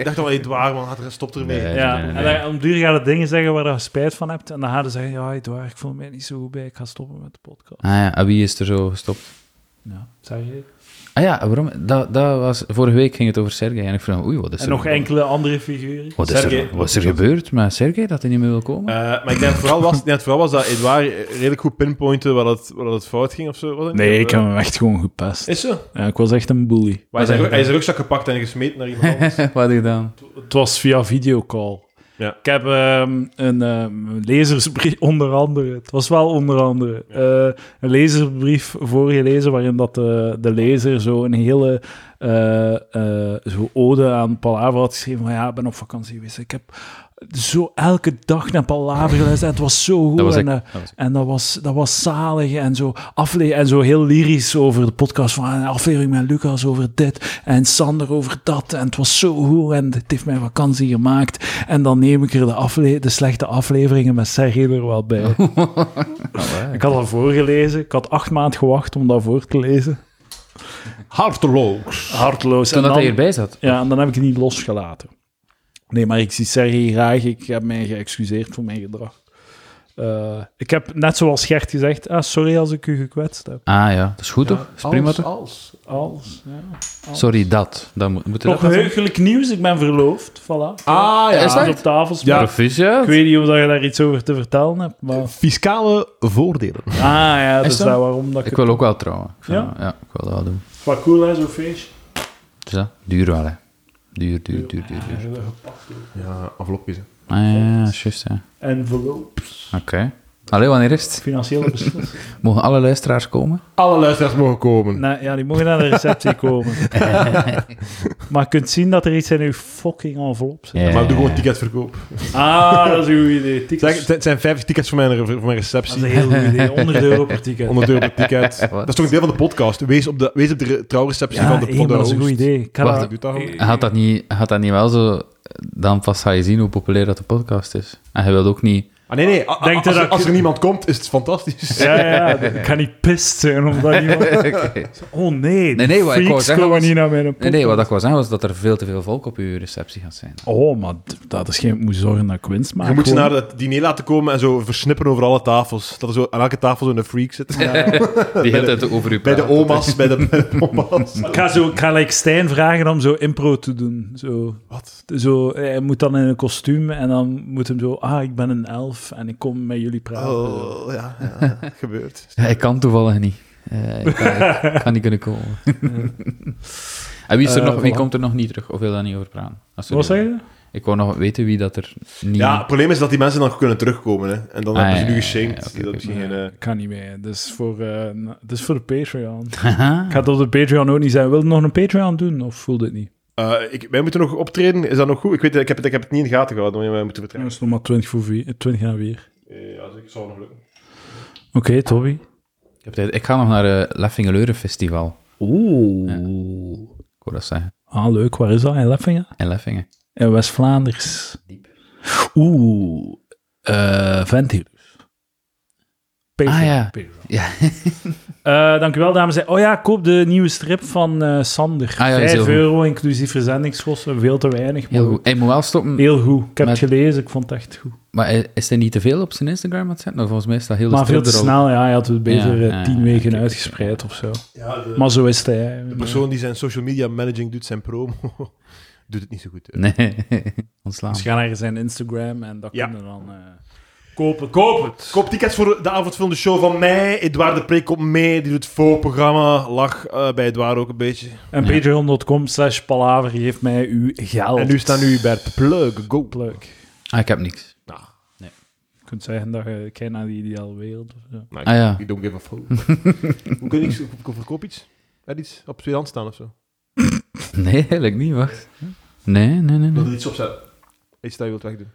Speaker 3: dachten van, hey, het waar, man, had er- stop ermee.
Speaker 4: Nee.
Speaker 1: Ja, en
Speaker 4: nee,
Speaker 1: dan, om duur gaat het dingen zeggen waar je spijt van hebt. En dan gaan ze zeggen, ja, Edouard, ik voel me niet zo goed bij, ik ga stoppen met de podcast.
Speaker 4: Ah ja, en wie is er zo gestopt?
Speaker 1: Ja, zeg je.
Speaker 4: Ah ja, waarom? Dat, dat was, vorige week ging het over Sergej en ik vroeg, oei, wat is er
Speaker 1: En nog enkele andere figuren.
Speaker 4: Wat is,
Speaker 3: Sergej.
Speaker 4: er, wat is er gebeurd met Sergej dat hij niet meer wil komen?
Speaker 3: Eh, maar ik denk dat het vooral was, ik denk dat het vooral was dat Edouard redelijk goed pinpointen waar dat, waar dat fout ging of zo. was het niet? Eh,
Speaker 1: Nee, ik heb hem echt gewoon gepest.
Speaker 3: Is zo.
Speaker 1: Ja, ik was echt een bully.
Speaker 3: Maar hij, is zijn, hij is zijn rugzak gepakt en gesmeten naar iemand anders.
Speaker 4: wat had hij gedaan?
Speaker 1: Het was via videocall.
Speaker 3: Ja.
Speaker 1: Ik heb ehm, een ehm, lezersbrief, onder andere, het was wel onder andere, eh, een lezersbrief voorgelezen waarin dat de, de lezer zo een hele eh, eh, zo ode aan Palaver had geschreven van ja, ik ben op vakantie geweest. Ik heb zo elke dag naar Palaver geluisterd en het was zo goed.
Speaker 4: Dat was
Speaker 1: en,
Speaker 4: ik.
Speaker 1: eh, en dat was, dat was zalig en zo, afle en zo heel lyrisch over de podcast van een aflevering met Lucas over dit en Sander over dat. En het was zo goed en het heeft mijn vakantie gemaakt. En dan neem ik er de, afle de slechte afleveringen met Sergej er wel bij. ik had dat voorgelezen. Ik had acht maanden gewacht om dat voor te lezen.
Speaker 3: Harteloos.
Speaker 1: Hartloos.
Speaker 4: Toen
Speaker 1: en
Speaker 4: dat
Speaker 1: dan,
Speaker 4: hij erbij zat.
Speaker 1: ja, en dan heb ik het niet losgelaten. Nee, maar ik zie Sergej graag. Ik heb mij geëxcuseerd voor mijn gedrag. Eh, ik heb net zoals Gert gezegd, ah, sorry als ik u gekwetst heb.
Speaker 4: Ah ja, dat is goed toch? Dat is prima toch?
Speaker 3: als.
Speaker 1: Alles. Ja.
Speaker 4: Sorry, dat. Dan moet, moet je
Speaker 1: Nog
Speaker 4: dat laten?
Speaker 1: heugelijk nieuws, ik ben verloofd. Voilà.
Speaker 3: Ah ja.
Speaker 4: Is dat-
Speaker 1: Alles op tafel.
Speaker 3: Ja.
Speaker 1: Ik
Speaker 4: Proficiat.
Speaker 1: weet niet of dat je daar iets over te vertellen hebt, maar...
Speaker 3: Fiscale voordelen.
Speaker 1: Ah ja, dat
Speaker 4: Is
Speaker 1: is
Speaker 4: dat?
Speaker 1: dat waarom dat ik...
Speaker 4: Ik wil ook wel trouwen. Ik vind-
Speaker 1: Ja?
Speaker 4: Ja, ik wil dat wel doen.
Speaker 1: Wat cool hè, zo'n feestje.
Speaker 4: Dus dat, duur wel hè. Duur, duur, duur, duur, duur.
Speaker 3: Ja, envelopjes. hè.
Speaker 4: Ah ja, ja, ja, juist hè.
Speaker 1: Envelop.
Speaker 4: Oké. Allee, wanneer is het?
Speaker 1: Financiële beslissing.
Speaker 4: Mogen alle luisteraars komen?
Speaker 3: Alle luisteraars mogen komen.
Speaker 1: nee, ja, die mogen naar de receptie komen. maar je kunt zien dat er iets in uw fucking envelop zit.
Speaker 3: Maar doe gewoon ticketverkoop.
Speaker 1: Ah, dat is een goed idee.
Speaker 3: Zeg,
Speaker 1: Tickets.
Speaker 3: het zijn 50 tickets voor mijn, voor mijn
Speaker 1: Dat is
Speaker 3: receptie.
Speaker 1: een heel goed idee. 100 euro per ticket.
Speaker 3: 100 euro per ticket. dat is toch een deel van de podcast. Wees op de, wees op de re- trouwreceptie
Speaker 1: Ja,
Speaker 3: van de
Speaker 1: hé, maar
Speaker 3: podcast.
Speaker 1: dat is een goed idee. Ik ga
Speaker 4: Wacht,
Speaker 1: dat-
Speaker 3: Doe dat gewoon.
Speaker 4: Gaat dat, niet, gaat dat niet wel zo... Dan pas ga je zien hoe populair dat de podcast is. En je wilt ook niet...
Speaker 3: Ah, nee, nee. a- a-
Speaker 1: Denk je
Speaker 3: als,
Speaker 1: dat-
Speaker 3: als er niemand komt, is het fantastisch.
Speaker 1: Ja, ja, ja, ik kan niet pist zijn omdat iemand... Oh nee, nee,
Speaker 4: Nee, nee,
Speaker 1: nee
Speaker 4: wat ik wou
Speaker 1: freaks
Speaker 4: zeggen
Speaker 1: komen
Speaker 4: was-
Speaker 1: niet naar mijn
Speaker 4: Nee,
Speaker 1: podcast.
Speaker 4: nee, wat ik wou zeggen was dat er veel te veel volk op je receptie gaat zijn.
Speaker 1: Oh, maar d- dat is geen... Ik moet zorgen dat ik winst maak.
Speaker 3: je moet ze
Speaker 1: gewoon.
Speaker 3: naar het diner laten komen en zo versnipperen over alle tafels. Dat er zo aan elke tafel zo'n freak zit.
Speaker 4: Die hele tijd over je
Speaker 3: Bij de
Speaker 4: praten.
Speaker 3: oma's, bij de, bij de pompa's.
Speaker 1: Ik ga, zo, ik ga like Stijn vragen om zo impro te doen. Zo,
Speaker 3: Wat?
Speaker 1: zo, hij moet dan in een kostuum en dan moet hem zo... Ah, ik ben een elf en ik kom met jullie praten.
Speaker 3: Oh, ja, ja, gebeurt.
Speaker 4: Ja, ik kan toevallig niet. Eh, ik, kan, ik kan niet kunnen komen. en wie, is er
Speaker 1: Eh,
Speaker 4: nog, wie
Speaker 1: voilà.
Speaker 4: komt er nog niet terug? Of wil daar niet over praten? Ah, sorry.
Speaker 1: Wat zeg je?
Speaker 4: Ik wou nog weten wie dat er niet...
Speaker 3: Ja, het probleem is dat die mensen dan kunnen terugkomen. Hè. En dan
Speaker 4: Ah,
Speaker 3: hebben ze
Speaker 4: ja,
Speaker 3: nu
Speaker 4: ja,
Speaker 3: geshamed.
Speaker 4: ja, oké,
Speaker 3: dat
Speaker 4: oké.
Speaker 3: misschien geen, eh,
Speaker 1: kan niet mee. Dus voor, eh, na- dus voor de Patreon.
Speaker 4: Haha.
Speaker 1: Ik ga het op de Patreon ook niet zijn. Wil je nog een Patreon doen? Of voelt het niet?
Speaker 3: eh, ik, wij moeten nog optreden. Is dat nog goed? Ik, weet, het, ik, heb, het, ik heb het niet in de gaten gehouden, maar wij moeten
Speaker 1: Ja,
Speaker 3: vertrekken.
Speaker 1: dat is nog maar 20, voor vier, eh, 20 naar 4.
Speaker 3: Eh, Ja, dat zal nog lukken.
Speaker 1: Oké, Toby.
Speaker 4: Ik, heb tijd. ik ga nog naar het Leffingeleuren Festival.
Speaker 1: Oeh.
Speaker 4: Ik hoor dat zeggen.
Speaker 1: Ah, leuk. Waar is dat? In Leffingen?
Speaker 4: In Leffingen.
Speaker 1: In West-Vlaanders.
Speaker 4: Diep.
Speaker 1: Oeh. eh Ventilus. Patreon.
Speaker 4: Ah, ja.
Speaker 1: Patreon.
Speaker 4: Ja.
Speaker 1: Eh, dankjewel, dames en heren. Oh ja, koop de nieuwe strip van eh, Sander.
Speaker 4: Ah, ja, die is
Speaker 1: 5
Speaker 4: heel goed.
Speaker 1: euro, inclusief verzendingskosten. Veel te weinig. maar
Speaker 4: Heel goed. Ik moet wel stoppen.
Speaker 1: Heel goed. Ik heb
Speaker 4: Met-
Speaker 1: het gelezen, ik vond het echt goed.
Speaker 4: Maar is er niet te veel op zijn Instagram aan het zetten? Nou, volgens mij is dat heel de
Speaker 1: maar veel te
Speaker 4: strip er al-
Speaker 1: snel, ja. Hij had het beter
Speaker 4: Ja,
Speaker 1: eh,
Speaker 4: ja,
Speaker 1: tien
Speaker 4: ja,
Speaker 1: weken
Speaker 4: oké,
Speaker 1: uitgespreid of zo.
Speaker 3: Ja, de,
Speaker 1: Maar zo is het, hè.
Speaker 3: de persoon die zijn social media managing doet, zijn promo, doet het niet zo goed. hè.
Speaker 4: Nee, ontslaan.
Speaker 1: Dus ga naar zijn Instagram en dat
Speaker 3: Ja.
Speaker 1: kunnen dan... eh, kopen, koop het!
Speaker 3: Koop tickets voor de avondvullende show van mij. Edouard de Preek komt mee. Die doet voorprogramma. Lach eh, bij Edouard ook een beetje.
Speaker 1: En
Speaker 4: Ja.
Speaker 1: patreon.com slash palaver geeft mij uw geld.
Speaker 3: En nu staat nu Bert Plug. Go.
Speaker 1: Leuk.
Speaker 4: Ah, ik heb niks.
Speaker 1: Je kunt zeggen dat je kijkt naar die ideale wereld. Of zo.
Speaker 3: Nou,
Speaker 4: Ah, ja.
Speaker 3: Ik don't give a fuck. Hoe kun je iets verkoop iets? Er iets op tweedehands staan of zo?
Speaker 4: Nee, eigenlijk niet, wacht. Nee, nee, nee.
Speaker 3: Dat er
Speaker 4: nee.
Speaker 3: iets op staat. Iets dat je wilt wegdoen.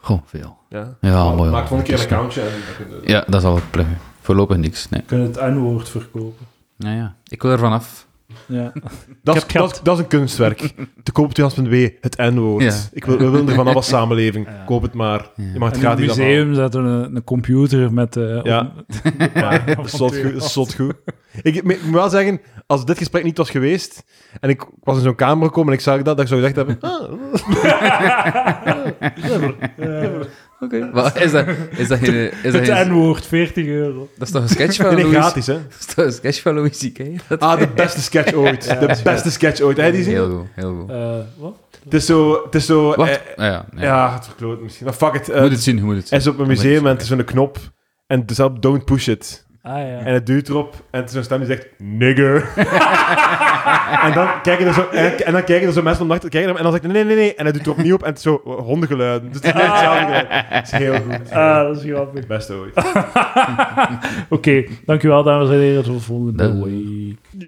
Speaker 4: Goh, veel.
Speaker 3: Ja.
Speaker 4: Ja,
Speaker 3: Maar
Speaker 4: mooi.
Speaker 3: Maak
Speaker 4: hoor.
Speaker 3: volgende keer een accountje en dan kun je-
Speaker 4: Ja, dat zal ik pluggen. Voorlopig niks, nee.
Speaker 1: Je kunt het N-woord verkopen.
Speaker 4: Ja, ja. Ik wil er vanaf.
Speaker 1: Ja.
Speaker 3: Dat,
Speaker 1: Ik
Speaker 3: is,
Speaker 1: heb geld.
Speaker 3: dat, is- dat is een kunstwerk. Te koop op tweedehands.be, het N-woord.
Speaker 4: Ja.
Speaker 3: Ik wil, we willen er vanaf als samenleving.
Speaker 1: Ja.
Speaker 3: Koop het maar.
Speaker 4: Ja.
Speaker 3: Je mag het
Speaker 1: En in het
Speaker 3: gratis afhalen.
Speaker 1: museum zetten we een, een computer met... eh,
Speaker 3: Ja.
Speaker 1: op-
Speaker 3: Ja, dat is zot goed. dat is zot goed. Ik, ik moet wel zeggen, als dit gesprek niet was geweest en ik, was in zo'n kamer gekomen en ik zag dat, dat ik zou gezegd hebben... ah,
Speaker 4: Oké. Wat Is dat, is dat geen... Is dat,
Speaker 1: Het
Speaker 4: geen
Speaker 1: N-woord, 40 euro.
Speaker 4: dat is toch een sketch van
Speaker 3: nee,
Speaker 4: Louis...
Speaker 3: gratis, hè.
Speaker 4: Dat is toch een sketch van Louis C.K.? Dat-
Speaker 3: Ah, de beste sketch ooit. De beste sketch ooit. Hè, die zien?
Speaker 4: Heel goed, heel goed.
Speaker 1: Eh, wat?
Speaker 3: Het is zo... Het is zo
Speaker 4: Wat?
Speaker 3: eh,
Speaker 4: Ah, ja, nee.
Speaker 3: ja, het verkloot misschien. Maar fuck it. eh,
Speaker 4: Je moet het zien, je moet het
Speaker 3: hij
Speaker 4: zien.
Speaker 3: is op een museum en het is zo'n knop en het is op don't push it.
Speaker 1: Ah ja.
Speaker 3: En het duwt erop en het is zo'n stem die zegt nigger. en dan kijken er zo, en, en dan kijken er zo mensen van nacht kijken en dan zegt hij, nee, nee, nee. En hij doet er opnieuw op en het is zo hondengeluiden. Dus het is net hetzelfde geluid. Het is heel goed.
Speaker 1: Ah, dat is grappig.
Speaker 3: Het beste ooit.
Speaker 1: Oké, dankjewel dames en heren. Tot de volgende
Speaker 4: Doei.
Speaker 1: week.